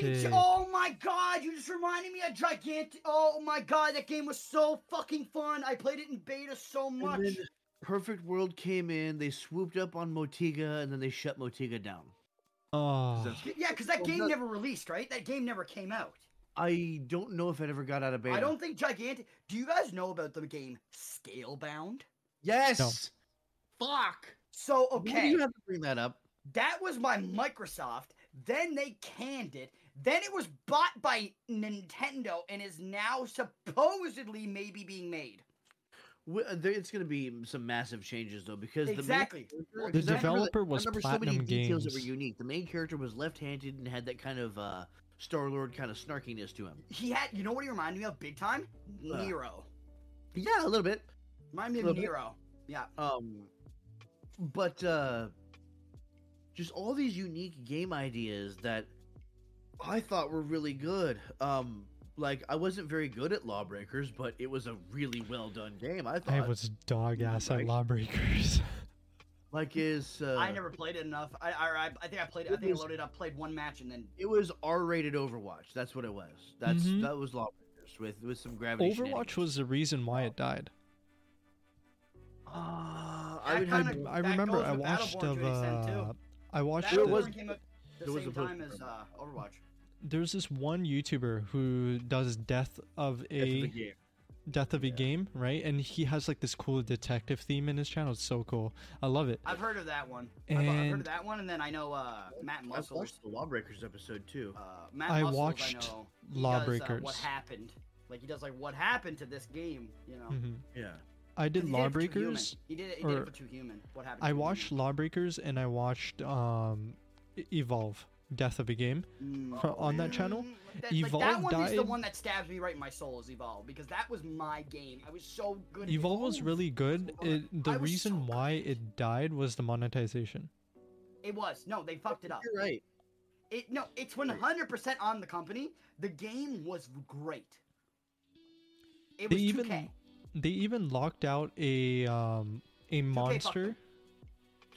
gigantic.
j- Oh my god, you just reminded me of Gigantic. Oh my god, that game was so fucking fun. I played it in beta so
with.
much.
And then Perfect World came in. They swooped up on Motiga, and then they shut Motiga down.
Oh,
That's-
Y- yeah, because that
Well,
game
that-
never released, right? That game never came out.
I don't know if it ever got out of beta.
I don't think Gigantic. Do you guys know about the game Scalebound?
Yes. Fuck.
So,
Why
okay.
do you have to bring that up?
That was by Microsoft. Then they canned it. Then it was bought by Nintendo and is now supposedly maybe being made.
Wh- uh, there- It's going to be some massive changes though, because
Exactly.
the, main
The
character- 'cause I remember that-
developer was
I remember so
Platinum
many details that were
Games.
unique. The main character was left-handed and had that kind of uh, Star Lord kind of snarkiness to him.
He had, you know what he reminded me of big time?
Uh.
Nero.
Yeah, a little bit.
Remind me of
Little bit.
Nero. Yeah.
Um, but uh, just all these unique game ideas that I thought were really good. Um, like I wasn't very good at Lawbreakers, but it was a really well done game. I thought.
I was dog ass at
Right.
Lawbreakers.
like is uh,
I never played it enough. I, I, I, I think I played. I
it
think I
was-
loaded up, played one match, and then
It was R-rated Overwatch. That's what it was. That's
Mhm.
that was Lawbreakers. Overwatch with with some gravity.
Overwatch was the reason why it died.
Ah, I
That
would
I,
kinda-
have-
I
that
remember
goes
I
with Battleborn
watched of
to an extent, too.
uh, I watched
There
it.
Battleborn
was-
came up the
there was
same
a version
time as
of
uh, Overwatch.
there's this one YouTuber who does death of
Death of
a
the game.
death of a game, right? And he has like this cool detective theme in his channel. It's so cool. I love it.
I've heard of that one. I've, I've heard
And-
of that one, and then I know uh, Matt
I
Muscles.
watched the Lawbreakers episode too.
Uh, Matt
I
Muscles,
watched
I know, he Does, uh,
Lawbreakers.
what happened? Like he does like what happened to this game? You know.
Mhm.
Yeah.
I did
'Cause he did it for Two Human.
Lawbreakers.
He did it. He did
or-
it for Two Human. What happened? to
I
Two Human.
watched Lawbreakers and I watched um, E- Evolve, Death of a Game,
Mm.
fro- on that channel.
That, like, that
Evolve
one is the
died-
one that stabs me right in my soul is Evolve because that was my game. I was so good. at
Evolve was really good. It,
I
the
was so
reason
good.
why it died was the monetization.
It was no, they fucked it up.
You're right.
It no, it's one hundred percent on the company. The game was great. It
They
was
even
2K.
they even locked out a um, a monster.
them.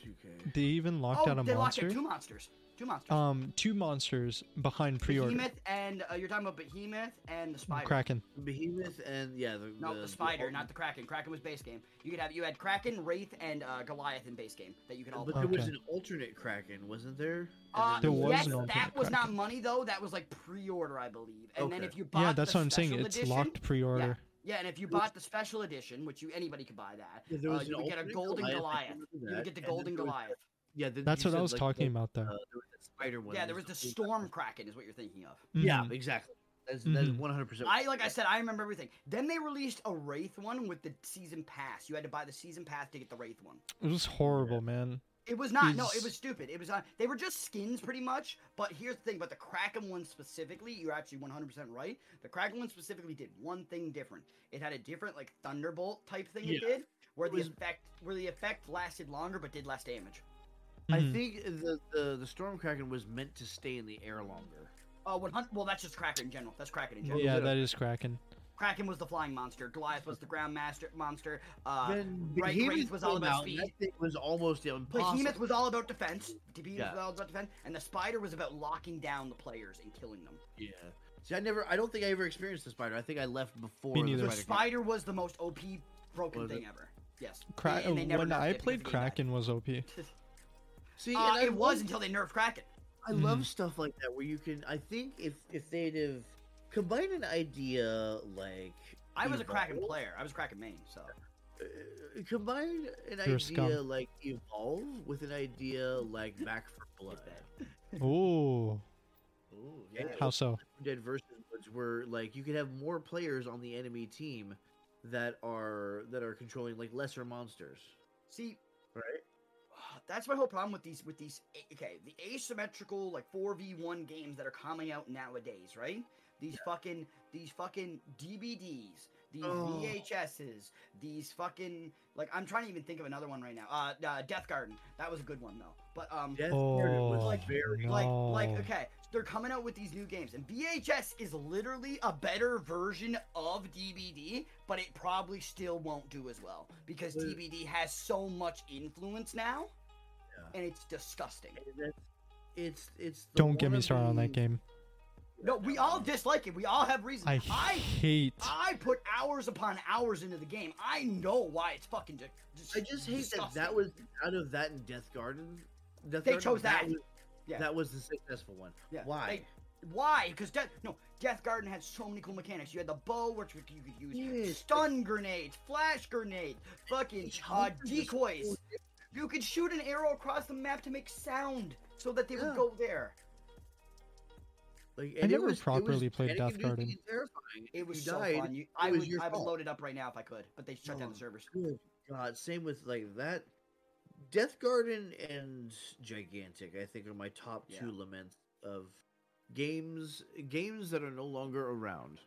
2K.
They even locked
oh,
out a
they locked
monster.
out two monsters. Two monsters.
um, two monsters behind pre-order.
Behemoth and uh, you're talking about Behemoth and the Spider.
Kraken.
Behemoth and yeah, the
No, the, spider, not the Kraken. Kraken was base game. You could have you had Kraken, Wraith, and uh, Goliath in base game that you could all.
But
play.
there was
Okay.
an alternate Kraken, wasn't there?
Uh,
And
There
then
was
yes,
an alternate
that was not
Kraken.
money though. That was like pre-order, I believe. And then
Okay.
if you bought
Yeah, that's
the
what I'm saying.
special
It's
edition-
locked pre-order.
Yeah, and if you bought the special edition, which you anybody could buy that,
Yeah, there
uh,
was an
you would get a
alternate
golden
Goliath, I
Goliath.
remember
You would
that,
get the
and then
golden
there was-
Goliath.
Yeah, then
That's
you
what I
said,
was
like,
talking
the-
about
Uh,
there.
there was that spider one.
Yeah,
that
there was
was
the
full-
Storm Kraken, is what you're thinking of.
Yeah,
Mhm.
exactly. That's that's
Mhm.
one hundred percent.
I like I said, I remember everything. Then they released a Wraith one with the season pass. You had to buy the season pass to get the Wraith one.
Mm-hmm. It was horrible, man.
It was not. No,
Is-
it was stupid. It was. Uh, they were just skins, pretty much. But here's the thing about the Kraken one specifically. You're actually 100 percent right. The Kraken one specifically did one thing different. It had a different like Thunderbolt type thing. It
Yeah.
did where
It
the
was-
effect where the effect lasted longer but did less damage.
I
Mhm.
think the, the the storm kraken was meant to stay in the air longer.
Oh, 100. Well, that's just Kraken in general. That's Kraken in general.
Yeah,
little-
that is Kraken.
Kraken was the flying monster. Goliath was the ground master monster. Uh,
then
Ra- Wraith was all
came
about
out, and
speed.
That thing was almost impossible.
Behemoth was all about defense. Behemoth
Yeah.
was all about defense, and the Spider was about locking down the players and killing them.
yeah. See, I never. I don't think I ever experienced the spider. I think I left before.
neither.
The
The
spider. came.
spider was the most OP broken
Was
thing
it?
ever. Yes.
Kra-
And they never
when
nerfed
I
it because
played
the game died.
Kraken was OP.
See,
Uh,
and I
it Mm. was
love-
until they nerfed Kraken.
I love stuff like that where you can. I think if if they'd have combined an idea like
I was a Kraken
Evolve,
player. I was Kraken main, so
uh, combine an
You're
idea
scum.
like evolve with an idea like Back for Blood.
Ooh,
Ooh,
how so?
Dead versus Woods, where like you could have more players on the enemy team that are that are controlling like lesser monsters.
see,
Right.
that's my whole problem with these with these a- okay the asymmetrical like four v one games that are coming out nowadays, right? These fucking these fucking DVDs, these
Oh.
VHSs, these fucking like I'm trying to even think of another one right now. Uh, uh Death Garden, that was a good one though. But um,
Death Garden was
Oh,
like very
Like, like,
no.
okay, they're coming out with these new games, and VHS is literally a better version of DVD, but it probably still won't do as well because
Well-
DVD has so much influence now,
Yeah.
and it's disgusting.
it's it's the
Don't get me started on
wannabe-
that game.
No, we all dislike it. We all have reasons.
I
I,
hate.
I put hours upon hours into the game. I know why it's fucking. Di- dis-
I just hate that
disgusting.
that was out of that and Death Garden. Death
They
Garden,
chose that.
was,
Yeah.
That was the successful one.
Yeah,
Why?
they- why? Because Death no Death Garden had so many cool mechanics. You had the bow, which you could use
Yes.
stun grenades, flash grenades, fucking
Each
uh,
hunter was so
decoys. You could shoot an arrow across the map to make sound so that they
Yeah.
would go there.
Like, and it
never
was- it was
properly played Death
panic-inducing
Garden.
and terrifying.
It
If
was
you
so
died,
fun. You, I
it was
would
your
I would
fault.
load it up right now if I could, but they shut down the
Oh,
servers.
Good God, same with like that. Death Garden and Gigantic, I think, are my top two laments of games games that are no longer around.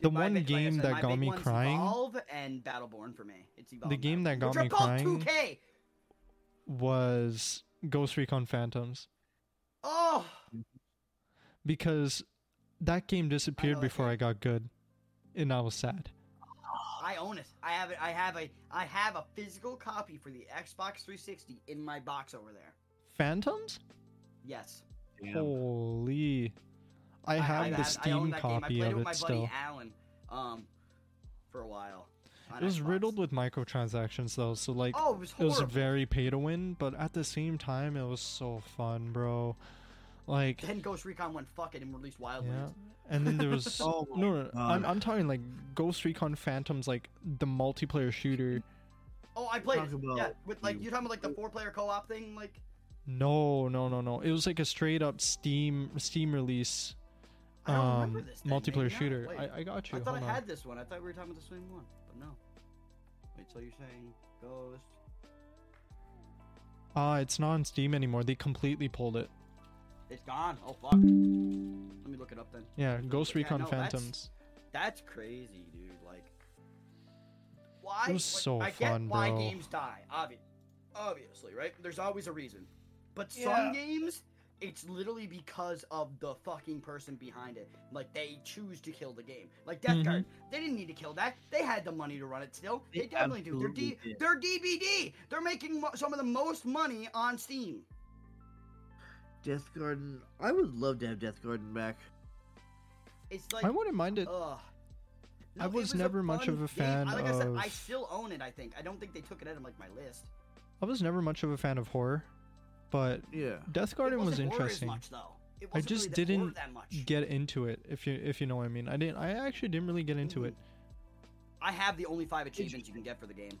The
My
one
big- like I
game
said,
that
my
got
big
me
one's
crying-
Evolve and Battleborn for me. It's Evolve. and
game that
Battleborn,
got
which
me
are both
crying-
2K.
Was Ghost Recon Phantoms
Oh,
because that game disappeared
that
before
game.
I got good, and I was sad.
I own it. I have it. I have a. I have a physical copy for the Xbox 360 in my box over there.
Phantoms?
Yes.
Holy! I have the
had- I
Steam
owned that game. I
copy
played
of
with my
it still.
buddy Alan, um, for a while. on
It was
Xbox.
riddled with microtransactions though, so like
Oh, it was
it was
horrible.
very pay to win, but at the same time it was so fun, bro. Like
Then Ghost Recon went fucking and released
yeah.
Wildlands.
And then there was
Oh my
no, no, no, I'm
God.
I'm talking like Ghost Recon Phantoms, like the multiplayer shooter.
Oh, I played.
Talk
it. yeah,
about
with like
you-
you talking about like the four-player co-op thing, like
No, no, no, no. It was like a straight up Steam Steam release
I don't
um
remember this thing.
multiplayer
Maybe not.
shooter.
Wait.
I, I got you.
I thought
Hold
I
on.
had this one. I thought we were talking about the same one, but no. Wait, so you're saying Ghost?
Uh, it's not on Steam anymore. They completely pulled it.
It's gone. Oh fuck. Let me look it up then.
Yeah, Ghost
Yeah,
Recon
no, that's-
Phantoms.
That's crazy, dude. Like, why?
It was
like,
so
I
fun,
get why
bro.
games die. Obvi- obviously, right? There's always a reason. But
Yeah.
some games, it's literally because of the fucking person behind it. Like they choose to kill the game. Like Death
Mhm.
Guard, they didn't need to kill that. They had the money to run it. Still, they,
They
definitely do. They're, D-
absolutely did.
they're DBD. They're making mo- some of the most money on Steam.
Death Garden. I would love to have Death Garden back.
It's like uh,
I wouldn't mind it.
Ugh.
I
it
was
a
never much
fun
of a
game.
fan
I- Like I said, I
of-
still own it. I think I don't think they took it out of like my list.
I was never much of a fan of horror, but
Yeah.
Death
it
Garden was
wasn't horror as
interesting.
much, though. It
I
wasn't
just
really the horror
didn't
that much.
Get into it if you if you know what I mean. I didn't. I actually didn't really get into
Mhm.
it.
I have the only five achievements you can get for the game.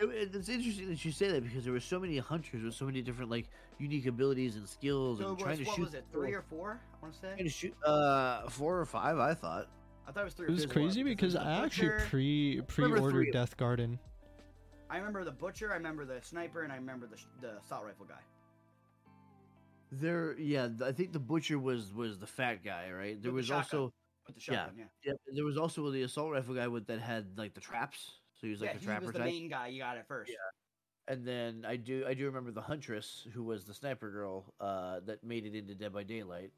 It- it- it's interesting that you say that because there were so many hunters with so many different like unique abilities and skills
So
and
it
trying
was,
to
what
shoot.
was it? Three or four? I want to
trying
say.
to shoot uh four or five. I thought.
I thought it was three.
It was
or four
crazy because
there was
I
the
actually
Butcher,
pre pre
three
ordered
of
Death Garden.
I remember the butcher. I remember the sniper, and I remember the sh- the assault rifle guy.
There, yeah, th- I think the butcher was was the fat guy, right? There
the
was
shotgun.
also
With the
Yeah.
shotgun, yeah.
yeah, there was also the assault rifle guy with that had like the traps, so he was like
yeah,
a
he
trapper
was the
type.
main guy. You got it first.
And then I do I do remember the huntress who was the sniper girl uh, that made it into Dead by Daylight.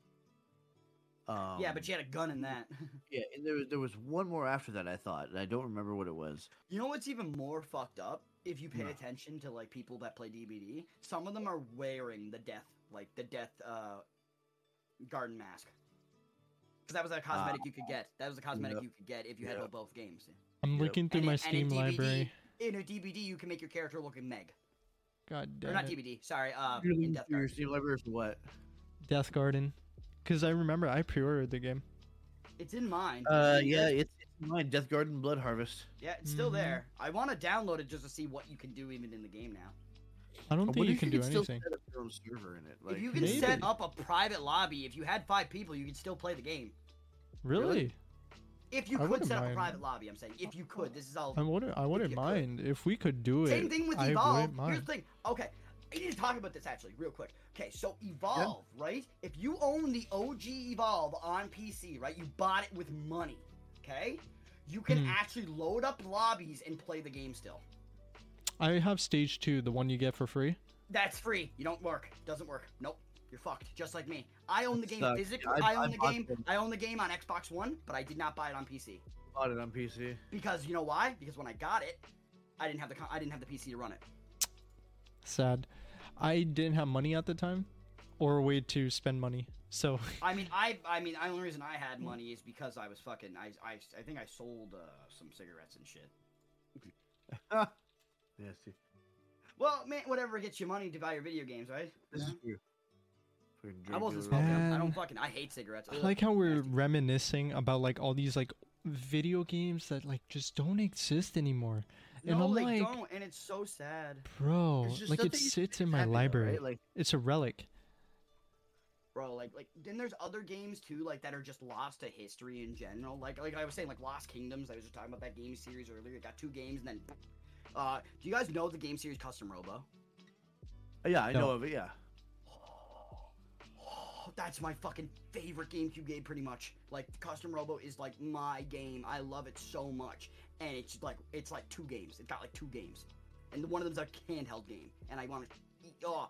Um,
Yeah, but you had a gun in that.
yeah, and there was there was one more after that I thought, and I don't remember what it was.
You know what's even more fucked up? If you pay
No.
attention to like people that play DBD, some of them are wearing the death, like the death uh, garden mask. Because that was a cosmetic you could get. That was a cosmetic
Ah. Yep.
you could get if you had
Yep.
both games.
I'm
Yep.
looking through
And
my
in- and
Steam
in DBD,
library.
In a DBD, you can make your character look like Meg.
God
or not
damn it.
DBD, sorry. Uh,
You're
in
looking
Death
for your
Guard.
Steam library for what?
Death Garden, because I remember I pre ordered the game.
It's in mine.
Uh, yeah, it's, it's mine. Death Garden Blood Harvest.
Yeah, it's still
Mhm.
there.
Mm-hmm.
I want to download it just to see what you can do even in the game now.
I don't
I
think
wonder
you
if
can do
still
anything.
set up your own server in it. Like,
if you can
Maybe.
set up a private lobby, if you had five people, you could still play the game.
Really?
If you
I
could
wouldn't
set up a
mind.
private lobby, I'm saying if you could, this is all.
I wouldn't. I wouldn't
you could.
mind if we could do it.
Same thing with
I
Evolve.
wouldn't
Here's
mind.
the thing. Okay, I need to talk about this actually, real quick. Okay, so Evolve, right? If you own the OG Evolve on PC, right, you bought it with money. Okay, you can
Hmm.
actually load up lobbies and play the game still.
I have stage two, the one you get for free.
That's free. You don't work. Doesn't work. Nope. You're fucked. Just like me. I own the game
sucks.
physically. I,
I-
own
I
the
bought
game.
them.
I own the game on Xbox One, but I did not buy it on PC
bought it on PC.
because you know why? Because when I got it, I didn't have the con- I didn't have the PC to run it.
Sad. I didn't have money at the time, or a way to spend money. So
I mean, I I mean, the only reason I had money is because I was fucking. I I, I think I sold uh, some cigarettes and shit.
Nasty.
Well, man, whatever gets you money to buy your video games, right?
This is
Yeah.
true. Fucking
I
drug
wasn't
dealer.
smoking. them. I
Man.
don't fucking. I hate cigarettes.
I
Ugh.
like how we're
nasty.
reminiscing about like all these like video games that like just don't exist anymore. And
no,
I'm
they
like,
don't, and it's so sad,
bro,
It's just
like it
something you
sits in
should
my
have it,
library.
Right? Like,
it's a relic.
bro. Like, like then there's other games too, like that are just lost to history in general. Like, like I was saying, like Lost Kingdoms. I was just talking about that game series earlier. It got two games, and then. Uh, do you guys know the game series Custom Robo?
yeah, I
No.
know of it. Yeah.
Oh, that's my fucking favorite GameCube game, pretty much. Like Custom Robo is like my game. I love it so much, and it's like it's like two games. It's got like two games, and one of them's a handheld game. And I want to. Oh,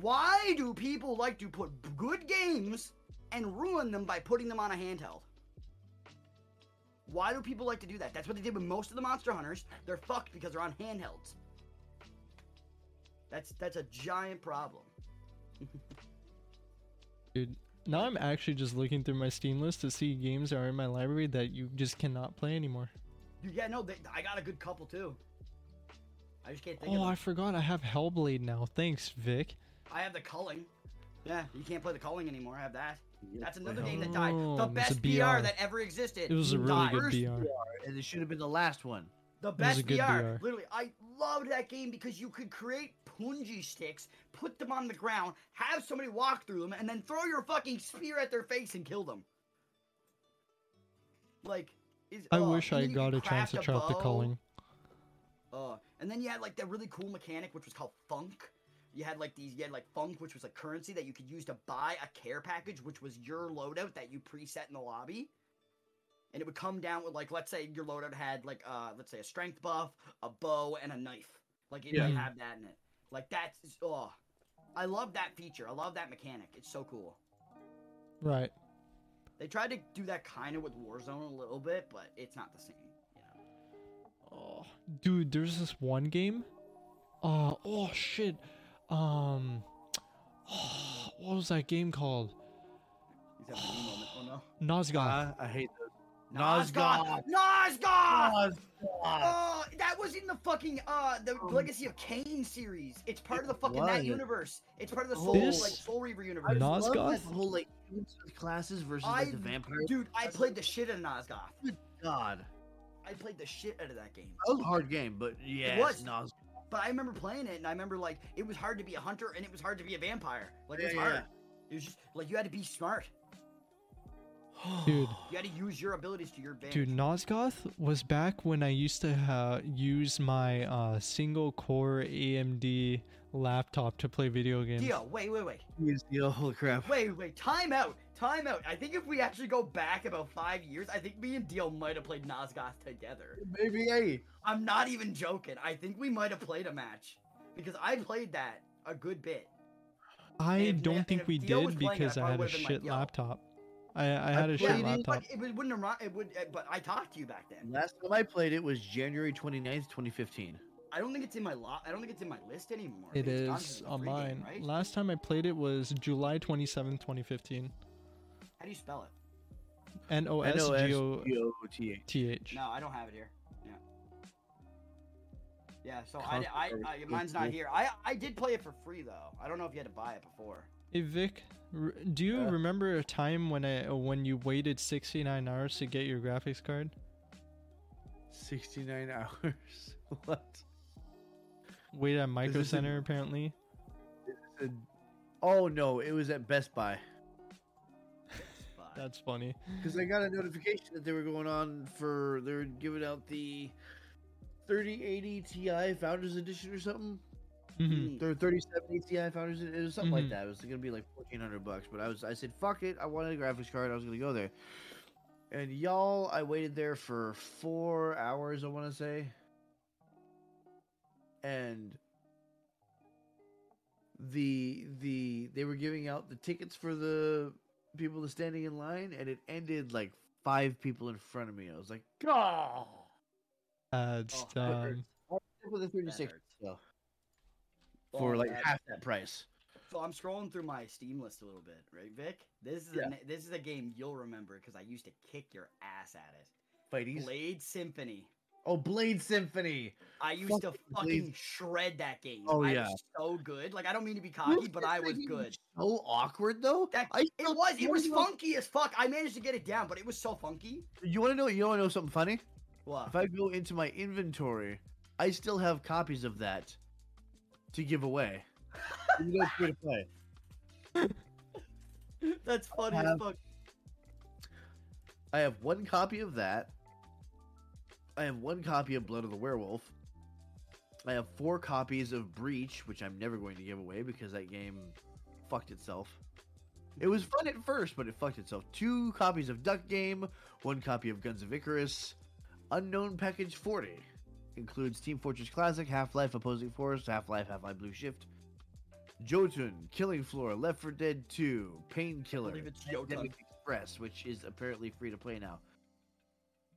why do people like to put b- good games and ruin them by putting them on a handheld? Why do people like to do that? That's what they did with most of the Monster Hunters. They're fucked because they're on handhelds. That's that's a giant problem.
Dude, Now I'm actually just looking through my Steam list to see games that are in my library that you just cannot play anymore.
Dude, yeah, no, they, I got a good couple too. I just can't think of
Oh, I
them.
forgot I have Hellblade now. Thanks, Vic.
I have the culling. Yeah, you can't play the culling anymore. I have that. That's another game that died.
Culling.
The
Oh, it's a
best BR
BR.
that ever existed.
It was a really
died.
good BR.
and it should have been the last one.
The
was a
best
good
VR.
VR.
Literally, I loved that game because you could create punji sticks, put them on the ground, have somebody walk through them, and then throw your fucking spear at their face and kill them. Like, is,
I
oh,
wish
and
I
then you
got
could
a
craft
chance to try out the
bow.
culling.
Oh, and then you had like that really cool mechanic which was called funk. You had like these, you had like funk, which was like currency that you could use to buy a care package, which was your loadout that you preset in the lobby. And it would come down with like, let's say your loadout had like, uh, let's say a strength buff, a bow, and a knife. Like it might
Yeah.
have that in it. Like that's oh, I love that feature. I love that mechanic. It's so cool.
Right.
They tried to do that kind of with Warzone a little bit, but it's not the same. You know.
Oh, dude, there's this one game. Uh, oh shit. Um, oh, what was that game called?
He's having a wee moment. Oh no.
Nosgoth.
Ah, I hate those.
Nosgoth! Nosgoth! Oh, that was in the fucking uh the Legacy of Kane series. It's part of the fucking that
was.
universe. It's part of the Soul
This-
like Soul Reaver universe.
I just love that
Nosgoth?
whole like humans with classes versus
I-
like, the vampire.
Dude, I played the shit out of Nosgoth.
God,
I played the shit out of that game.
that was a hard game, but yeah,
was.
Nos-
But I remember playing it, and I remember like it was hard to be a hunter and it was hard to be a vampire. Like it was
Yeah, yeah,
hard.
yeah.
It was just like you had to be smart.
Dude,
You had to use your abilities to your advantage.
dude, Nosgoth was back when I used to uh, use my uh, single core AMD laptop to play video games.
Dio, wait, wait, wait,
Jeez, yo, holy crap.
wait, wait. Time out, time out. I think if we actually go back about five years, I think me and Dio might have played Nosgoth together.
Maybe hey,
I'm not even joking. I think we might have played a match because I played that a good bit.
I
And if-
don't
and
think
if
we
Dio was
did
playing it,
because
I
I had a
would've been like,
shit
"Yo."
laptop. I, I had a
played
shit
it,
laptop.
But it would- wouldn't have. It would, uh, but I talked to you back then.
last time I played it was January 29th, 2015.
I don't think it's in my lot. I don't think it's in my list anymore. I
It
think it's gone 'cause
is
it's a
on
free game,
mine.
right?
Last time I played it was July twenty seventh, 2015.
How do you spell it?
N O Oh, S G O
N-O-S-G-O-T-H.
T H.
No, I don't have it here. Yeah. Yeah. So I,
Conquer
I, I, mine's not
Earth.
here. I, I did play it for free though. I don't know if you had to buy it before.
Hey Vic, r- do you
Yeah.
remember a time when I when you waited 69 hours to get your graphics card?
69 hours. What?
Wait at Micro
this in-
Center apparently.
Uh, Oh no, it was at Best Buy.
But
That's funny.
Because I got a notification that they were going on for they were giving out the 3080 Ti Founders Edition or something.
Mhm.
Mm.
Or 3070 Ti E Founders Edition. It was something
Mhm.
like that. It was gonna be like 1400 bucks, but I was I said fuck it. I wanted a graphics card. I was gonna go there. And y'all, I waited there for four hours. I want to say. And the the they were giving out the tickets for the people that standing in line, and it ended like five people in front of me. I was like, God.
That's
Oh, that
dumb.
hurts.
With a
Oh, That
36
hurts.
though, for
Oh,
like
that-
half that price.
So I'm scrolling through my Steam list a little bit, right, Vic? This is
Yeah.
a, na- this is a game you'll remember because I used to kick your ass at it.
Fighties.
Blade Symphony.
Oh, Blade Symphony.
I used to
Fucking
fucking
Blade-
shred that game.
Oh,
I
yeah.
was so good. Like I don't mean to be cocky, but I was
Blade
good.
So awkward though.
That-
I
It
still-
was
you
it was
wanna know-
funky as fuck. I managed to get it down, but it was so funky.
You want to know? You want to know something funny?
What?
If I go into my inventory, I still have copies of that to give away. you know, it's free to play.
That's funny as
have-
fuck.
I have one copy of that. I have one copy of Blood of the Werewolf. I have four copies of Breach, which I'm never going to give away because that game fucked itself. It was fun at first, but it fucked itself. Two copies of Duck Game, one copy of Guns of Icarus, Unknown Package 40. Includes Team Fortress Classic, Half Life Opposing Force, Half Life, Half Life Blue Shift, Jotun, Killing Floor, Left 4 Dead 2,
I
Painkiller.
believe it's Jotun.
Pandemic Express, which is apparently free to play now.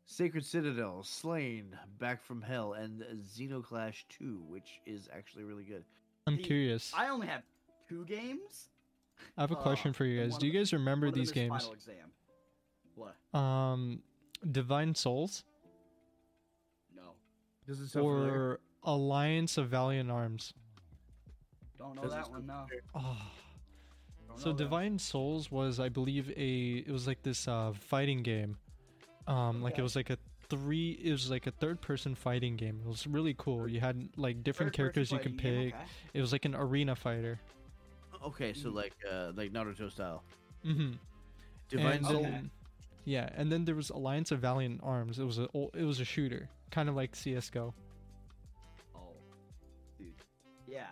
Sacred Citadel, Slain, Back from Hell, and Xenoclash 2, which is actually really good.
I'm
the-
curious.
I only have two games
I have a
Uh,
question for you
and
guys.
one
Do
of
you
the-
guys
One
remember
of them
these
is
games?
Final exam. What?
Um, Divine Souls
No.
Does it sound familiar?
or Alliance of Valiant Arms?
Don't know
Does it
that
sound
one. No.
familiar?
Oh.
Don't
So
know that.
Divine Souls was, I believe, a it was like this uh, fighting game. Um, like it was like a three. It was like a third-person fighting game. It was really cool. You had like different
Third person
characters you could
fighting game,
pick.
okay.
It was like an arena fighter.
Okay, so like uh like Naruto style.
hmm
Divine
and
Soul.
then- yeah, and then there was Alliance of Valiant Arms. It was a ol- it was a shooter, kind of like CS:GO.
Oh, dude, yeah,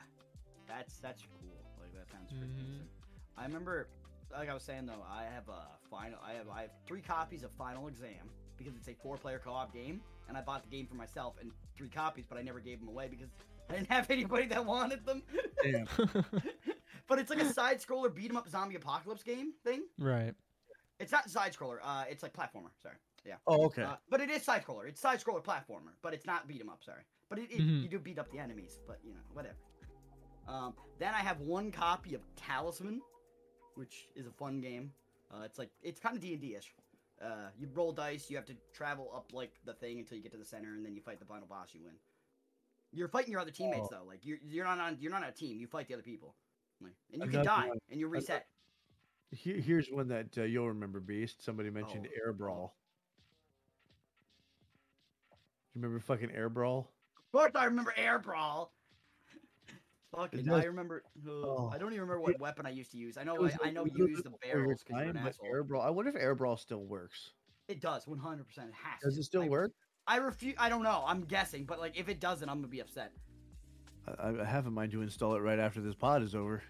that's that's cool. Like that sounds pretty
Mhm.
decent. I remember, like I was saying though, I have a final. I have I have three copies of Final Exam because it's a four-player co-op game, and I bought the game for myself and three copies, but I never gave them away because I didn't have anybody that wanted them.
Damn.
but it's like a side-scroller beat 'em up zombie apocalypse game thing.
right.
It's not side-scroller. Uh, it's like platformer. Sorry. Yeah.
Oh, okay.
Uh, but it is side scroller. It's side scroller platformer, but it's not beat 'em up. Sorry, but it, it,
Mhm.
you do beat up the enemies. But you know, whatever. Um, then I have one copy of Talisman, which is a fun game. Uh, it's like it's kind of D and D ish. Uh, you roll dice. You have to travel up like the thing until you get to the center, and then you fight the final boss. You win. You're fighting your other teammates though. Like you're you're not on you're not on a team. You fight the other people. Like, and you
I've
can
got
die
one.
and you
got-
reset.
Here- Here's one that uh, you'll remember, Beast. Somebody mentioned
Oh,
Air Brawl. Do you remember fucking Air Brawl?
Of course, I remember Air Brawl. Fucking,
It
I
was-
remember. uh,
Oh.
I don't even remember what weapon I used to use. I know,
It was
Oh, I, I
a
know
little
you
bit
use the
before your
barrels because you're an
time, but
asshole.
Air Brawl. I wonder if Air Brawl still works.
It does, 100. percent It has.
Does
to.
it still
I-
work?
I refuse. I don't know. I'm guessing, but like, if it doesn't, I'm gonna be upset.
I, I have in mind to install it right after this pod is over.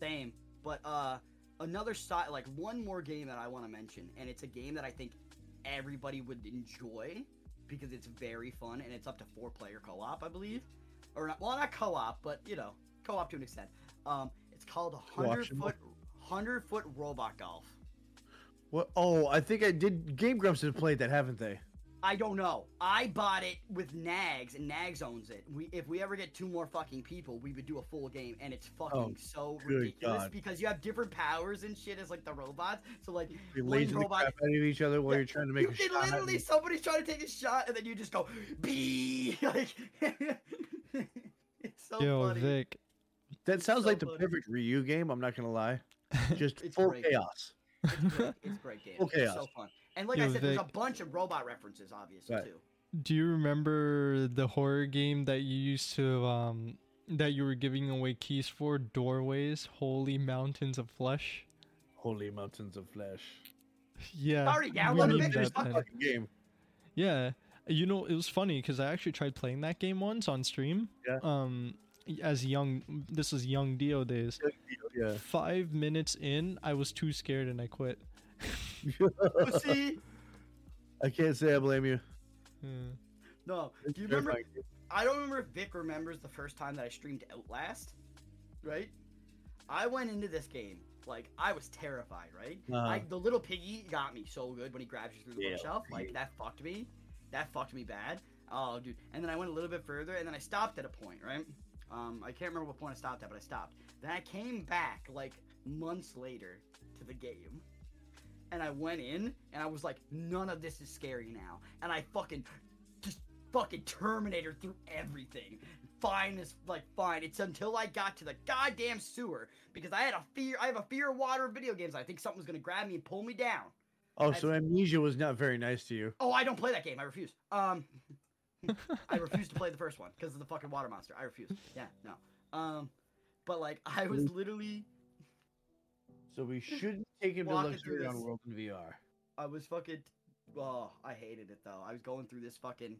Same. But uh, another style, like one more game that I want to mention, and it's a game that I think everybody would enjoy because it's very fun and it's up to four player co op, I believe, or not, well, not co op, but you know, co op to an extent. Um, it's called hundred
Co-optional.
foot, hundred foot robot golf.
What? Oh, I think I did. Game Grumps have played that, haven't they?
I don't know. I bought it with Nags, and Nags owns it. We, if we ever get two more fucking people, we would do a full game, and it's fucking
Oh,
so
good
ridiculous
God.
because you have different powers and shit as like the robots. So like,
We
one
laser the
robot,
crap out of each other while
Yeah,
you're trying to make
you
a
can
shot.
literally somebody's trying to take a shot, and then you just go bee. Like, it's so
Yo,
funny.
Vic.
that sounds
so
like the
funny.
perfect Ryu game. I'm not gonna lie. Just
It's
full
great.
chaos.
It's great. It's great game.
Okay,
It's so
Ash.
fun. And like I
Yo,
said, there's a
Vic.
bunch of robot references, obviously
Right.
too.
Do you remember the horror game that you used to um that you were giving away keys for? Doorways, holy mountains of flesh.
Holy mountains of flesh.
Yeah.
Sorry,
we
downloaded
need
it,
that
it's not
then.
fucking game.
Yeah. You know, it was funny because I actually tried playing that game once on stream.
Yeah.
Um, as young, this is young Dio days.
Yeah.
Five minutes in, I was too scared and I quit.
See,
I can't say I blame you.
Yeah.
no.
It's
Do you remember?
terrifying.
I don't remember if Vic remembers the first time that I streamed Outlast, right? I went into this game like I was terrified, right?
Uh-huh.
I, the little piggy got me so good when he grabs you through the
Yeah,
bookshelf. Like that fucked me. That fucked me bad. Oh, dude. And then I went a little bit further, and then I stopped at a point, right? Um, I can't remember what point I stopped at, but I stopped. Then I came back like months later to the game. And I went in and I was like, none of this is scary now. And I fucking just fucking Terminator through everything. Fine is like fine. It's until I got to the goddamn sewer because I had a fear. I have a fear of water and video games. I think something was gonna grab me and pull me down.
Oh,
I-
so amnesia was not very nice to you.
Oh, I don't play that game. I refuse. Um, I refuse to play the first one because of the fucking water monster. I refuse. Yeah, no. Um, but like I was literally,
So we shouldn't take him
Walking
to
through
luxury on
this.
World in VR.
I was fucking. Oh, I hated it though. I was going through this fucking.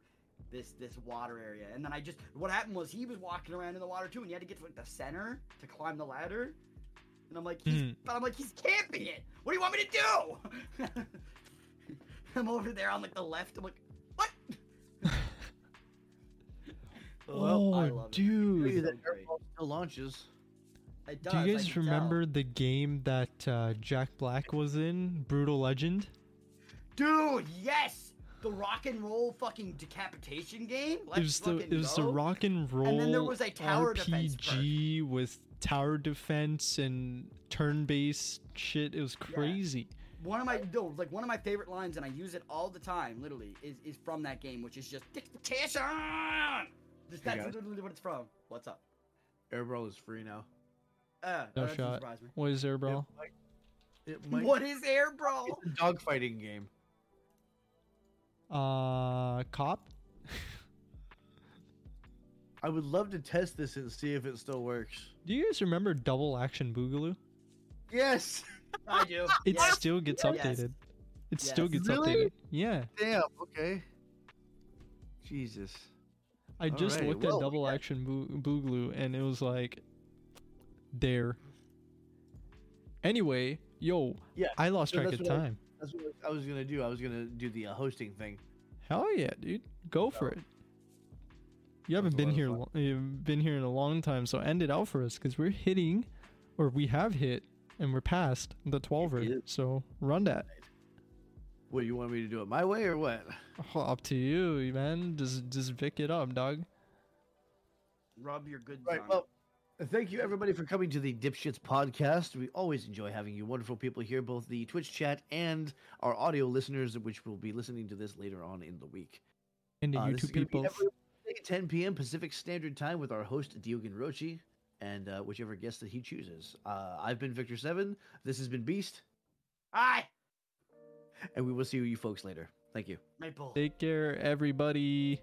This this water area, and then I just what happened was he was walking around in the water too, and you had to get to like the center to climb the ladder, and I'm like, he's,
Hmm.
but I'm like he's camping it. What do you want me to do? I'm over there on like the left. I'm like, what?
oh,
I love it.
dude.
Maybe
so
that
great.
airball still launches.
It does.
Do
I
you guys
can tell.
remember the game that uh, Jack Black was in? Brutal Legend?
Dude, yes. the rock and roll fucking decapitation game. Let's
it was the
fucking
it was
go.
the rock and roll
then there was a tower defense perk.
RPG with tower defense and turn based shit. It was crazy.
One of my no, like one of my favorite lines, and I use it all the time. Literally, is is from that game, which is just decapitation. Just, that's
guys.
literally what it's from. What's up?
Airball is free now.
Uh,
No
that doesn't
shot.
surprise me.
What is there, bro?
It might,
What is air, bro?
It's a dogfighting game.
Uh, cop.
I would love to test this and see if it still works.
Do you guys remember Double Action Boogaloo?
Yes.
I do.
It
Yes.
still gets
Yes.
updated. It still
Yes.
gets
Really?
updated. Yeah,
Damn. Okay. Jesus.
I just
Alright,
looked
well,
at
we
Double
got-
Action Boo- Boogaloo and it was like, there. Anyway, yo,
Yeah,
I lost
so
track
that's
of
what I-
time.
That's what I was gonna do. I was gonna do the uh, hosting thing.
Hell yeah, dude. Go for it. You haven't
a
been
lot of
here.
fun.
Lo- you've been here in a long time, so end it out for us because we're hitting, or we have hit, and we're past the
Yeah.
12er. So run that.
What you want me to do it my way or what?
Oh, up to you, man. Just just Vic it up, dog.
Rub your good.
Right.
on it.
Well, thank you everybody for coming to the Dipshits podcast. We always enjoy having you wonderful people here, both the Twitch chat and our audio listeners, which will be listening to this later on in the week.
And to
Uh,
you
this
two
is gonna be
people.
every Wednesday, 10 p.m. Pacific Standard Time with our host Diogen Rochi and uh, whichever guest that he chooses. Uh, I've been Victor Seven. This has been Beast,
Hi,
and we will see you folks later. Thank you.
Maple.
Take care, everybody.